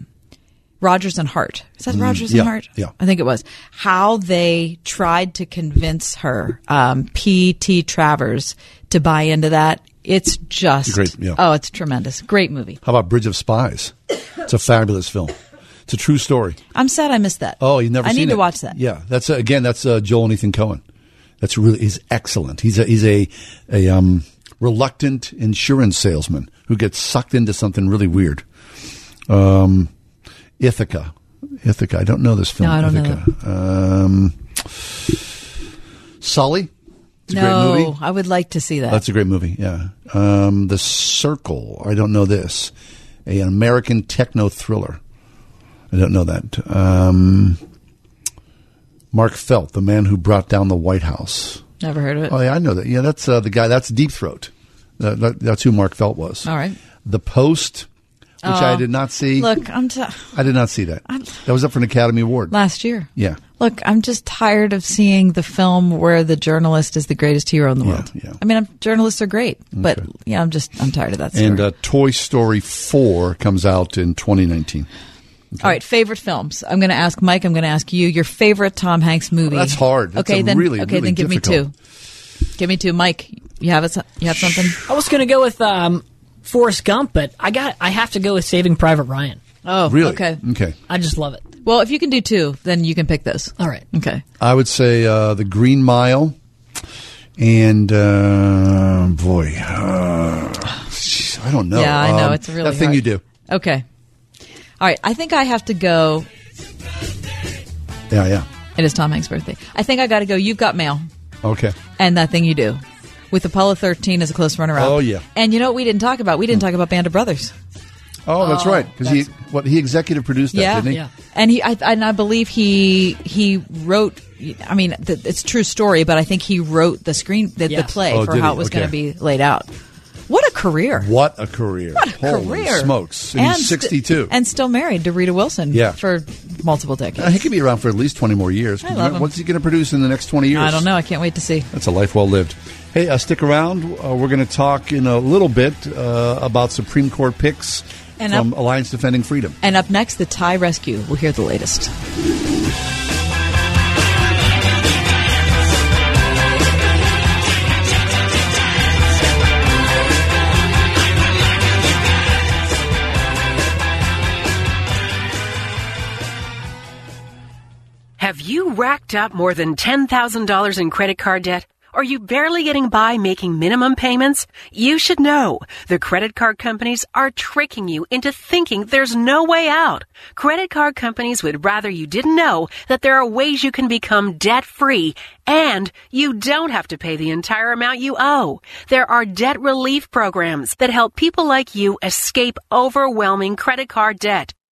[SPEAKER 4] Rogers and Hart is that
[SPEAKER 24] Mm,
[SPEAKER 4] Rogers
[SPEAKER 24] yeah,
[SPEAKER 4] and Hart?
[SPEAKER 24] yeah.
[SPEAKER 4] I think it was how they tried to convince her, um, P.T. Travers, to buy into that. It's just
[SPEAKER 3] Great, yeah.
[SPEAKER 4] oh, it's tremendous, great movie.
[SPEAKER 3] How about Bridge of Spies? It's a fabulous film. It's a true story.
[SPEAKER 4] I'm sad I missed that.
[SPEAKER 3] Oh, you've never
[SPEAKER 4] I
[SPEAKER 3] seen
[SPEAKER 4] need
[SPEAKER 3] it.
[SPEAKER 4] to watch that.
[SPEAKER 3] Yeah, that's uh, again that's uh, Joel and Ethan Cohen. That's really he's excellent. He's a he's a a um, reluctant insurance salesman who gets sucked into something really weird. Um, Ithaca, Ithaca. I don't know this film.
[SPEAKER 4] No, I don't know
[SPEAKER 3] Ithaca. Um, Sully. It's a
[SPEAKER 4] no,
[SPEAKER 3] great movie.
[SPEAKER 4] I would like to see that.
[SPEAKER 3] That's a great movie. Yeah. Um, the Circle. I don't know this. A, an American techno thriller. I don't know that. Um, Mark Felt, the man who brought down the White House.
[SPEAKER 4] Never heard of it.
[SPEAKER 3] Oh yeah, I know that. Yeah, that's uh, the guy. That's Deep Throat. That, that- that's who Mark Felt was.
[SPEAKER 4] All right.
[SPEAKER 3] The Post, which I
[SPEAKER 4] Oh.
[SPEAKER 3] did not see.
[SPEAKER 4] Look, I'm t-
[SPEAKER 3] I did not see that. that was up for an Academy Award
[SPEAKER 4] last year.
[SPEAKER 3] Yeah.
[SPEAKER 4] Look, I'm just tired of seeing the film where the journalist is the greatest hero in the world. I mean, I'm, journalists are great, but yeah, I'm just I'm tired of that. Story.
[SPEAKER 3] And uh, Toy Story Four comes out in 2019.
[SPEAKER 4] All right, favorite films. I'm going to ask Mike. I'm going to ask you your favorite Tom Hanks movie.
[SPEAKER 3] That's hard. That's
[SPEAKER 4] okay,
[SPEAKER 3] a
[SPEAKER 4] then
[SPEAKER 3] really,
[SPEAKER 4] okay,
[SPEAKER 3] really
[SPEAKER 4] then give
[SPEAKER 3] difficult.
[SPEAKER 4] me two. Give me two, Mike. You have a, you have something.
[SPEAKER 34] I was going to go with um, Forrest Gump, but I got I have to go with Saving Private Ryan.
[SPEAKER 4] Oh,
[SPEAKER 3] Really? Mm.
[SPEAKER 4] Okay.
[SPEAKER 3] Okay.
[SPEAKER 34] I just love it.
[SPEAKER 4] Well, if you can do two, then you can pick those.
[SPEAKER 34] All right.
[SPEAKER 4] Okay.
[SPEAKER 3] I would say uh, the Green Mile, and uh, boy, uh, jeez, I don't know.
[SPEAKER 4] Yeah, I know
[SPEAKER 3] Um,
[SPEAKER 4] it's really
[SPEAKER 3] that thing
[SPEAKER 4] hard.
[SPEAKER 3] you do.
[SPEAKER 4] Okay. All right. I think I have to go.
[SPEAKER 3] Yeah, yeah.
[SPEAKER 4] It is Tom Hanks' birthday. I think I got to go. You've got mail.
[SPEAKER 3] Okay.
[SPEAKER 4] and that thing you do with Apollo 13 as a close runner up.
[SPEAKER 3] Oh, yeah. Hmm.
[SPEAKER 4] And you know what we didn't talk about? We didn't talk about Band of Brothers.
[SPEAKER 3] Oh, that's
[SPEAKER 4] Oh,
[SPEAKER 3] right. Because he what he executive produced that,
[SPEAKER 4] yeah.
[SPEAKER 3] didn't he?
[SPEAKER 4] And he I, and I believe he he wrote I mean th- it's a true story, but I think he wrote the screen the, the
[SPEAKER 3] Yes.
[SPEAKER 4] play
[SPEAKER 3] Oh,
[SPEAKER 4] for
[SPEAKER 3] did
[SPEAKER 4] how
[SPEAKER 3] he?
[SPEAKER 4] it was
[SPEAKER 3] Okay.
[SPEAKER 4] going to be laid out. What a career.
[SPEAKER 3] What a career! What a Holy
[SPEAKER 4] career.
[SPEAKER 3] Smokes! And, he's
[SPEAKER 4] st-
[SPEAKER 3] sixty-two.
[SPEAKER 4] and still married to Rita Wilson
[SPEAKER 3] Yeah.
[SPEAKER 4] for multiple
[SPEAKER 3] Uh, he
[SPEAKER 4] decades.
[SPEAKER 3] could be around for at least twenty more years.
[SPEAKER 4] I love him.
[SPEAKER 3] What's he going to produce in the next twenty years?
[SPEAKER 4] I don't know. I can't wait to see.
[SPEAKER 3] That's a life well lived. Hey, uh, stick around. Uh, we're going to talk in a little bit uh, about Supreme Court picks
[SPEAKER 4] And
[SPEAKER 3] from
[SPEAKER 4] up-
[SPEAKER 3] Alliance Defending Freedom.
[SPEAKER 4] And up next, the Thai rescue. We'll hear the latest.
[SPEAKER 2] Have you racked up more than $10,000 in credit card debt? Are you barely getting by making minimum payments? You should know the credit card companies are tricking you into thinking there's no way out. Credit card companies would rather you didn't know that there are ways you can become debt free and you don't have to pay the entire amount you owe. There are debt relief programs that help people like you escape overwhelming credit card debt.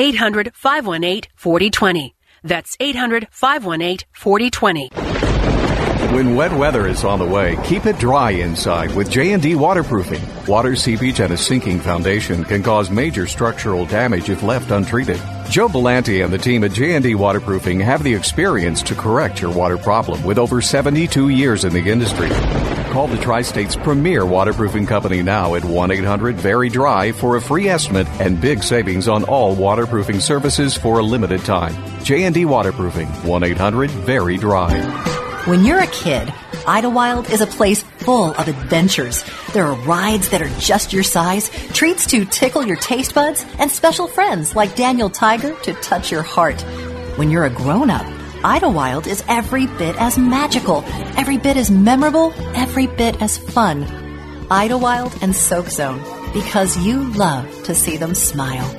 [SPEAKER 2] 800 518 4020. That's 800 518 4020.
[SPEAKER 33] When wet weather is on the way, keep it dry inside with J&D waterproofing. Water seepage and a sinking foundation can cause major structural damage if left untreated. Joe Belanti and the team at J&D Waterproofing have the experience to correct your water problem with over 72 years in the industry. Call the Tri-State's premier waterproofing company now at 1-800-VERY-DRY for a free estimate and big savings on all waterproofing services for a limited time. J&D Waterproofing, 1-800-VERY-DRY.
[SPEAKER 20] When you're a kid, Idlewild is a place full of adventures. There are rides that are just your size, treats to tickle your taste buds, and special friends like Daniel Tiger to touch your heart. When you're a grown up, Idlewild is every bit as magical, every bit as memorable, every bit as fun. Idlewild and Soak Zone, because you love to see them smile.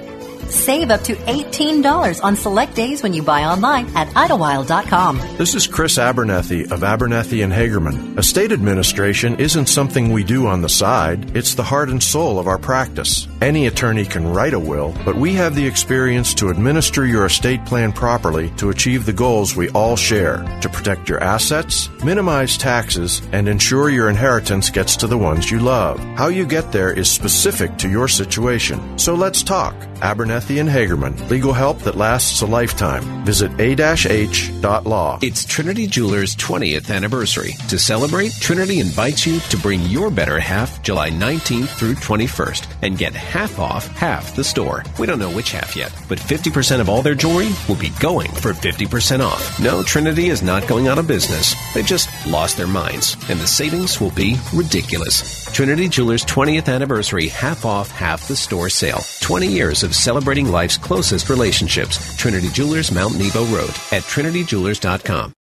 [SPEAKER 20] Save up to $18 on select days when you buy online at idlewild.com.
[SPEAKER 35] This is Chris Abernethy of Abernethy and Hagerman. Estate administration isn't something we do on the side, it's the heart and soul of our practice. Any attorney can write a will, but we have the experience to administer your estate plan properly to achieve the goals we all share to protect your assets, minimize taxes, and ensure your inheritance gets to the ones you love. How you get there is specific to your situation. So let's talk. Abernethy and Hagerman, legal help that lasts a lifetime. Visit A-H a-h.law.
[SPEAKER 5] It's Trinity Jewelers' 20th anniversary. To celebrate, Trinity invites you to bring your better half July 19th through 21st and get half off half the store. We don't know which half yet, but 50% of all their jewelry will be going for 50% off. No, Trinity is not going out of business. They've just lost their minds, and the savings will be ridiculous. Trinity Jewelers' 20th anniversary half off half the store sale. 20 years of celebrating life's closest relationships. Trinity Jewelers, Mount Nebo Road at trinityjewelers.com.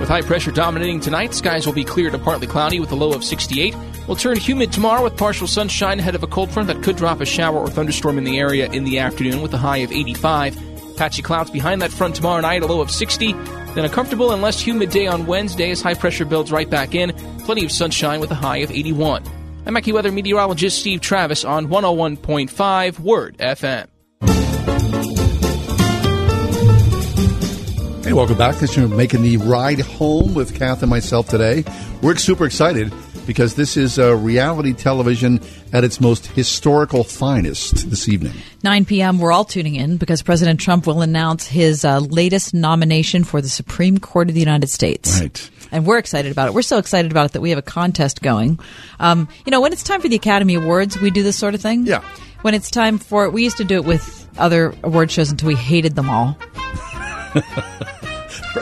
[SPEAKER 14] With high pressure dominating tonight, skies will be clear to partly cloudy with a low of 68. We'll turn humid tomorrow with partial sunshine ahead of a cold front that could drop a shower or thunderstorm in the area in the afternoon with a high of 85. Patchy clouds behind that front tomorrow night, a low of 60. Then a comfortable and less humid day on Wednesday as high pressure builds right back in. Plenty of sunshine with a high of 81. I'm AccuWeather meteorologist Steve Travis on 101.5 Word FM.
[SPEAKER 3] Hey, welcome back. Thanks for making the ride home with Kath and myself today. We're super excited because this is uh, reality television at its most historical finest this evening.
[SPEAKER 4] 9 p.m., we're all tuning in because President Trump will announce his uh, latest nomination for the Supreme Court of the United States.
[SPEAKER 3] Right.
[SPEAKER 4] And we're excited about it. We're so excited about it that we have a contest going. Um, you know, when it's time for the Academy Awards, we do this sort of thing.
[SPEAKER 3] Yeah.
[SPEAKER 4] When it's time for it, we used to do it with other award shows until we hated them all.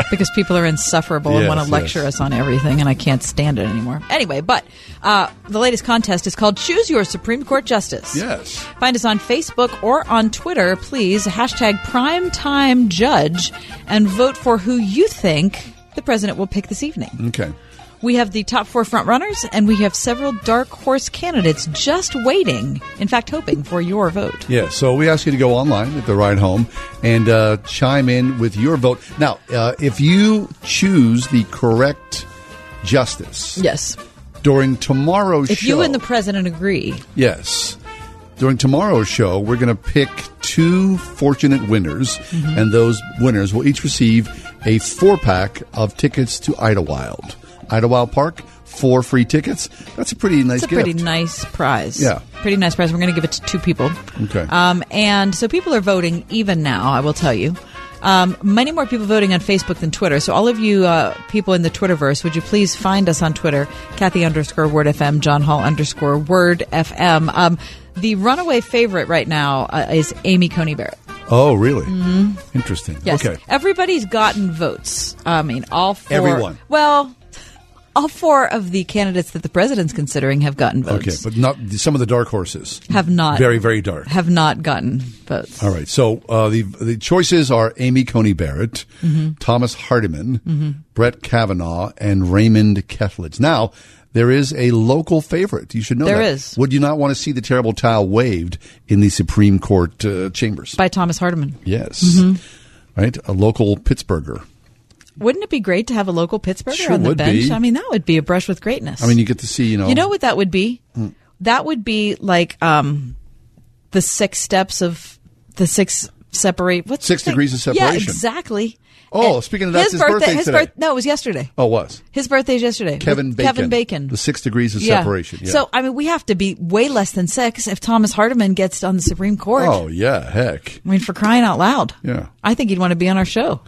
[SPEAKER 4] Because people are insufferable and
[SPEAKER 24] Yes,
[SPEAKER 4] want to
[SPEAKER 24] yes.
[SPEAKER 4] lecture us on everything, and I can't stand it anymore. Anyway, but uh, the latest contest is called Choose Your Supreme Court Justice.
[SPEAKER 3] Yes.
[SPEAKER 4] Find us on Facebook or on Twitter, please. Hashtag primetime judge and vote for who you think the president will pick this evening.
[SPEAKER 3] Okay.
[SPEAKER 4] We have the top four front runners, and we have several dark horse candidates just waiting, in fact, hoping for your vote.
[SPEAKER 3] Yeah, so we ask you to go online at the ride home and uh, chime in with your vote. Now, uh, if you choose the correct justice,
[SPEAKER 4] yes,
[SPEAKER 3] during tomorrow's
[SPEAKER 4] If
[SPEAKER 3] show,
[SPEAKER 4] you and the president agree,
[SPEAKER 3] yes, during tomorrow's show, we're going to pick two fortunate winners,
[SPEAKER 4] Mhm.
[SPEAKER 3] and those winners will each receive a four pack of tickets to Idlewild, Idlewild Park. Four free tickets. That's a pretty nice
[SPEAKER 4] it's a
[SPEAKER 3] gift.
[SPEAKER 4] pretty nice prize.
[SPEAKER 3] Yeah.
[SPEAKER 4] Pretty nice prize. We're going to give it to two people.
[SPEAKER 3] Okay.
[SPEAKER 4] Um, and so people are voting even now, I will tell you. Um, many more people voting on Facebook than Twitter. So all of you uh, people in the Twitterverse, would you please find us on Twitter, Kathy underscore Word FM, John Hall underscore Word FM. Um, the runaway favorite right now uh, is Amy Coney Barrett.
[SPEAKER 3] oh, really?
[SPEAKER 4] Mhm.
[SPEAKER 3] Interesting.
[SPEAKER 4] Yes.
[SPEAKER 3] Okay.
[SPEAKER 4] Everybody's gotten votes. I mean, all four.
[SPEAKER 3] Everyone.
[SPEAKER 4] Well, all four of the candidates that the president's considering have gotten votes.
[SPEAKER 3] Okay, but not some of the dark horses
[SPEAKER 4] Have not.
[SPEAKER 3] Very, very dark.
[SPEAKER 4] Have not gotten votes.
[SPEAKER 3] All right. So uh, the the choices are Amy Coney Barrett,
[SPEAKER 4] Mhm.
[SPEAKER 3] Thomas Hardiman,
[SPEAKER 4] Mhm.
[SPEAKER 3] Brett Kavanaugh, and Raymond Kethledge. Now there is a local favorite. You should know
[SPEAKER 4] There
[SPEAKER 3] that.
[SPEAKER 4] is.
[SPEAKER 3] Would you not want to see the terrible towel waved in the Supreme Court uh, chambers?
[SPEAKER 4] By Thomas Hardiman.
[SPEAKER 3] Yes.
[SPEAKER 4] Mhm.
[SPEAKER 3] Right. A local Pittsburgher.
[SPEAKER 4] Wouldn't it be great to have a local Pittsburgher
[SPEAKER 3] Sure
[SPEAKER 4] on the
[SPEAKER 3] would
[SPEAKER 4] bench?
[SPEAKER 3] be.
[SPEAKER 4] I mean, that would be a brush with greatness.
[SPEAKER 3] I mean, you get to see. You know.
[SPEAKER 4] You know what that would be?
[SPEAKER 3] Mm.
[SPEAKER 4] That would be like um, the six steps of the six separate. What's the
[SPEAKER 3] Six
[SPEAKER 4] thing?
[SPEAKER 3] degrees of
[SPEAKER 4] Yeah,
[SPEAKER 3] separation.
[SPEAKER 4] exactly.
[SPEAKER 3] Oh,
[SPEAKER 4] And
[SPEAKER 3] speaking of that, it's his birthday
[SPEAKER 4] his
[SPEAKER 3] today.
[SPEAKER 4] birth- no, it was yesterday.
[SPEAKER 3] Oh, it was
[SPEAKER 4] His birthday's yesterday.
[SPEAKER 3] Kevin
[SPEAKER 4] With
[SPEAKER 3] Bacon?
[SPEAKER 4] Kevin Bacon.
[SPEAKER 3] The six degrees of
[SPEAKER 4] Yeah.
[SPEAKER 3] separation. Yeah.
[SPEAKER 4] So I mean, we have to be way less than six if Thomas Hardiman gets on the Supreme Court.
[SPEAKER 3] Oh yeah. Heck.
[SPEAKER 4] I mean, for crying out loud!
[SPEAKER 3] Yeah.
[SPEAKER 4] I think he'd want to be on our show.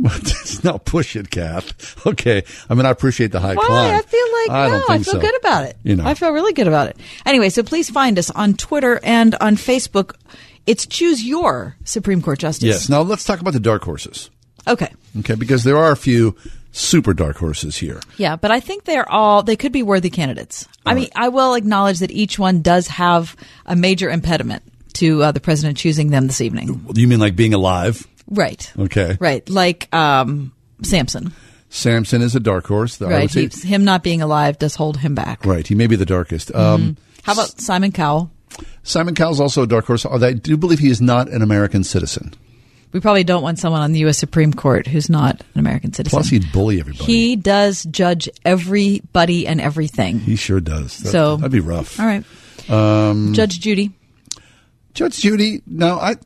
[SPEAKER 3] now push it, Kath. Okay. I mean, I appreciate the high
[SPEAKER 4] Why?
[SPEAKER 3] climb.
[SPEAKER 4] I feel like
[SPEAKER 3] I
[SPEAKER 4] no.
[SPEAKER 3] don't think
[SPEAKER 4] I feel
[SPEAKER 3] so.
[SPEAKER 4] good about it.
[SPEAKER 3] You know.
[SPEAKER 4] I feel really good about it. Anyway, so please find us on Twitter and on Facebook. It's choose your Supreme Court justice.
[SPEAKER 3] Yes. Now let's talk about the dark horses.
[SPEAKER 4] Okay.
[SPEAKER 3] Okay, because there are a few super dark horses here.
[SPEAKER 4] Yeah, but I think they're all they could be worthy candidates. I mean, I will acknowledge that each one does have a major impediment to uh, the president choosing them this evening.
[SPEAKER 3] You mean like being alive?
[SPEAKER 4] Right.
[SPEAKER 3] Okay.
[SPEAKER 4] Right. Like um Samson.
[SPEAKER 3] Samson is a dark horse. I would
[SPEAKER 4] right.
[SPEAKER 3] say-
[SPEAKER 4] He's, him not being alive does hold him back.
[SPEAKER 3] right. He may be the darkest. Um,
[SPEAKER 4] How about Simon Cowell?
[SPEAKER 3] Simon Cowell's also a dark horse. although I do believe he is not an American citizen.
[SPEAKER 4] We probably don't want someone on the U.S. Supreme Court who's not an American citizen.
[SPEAKER 3] Plus, he'd bully everybody.
[SPEAKER 4] He does judge everybody and everything.
[SPEAKER 3] He sure does. That,
[SPEAKER 4] So-
[SPEAKER 3] that'd be rough.
[SPEAKER 4] All right.
[SPEAKER 3] Um,
[SPEAKER 4] Judge Judy.
[SPEAKER 3] Judge Judy. No, I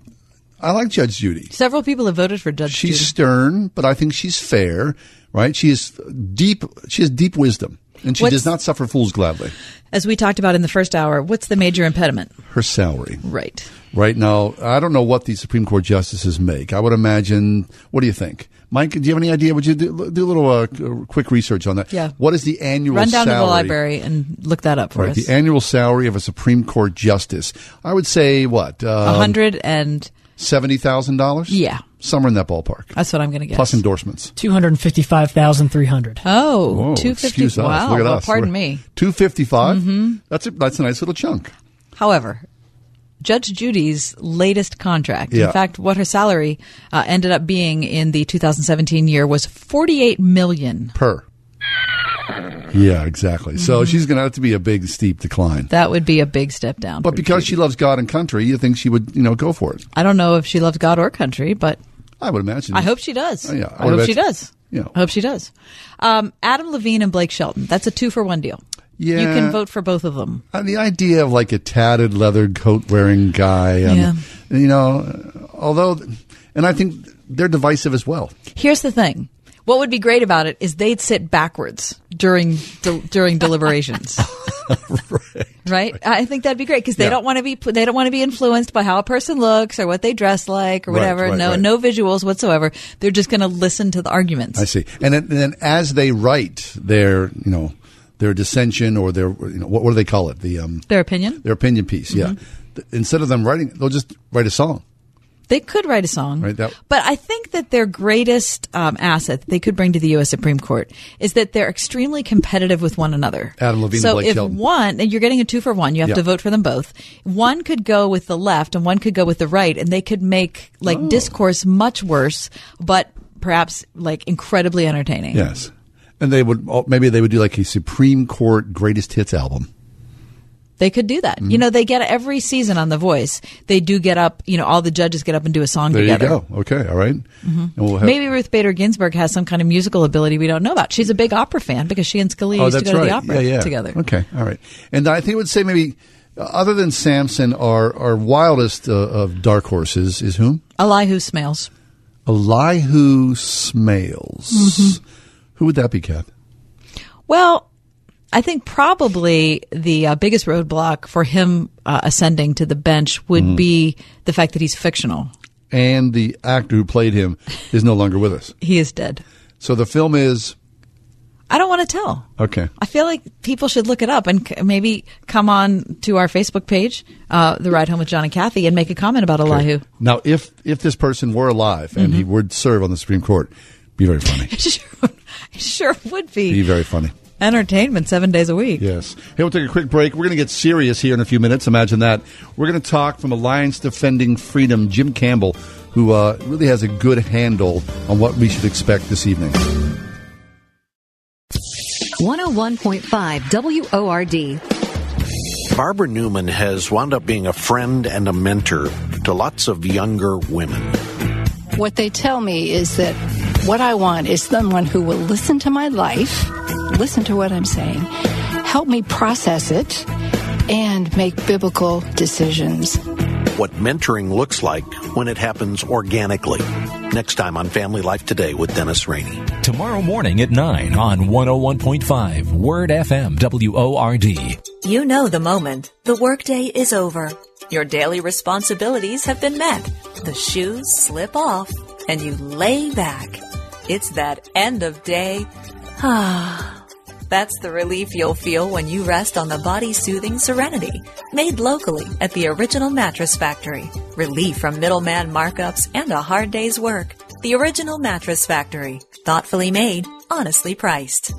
[SPEAKER 3] I like Judge Judy.
[SPEAKER 4] Several people have voted for Judge
[SPEAKER 3] She's stern, but I think she's fair. Right? She is deep. She has deep wisdom, and she
[SPEAKER 4] What's-
[SPEAKER 3] does not suffer fools gladly.
[SPEAKER 4] Judy. As we talked about in the first hour, what's the major impediment?
[SPEAKER 3] Her salary.
[SPEAKER 4] Right.
[SPEAKER 3] Right now, I don't know what these Supreme Court justices make. I would imagine. What do you think, Mike? Do you have any idea? Would you do, do a little uh, quick research on that?
[SPEAKER 4] Yeah.
[SPEAKER 3] What is the annual
[SPEAKER 4] Run down
[SPEAKER 3] salary?
[SPEAKER 4] to the library and look that up for
[SPEAKER 3] Right,
[SPEAKER 4] us.
[SPEAKER 3] the annual salary of a Supreme Court justice. I would say what
[SPEAKER 4] A
[SPEAKER 3] um,
[SPEAKER 4] hundred and
[SPEAKER 3] seventy thousand dollars.
[SPEAKER 4] Yeah.
[SPEAKER 3] somewhere in that ballpark.
[SPEAKER 4] that's what I'm going to guess.
[SPEAKER 3] Plus endorsements.
[SPEAKER 34] Two hundred fifty-five thousand three hundred.
[SPEAKER 4] Oh,
[SPEAKER 3] Whoa,
[SPEAKER 4] two fifty.
[SPEAKER 3] excuse us.
[SPEAKER 4] Wow.
[SPEAKER 3] Look at
[SPEAKER 4] well,
[SPEAKER 3] us.
[SPEAKER 4] Pardon
[SPEAKER 3] We're-
[SPEAKER 4] me.
[SPEAKER 3] Two That's a that's a nice little chunk.
[SPEAKER 4] However, Judge Judy's latest contract,
[SPEAKER 3] Yeah.
[SPEAKER 4] in fact, what her salary uh, ended up being in the 2017 year was 48 million.
[SPEAKER 3] Per. Mm-hmm. Yeah, exactly. So she's going to have to be a big steep decline.
[SPEAKER 4] That would be a big step down.
[SPEAKER 3] But because she loves God and country, you think she would you know go for it?
[SPEAKER 4] I don't know if she loves God or country, but
[SPEAKER 3] I would imagine.
[SPEAKER 4] I hope she does.
[SPEAKER 3] Oh, yeah.
[SPEAKER 4] I
[SPEAKER 3] What
[SPEAKER 4] hope
[SPEAKER 3] about-
[SPEAKER 4] she does.
[SPEAKER 3] Yeah.
[SPEAKER 4] I hope she does. Um, Adam Levine and Blake Shelton. That's a two for one deal.
[SPEAKER 3] Yeah.
[SPEAKER 4] You can vote for both of them.
[SPEAKER 3] Uh, the idea of like a tatted leather coat wearing guy, um,
[SPEAKER 4] Yeah.
[SPEAKER 3] you know, although, and I think they're divisive as well.
[SPEAKER 4] Here's the thing. What would be great about it is they'd sit backwards during del- during deliberations. right. I think that'd be great because they
[SPEAKER 39] Yeah.
[SPEAKER 4] don't want to be they don't want to be influenced by how a person looks or what they dress like or
[SPEAKER 3] Right,
[SPEAKER 4] whatever.
[SPEAKER 3] right,
[SPEAKER 4] no
[SPEAKER 3] right.
[SPEAKER 4] no visuals whatsoever. They're just going to listen to the arguments.
[SPEAKER 3] I see. And then, and then as they write their, you know, their dissension or their, you know, what, what do they call it? The um,
[SPEAKER 4] Their opinion.
[SPEAKER 3] their opinion piece. Yeah. Th- Instead of them writing, they'll just write a song.
[SPEAKER 4] They could write a song.
[SPEAKER 3] Right. That
[SPEAKER 4] But I think that their greatest um, asset that they could bring to the U.S. Supreme Court is that they're extremely competitive with one another.
[SPEAKER 3] Adam Levine
[SPEAKER 4] so
[SPEAKER 3] and Blake
[SPEAKER 4] if
[SPEAKER 3] Shelton.
[SPEAKER 4] one, and you're getting a two for one, you have
[SPEAKER 3] Yeah.
[SPEAKER 4] to vote for them both. One could go with the left and one could go with the right, and they could make like
[SPEAKER 3] Oh.
[SPEAKER 4] discourse much worse, but perhaps like incredibly entertaining.
[SPEAKER 3] Yes. And they would oh, maybe they would do like a Supreme Court greatest hits album.
[SPEAKER 4] They could do that.
[SPEAKER 3] Mm-hmm.
[SPEAKER 4] You know, they get every season on The Voice. They do get up. You know, all the judges get up and do a song
[SPEAKER 3] There
[SPEAKER 4] together. Mm-hmm.
[SPEAKER 3] you go. Okay, all right. And we'll have,
[SPEAKER 4] Maybe Ruth Bader Ginsburg has some kind of musical ability we don't know about. She's a big opera fan because she and Scalia
[SPEAKER 3] oh,
[SPEAKER 4] used
[SPEAKER 3] that's
[SPEAKER 4] to go to
[SPEAKER 3] right.
[SPEAKER 4] the opera
[SPEAKER 3] yeah, yeah.
[SPEAKER 4] together.
[SPEAKER 3] Okay, all right. And I think I would say maybe uh, other than Samson, our our wildest uh, of dark horses is whom
[SPEAKER 4] Elihu Smales.
[SPEAKER 3] Elihu Smales.
[SPEAKER 4] Mm-hmm.
[SPEAKER 3] Who would that be, Kath?
[SPEAKER 4] Well, I think probably the uh, biggest roadblock for him uh, ascending to the bench would
[SPEAKER 3] Mhm.
[SPEAKER 4] be the fact that he's fictional.
[SPEAKER 3] And the actor who played him is no longer with us.
[SPEAKER 4] He is dead.
[SPEAKER 3] So the film is
[SPEAKER 4] I don't want to tell.
[SPEAKER 3] okay.
[SPEAKER 4] I feel like people should look it up and c- maybe come on to our Facebook page, uh, The Ride Home with John and Kathy, and make a comment about Elihu.
[SPEAKER 3] Now, if if this person were alive and he would serve on the Supreme Court, be very funny.
[SPEAKER 4] sure would
[SPEAKER 3] be very funny.
[SPEAKER 4] entertainment seven days a week.
[SPEAKER 3] Yes. Hey, we'll take a quick break. We're going to get serious here in a few minutes. Imagine that. We're going to talk from Alliance Defending Freedom, Jim Campbell, who uh, really has a good handle on what we should expect this evening.
[SPEAKER 38] 101.5 WORD.
[SPEAKER 40] Barbara Newman has wound up being a friend and a mentor to lots of younger women.
[SPEAKER 7] What they tell me is that what I want is someone who will listen to my life, listen to what I'm saying, help me process it, and make biblical decisions.
[SPEAKER 40] What mentoring looks like when it happens organically. Next time on Family Life Today with Dennis Rainey.
[SPEAKER 19] Tomorrow morning at 9 on 101.5 Word FM WORD.
[SPEAKER 41] You know the moment. The workday is over. Your daily responsibilities have been met. The shoes slip off and you lay back. It's that end of day. Ah. That's the relief you'll feel when you rest on the body soothing Serenity, made locally at the original mattress factory. Relief from middleman markups and a hard day's work. The original mattress factory. Thoughtfully made, honestly priced.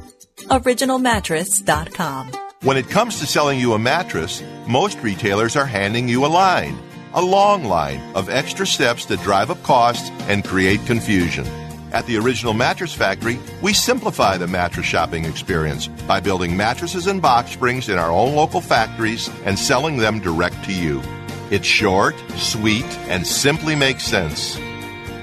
[SPEAKER 41] OriginalMattress.com.
[SPEAKER 42] When it comes to selling you a mattress, most retailers are handing you a line, a long line of extra steps that drive up costs and create confusion. At the Original Mattress Factory, we simplify the mattress shopping experience by building mattresses and box springs in our own local factories and selling them direct to you. It's short, sweet, and simply makes sense.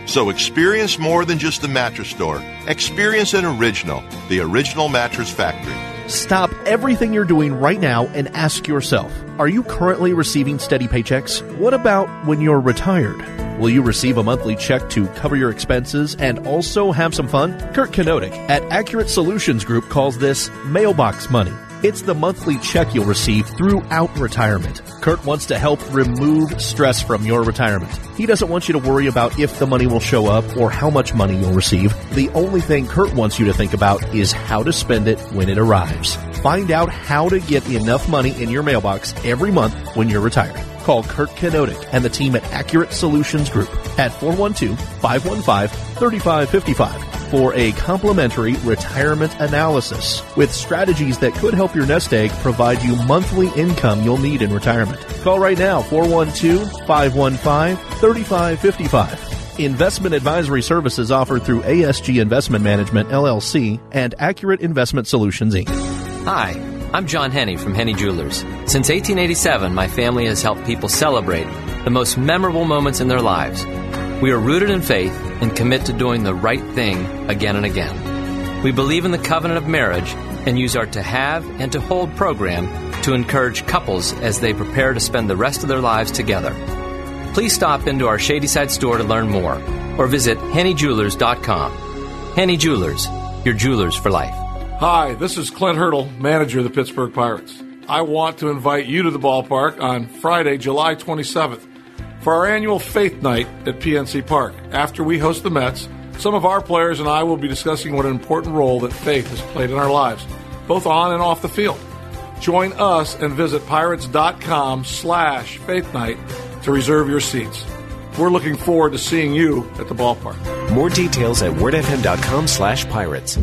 [SPEAKER 42] So experience more than just the mattress store. Experience an original, the Original Mattress Factory.
[SPEAKER 39] Stop everything you're doing right now and ask yourself Are you currently receiving steady paychecks? What about when you're retired? Will you receive a monthly check to cover your expenses and also have some fun? Kurt Kenodic at Accurate Solutions Group calls this mailbox money. It's the monthly check you'll receive throughout retirement. Kurt wants to help remove stress from your retirement. He doesn't want you to worry about if the money will show up or how much money you'll receive. The only thing Kurt wants you to think about is how to spend it when it arrives. Find out how to get enough money in your mailbox every month when you're retired. Call Kurt Kenodic and the team at Accurate Solutions Group at 412-515-3555 for a complimentary retirement analysis with strategies that could help your nest egg provide you monthly income you'll need in retirement. Call right now 412-515-3555. Investment advisory services offered through ASG Investment Management LLC and Accurate Investment Solutions Inc.
[SPEAKER 43] Hi, I'm John Henny from Henny Jewelers. Since 1887, my family has helped people celebrate the most memorable moments in their lives. We are rooted in faith and commit to doing the right thing again and again. We believe in the covenant of marriage and use our To Have and To Hold program to encourage couples as they prepare to spend the rest of their lives together. Please stop into our Shadyside store to learn more or visit hennyjewelers.com. Henny Jewelers, your jewelers for life.
[SPEAKER 44] Hi, this is Clint Hurdle, manager of the Pittsburgh Pirates. I want to invite you to the ballpark on Friday, July 27th for our annual Faith Night at PNC Park. After we host the Mets, some of our players and I will be discussing what an important role that faith has played in our lives, both on and off the field. Join us and visit pirates.com slash faith night to reserve your seats. We're looking forward to seeing you at the ballpark.
[SPEAKER 5] More details at wordfm.com slash pirates.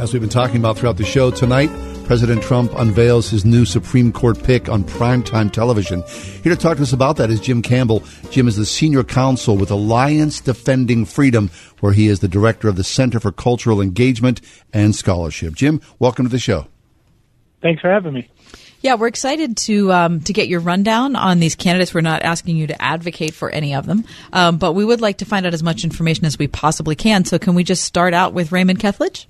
[SPEAKER 3] As we've been talking about throughout the show tonight, President Trump unveils his new Supreme Court pick on primetime television. Here to talk to us about that is Jim Campbell. Jim is the senior counsel with Alliance Defending Freedom, where he is the director of the Center for Cultural Engagement and Scholarship. Jim, welcome to the show.
[SPEAKER 45] Thanks for having me.
[SPEAKER 4] Yeah, we're excited to um, to get your rundown on these candidates. We're not asking you to advocate for any of them, um, but we would like to find out as much information as we possibly can. So, can we just start out with Raymond Kethledge?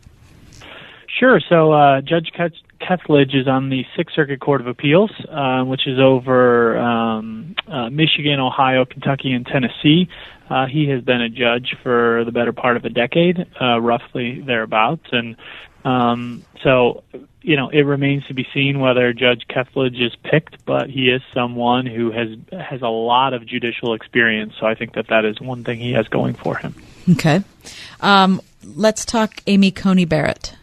[SPEAKER 45] Sure. So uh, Judge Keth- Kethledge is on the Sixth Circuit Court of Appeals, uh, which is over um, uh, Michigan, Ohio, Kentucky, and Tennessee. Uh, he has been a judge for the better part of a decade, uh, roughly thereabouts, and um, so you know it remains to be seen whether Judge Kethledge is picked. But he is someone who has has a lot of judicial experience, so I think that that is one thing he has going for him.
[SPEAKER 4] Okay, um, let's talk Amy Coney Barrett.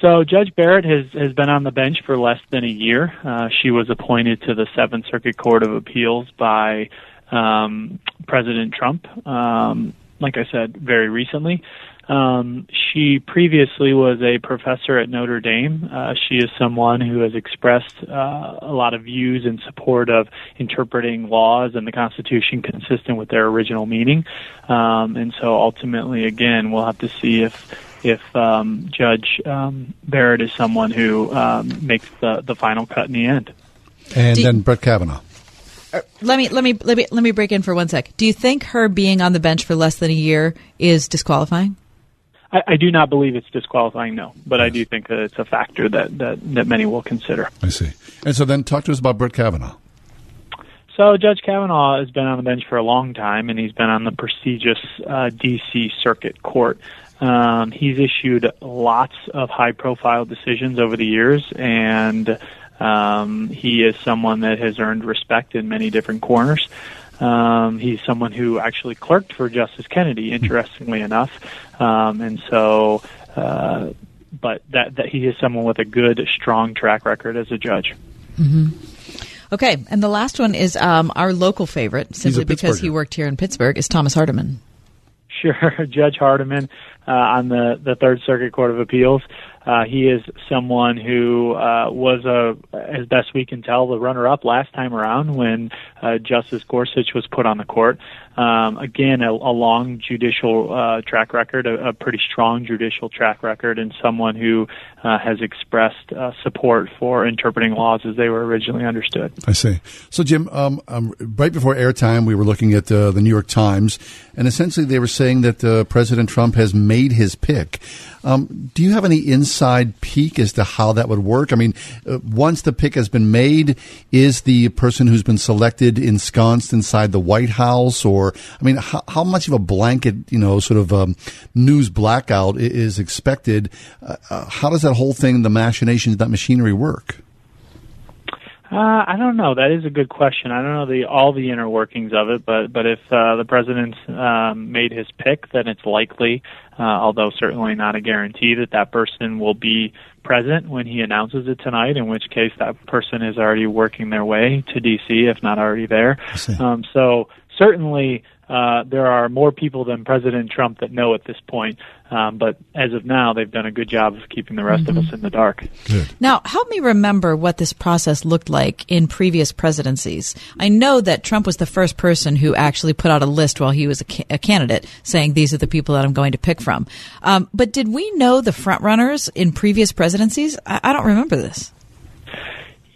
[SPEAKER 45] So Judge Barrett has has been on the bench for less than a year. Uh, she was appointed to the Seventh Circuit Court of Appeals by um, President Trump. Um, like I said, very recently. Um, she previously was a professor at Notre Dame. Uh, she is someone who has expressed uh, a lot of views in support of interpreting laws and the Constitution consistent with their original meaning. Um, and so ultimately, again, we'll have to see if if um, Judge um, Barrett is someone who um, makes the, the final cut in the end.
[SPEAKER 3] And then Brett Kavanaugh.
[SPEAKER 4] Uh, Let me let me let me let me break in for one sec. Do you think her being on the bench for less than a year is disqualifying?
[SPEAKER 45] I, I do not believe it's disqualifying, no, but I do think that it's a factor that, that, that many will consider.
[SPEAKER 3] I see. And so then talk to us about Brett Kavanaugh.
[SPEAKER 45] So Judge Kavanaugh has been on the bench for a long time, and he's been on the prestigious uh, D.C. Circuit Court. Um, he's issued lots of high-profile decisions over the years, and um, he is someone that has earned respect in many different corners. Um, he's someone who actually clerked for Justice Kennedy, interestingly enough, um, and so. Uh, but that, that he is someone with a good, strong track record as a judge.
[SPEAKER 4] hmm Okay, and the last one is um, our local favorite, simply because he
[SPEAKER 45] Pittsburgher.
[SPEAKER 4] worked here in Pittsburgh, is Thomas Hardiman.
[SPEAKER 45] Sure, Judge Hardiman uh, on the the Third Circuit Court of Appeals. Uh, he is someone who uh, was, a, as best we can tell, the runner-up last time around when uh, Justice Gorsuch was put on the court. Um, again, a, a long judicial uh, track record, a, a pretty strong judicial track record, and someone who uh, has expressed uh, support for interpreting laws as they were originally understood.
[SPEAKER 3] I see. So, Jim, um, um, right before airtime, we were looking at uh, the New York Times, and essentially they were saying that uh, President Trump has made his pick. Um, do you have any inside peek as to how that would work? I mean, uh, once the pick has been made, is the person who's been selected ensconced inside the White House, or I mean, how, how much of a blanket, you know, sort of um, news blackout i- is expected? Uh, uh, how does that whole thing, the machinations, that machinery work?
[SPEAKER 45] Uh, I don't know. That is a good question. I don't know the all the inner workings of it, but but if uh, the president's um, made his pick, then it's likely, uh, although certainly not a guarantee, that that person will be present when he announces it tonight. In which case, that person is already working their way to D.C. if not already there. Um, so certainly. Uh, there are more people than President Trump that know at this point, um, but as of now, they've done a good job of keeping the rest of us in the dark.
[SPEAKER 4] Now, help me remember what this process looked like in previous presidencies. I know that Trump was the first person who actually put out a list while he was a, ca- a candidate saying these are the people that I'm going to pick from. Um, but did we know the front runners in previous presidencies? I, I don't remember this.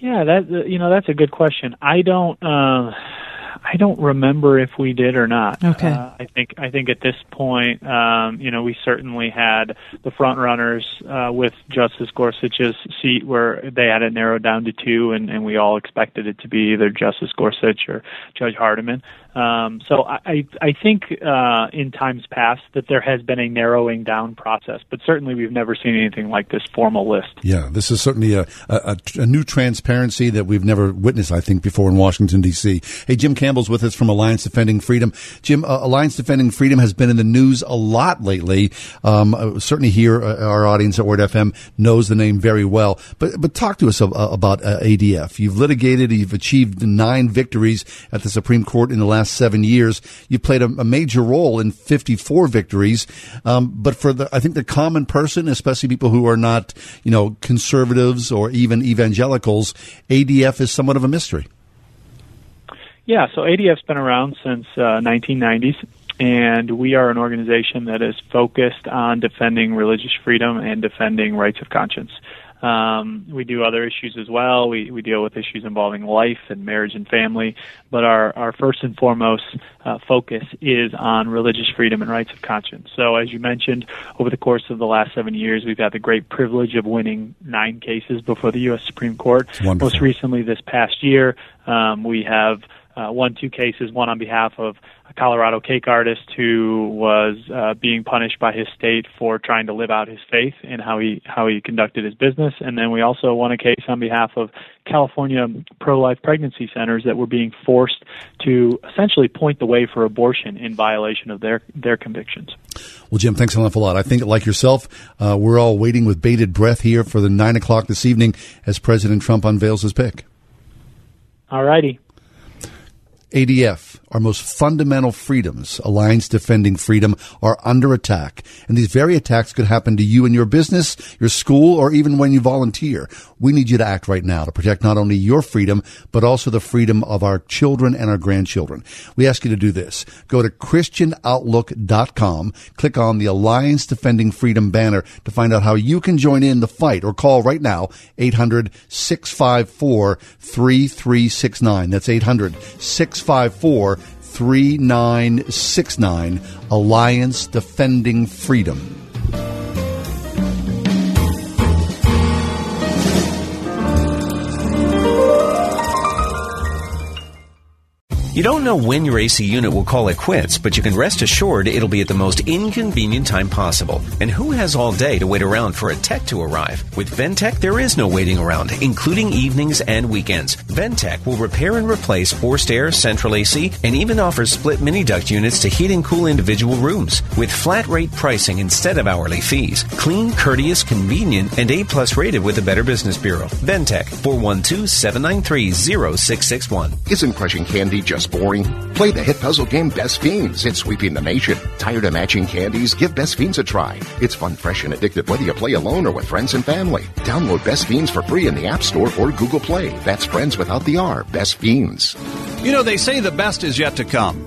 [SPEAKER 45] Yeah, that uh, you know that's a good question. I don't uh, I don't remember if we did or not.
[SPEAKER 4] Okay.
[SPEAKER 45] Uh, I think I think at this point, um, you know, we certainly had the front runners uh, with Justice Gorsuch's seat where they had it narrowed down to two, and, and we all expected it to be either Justice Gorsuch or Judge Hardiman. Um, so I I I think uh, in times past that there has been a narrowing down process, but certainly we've never seen anything like this formal list.
[SPEAKER 3] Yeah, this is certainly a, a, a new transparency that we've never witnessed, I think, before in Washington, D.C. Hey, Jim Campbell's with us from Alliance Defending Freedom. Jim, uh, Alliance Defending Freedom has been in the news a lot lately. Um, uh, certainly here, uh, our audience at Word FM knows the name very well. But, but talk to us ab- uh, about uh, ADF. You've litigated, you've achieved nine victories at the Supreme Court in the last seven years. You played a, a major role in 54 victories. Um, but for the, I think the common person, especially people who are not, you know, conservatives or even evangelicals, ADF is somewhat of a mystery.
[SPEAKER 45] Yeah, so ADF's been around since uh, 1990s, and we are an organization that is focused on defending religious freedom and defending rights of conscience. Um, we do other issues as well. We, we deal with issues involving life and marriage and family, but our, our first and foremost uh, focus is on religious freedom and rights of conscience. So, as you mentioned, over the course of the last seven years, we've had the great privilege of winning nine cases before the U.S. Supreme Court.
[SPEAKER 3] wonderful.
[SPEAKER 45] Most recently, this past year, um, we have uh, won two cases, one on behalf of a Colorado cake artist who was uh, being punished by his state for trying to live out his faith and how he how he conducted his business. And then we also won a case on behalf of California pro-life pregnancy centers that were being forced to essentially point the way for abortion in violation of their their convictions.
[SPEAKER 3] Well, Jim, thanks an awful lot. I think, like yourself, uh, we're all waiting with bated breath here for the nine o'clock this evening as President Trump unveils his pick.
[SPEAKER 45] All righty.
[SPEAKER 3] ADF, our most fundamental freedoms, Alliance Defending Freedom, are under attack. And these very attacks could happen to you and your business, your school, or even when you volunteer. We need you to act right now to protect not only your freedom, but also the freedom of our children and our grandchildren. We ask you to do this. Go to ChristianOutlook.com, click on the Alliance Defending Freedom banner to find out how you can join in the fight or call right now 800 654 3369. That's 800 654 3969. Alliance Defending Freedom.
[SPEAKER 5] You don't know when your AC unit will call it quits, but you can rest assured it'll be at the most inconvenient time possible. And who has all day to wait around for a tech to arrive? With Ventech, there is no waiting around, including evenings and weekends. Ventech will repair and replace forced air, central AC, and even offers split mini duct units to heat and cool individual rooms with flat rate pricing instead of hourly fees. Clean, courteous, convenient, and A plus rated with the Better Business Bureau. Ventech 412 793 0661.
[SPEAKER 12] Isn't crushing candy just boring? Play the hit puzzle game Best Fiends. It's sweeping the nation. Tired of matching candies? Give Best Fiends a try. It's fun, fresh, and addictive whether you play alone or with friends and family. Download Best Fiends for free in the App Store or Google Play. That's friends without the R. Best Fiends.
[SPEAKER 16] You know, they say the best is yet to come.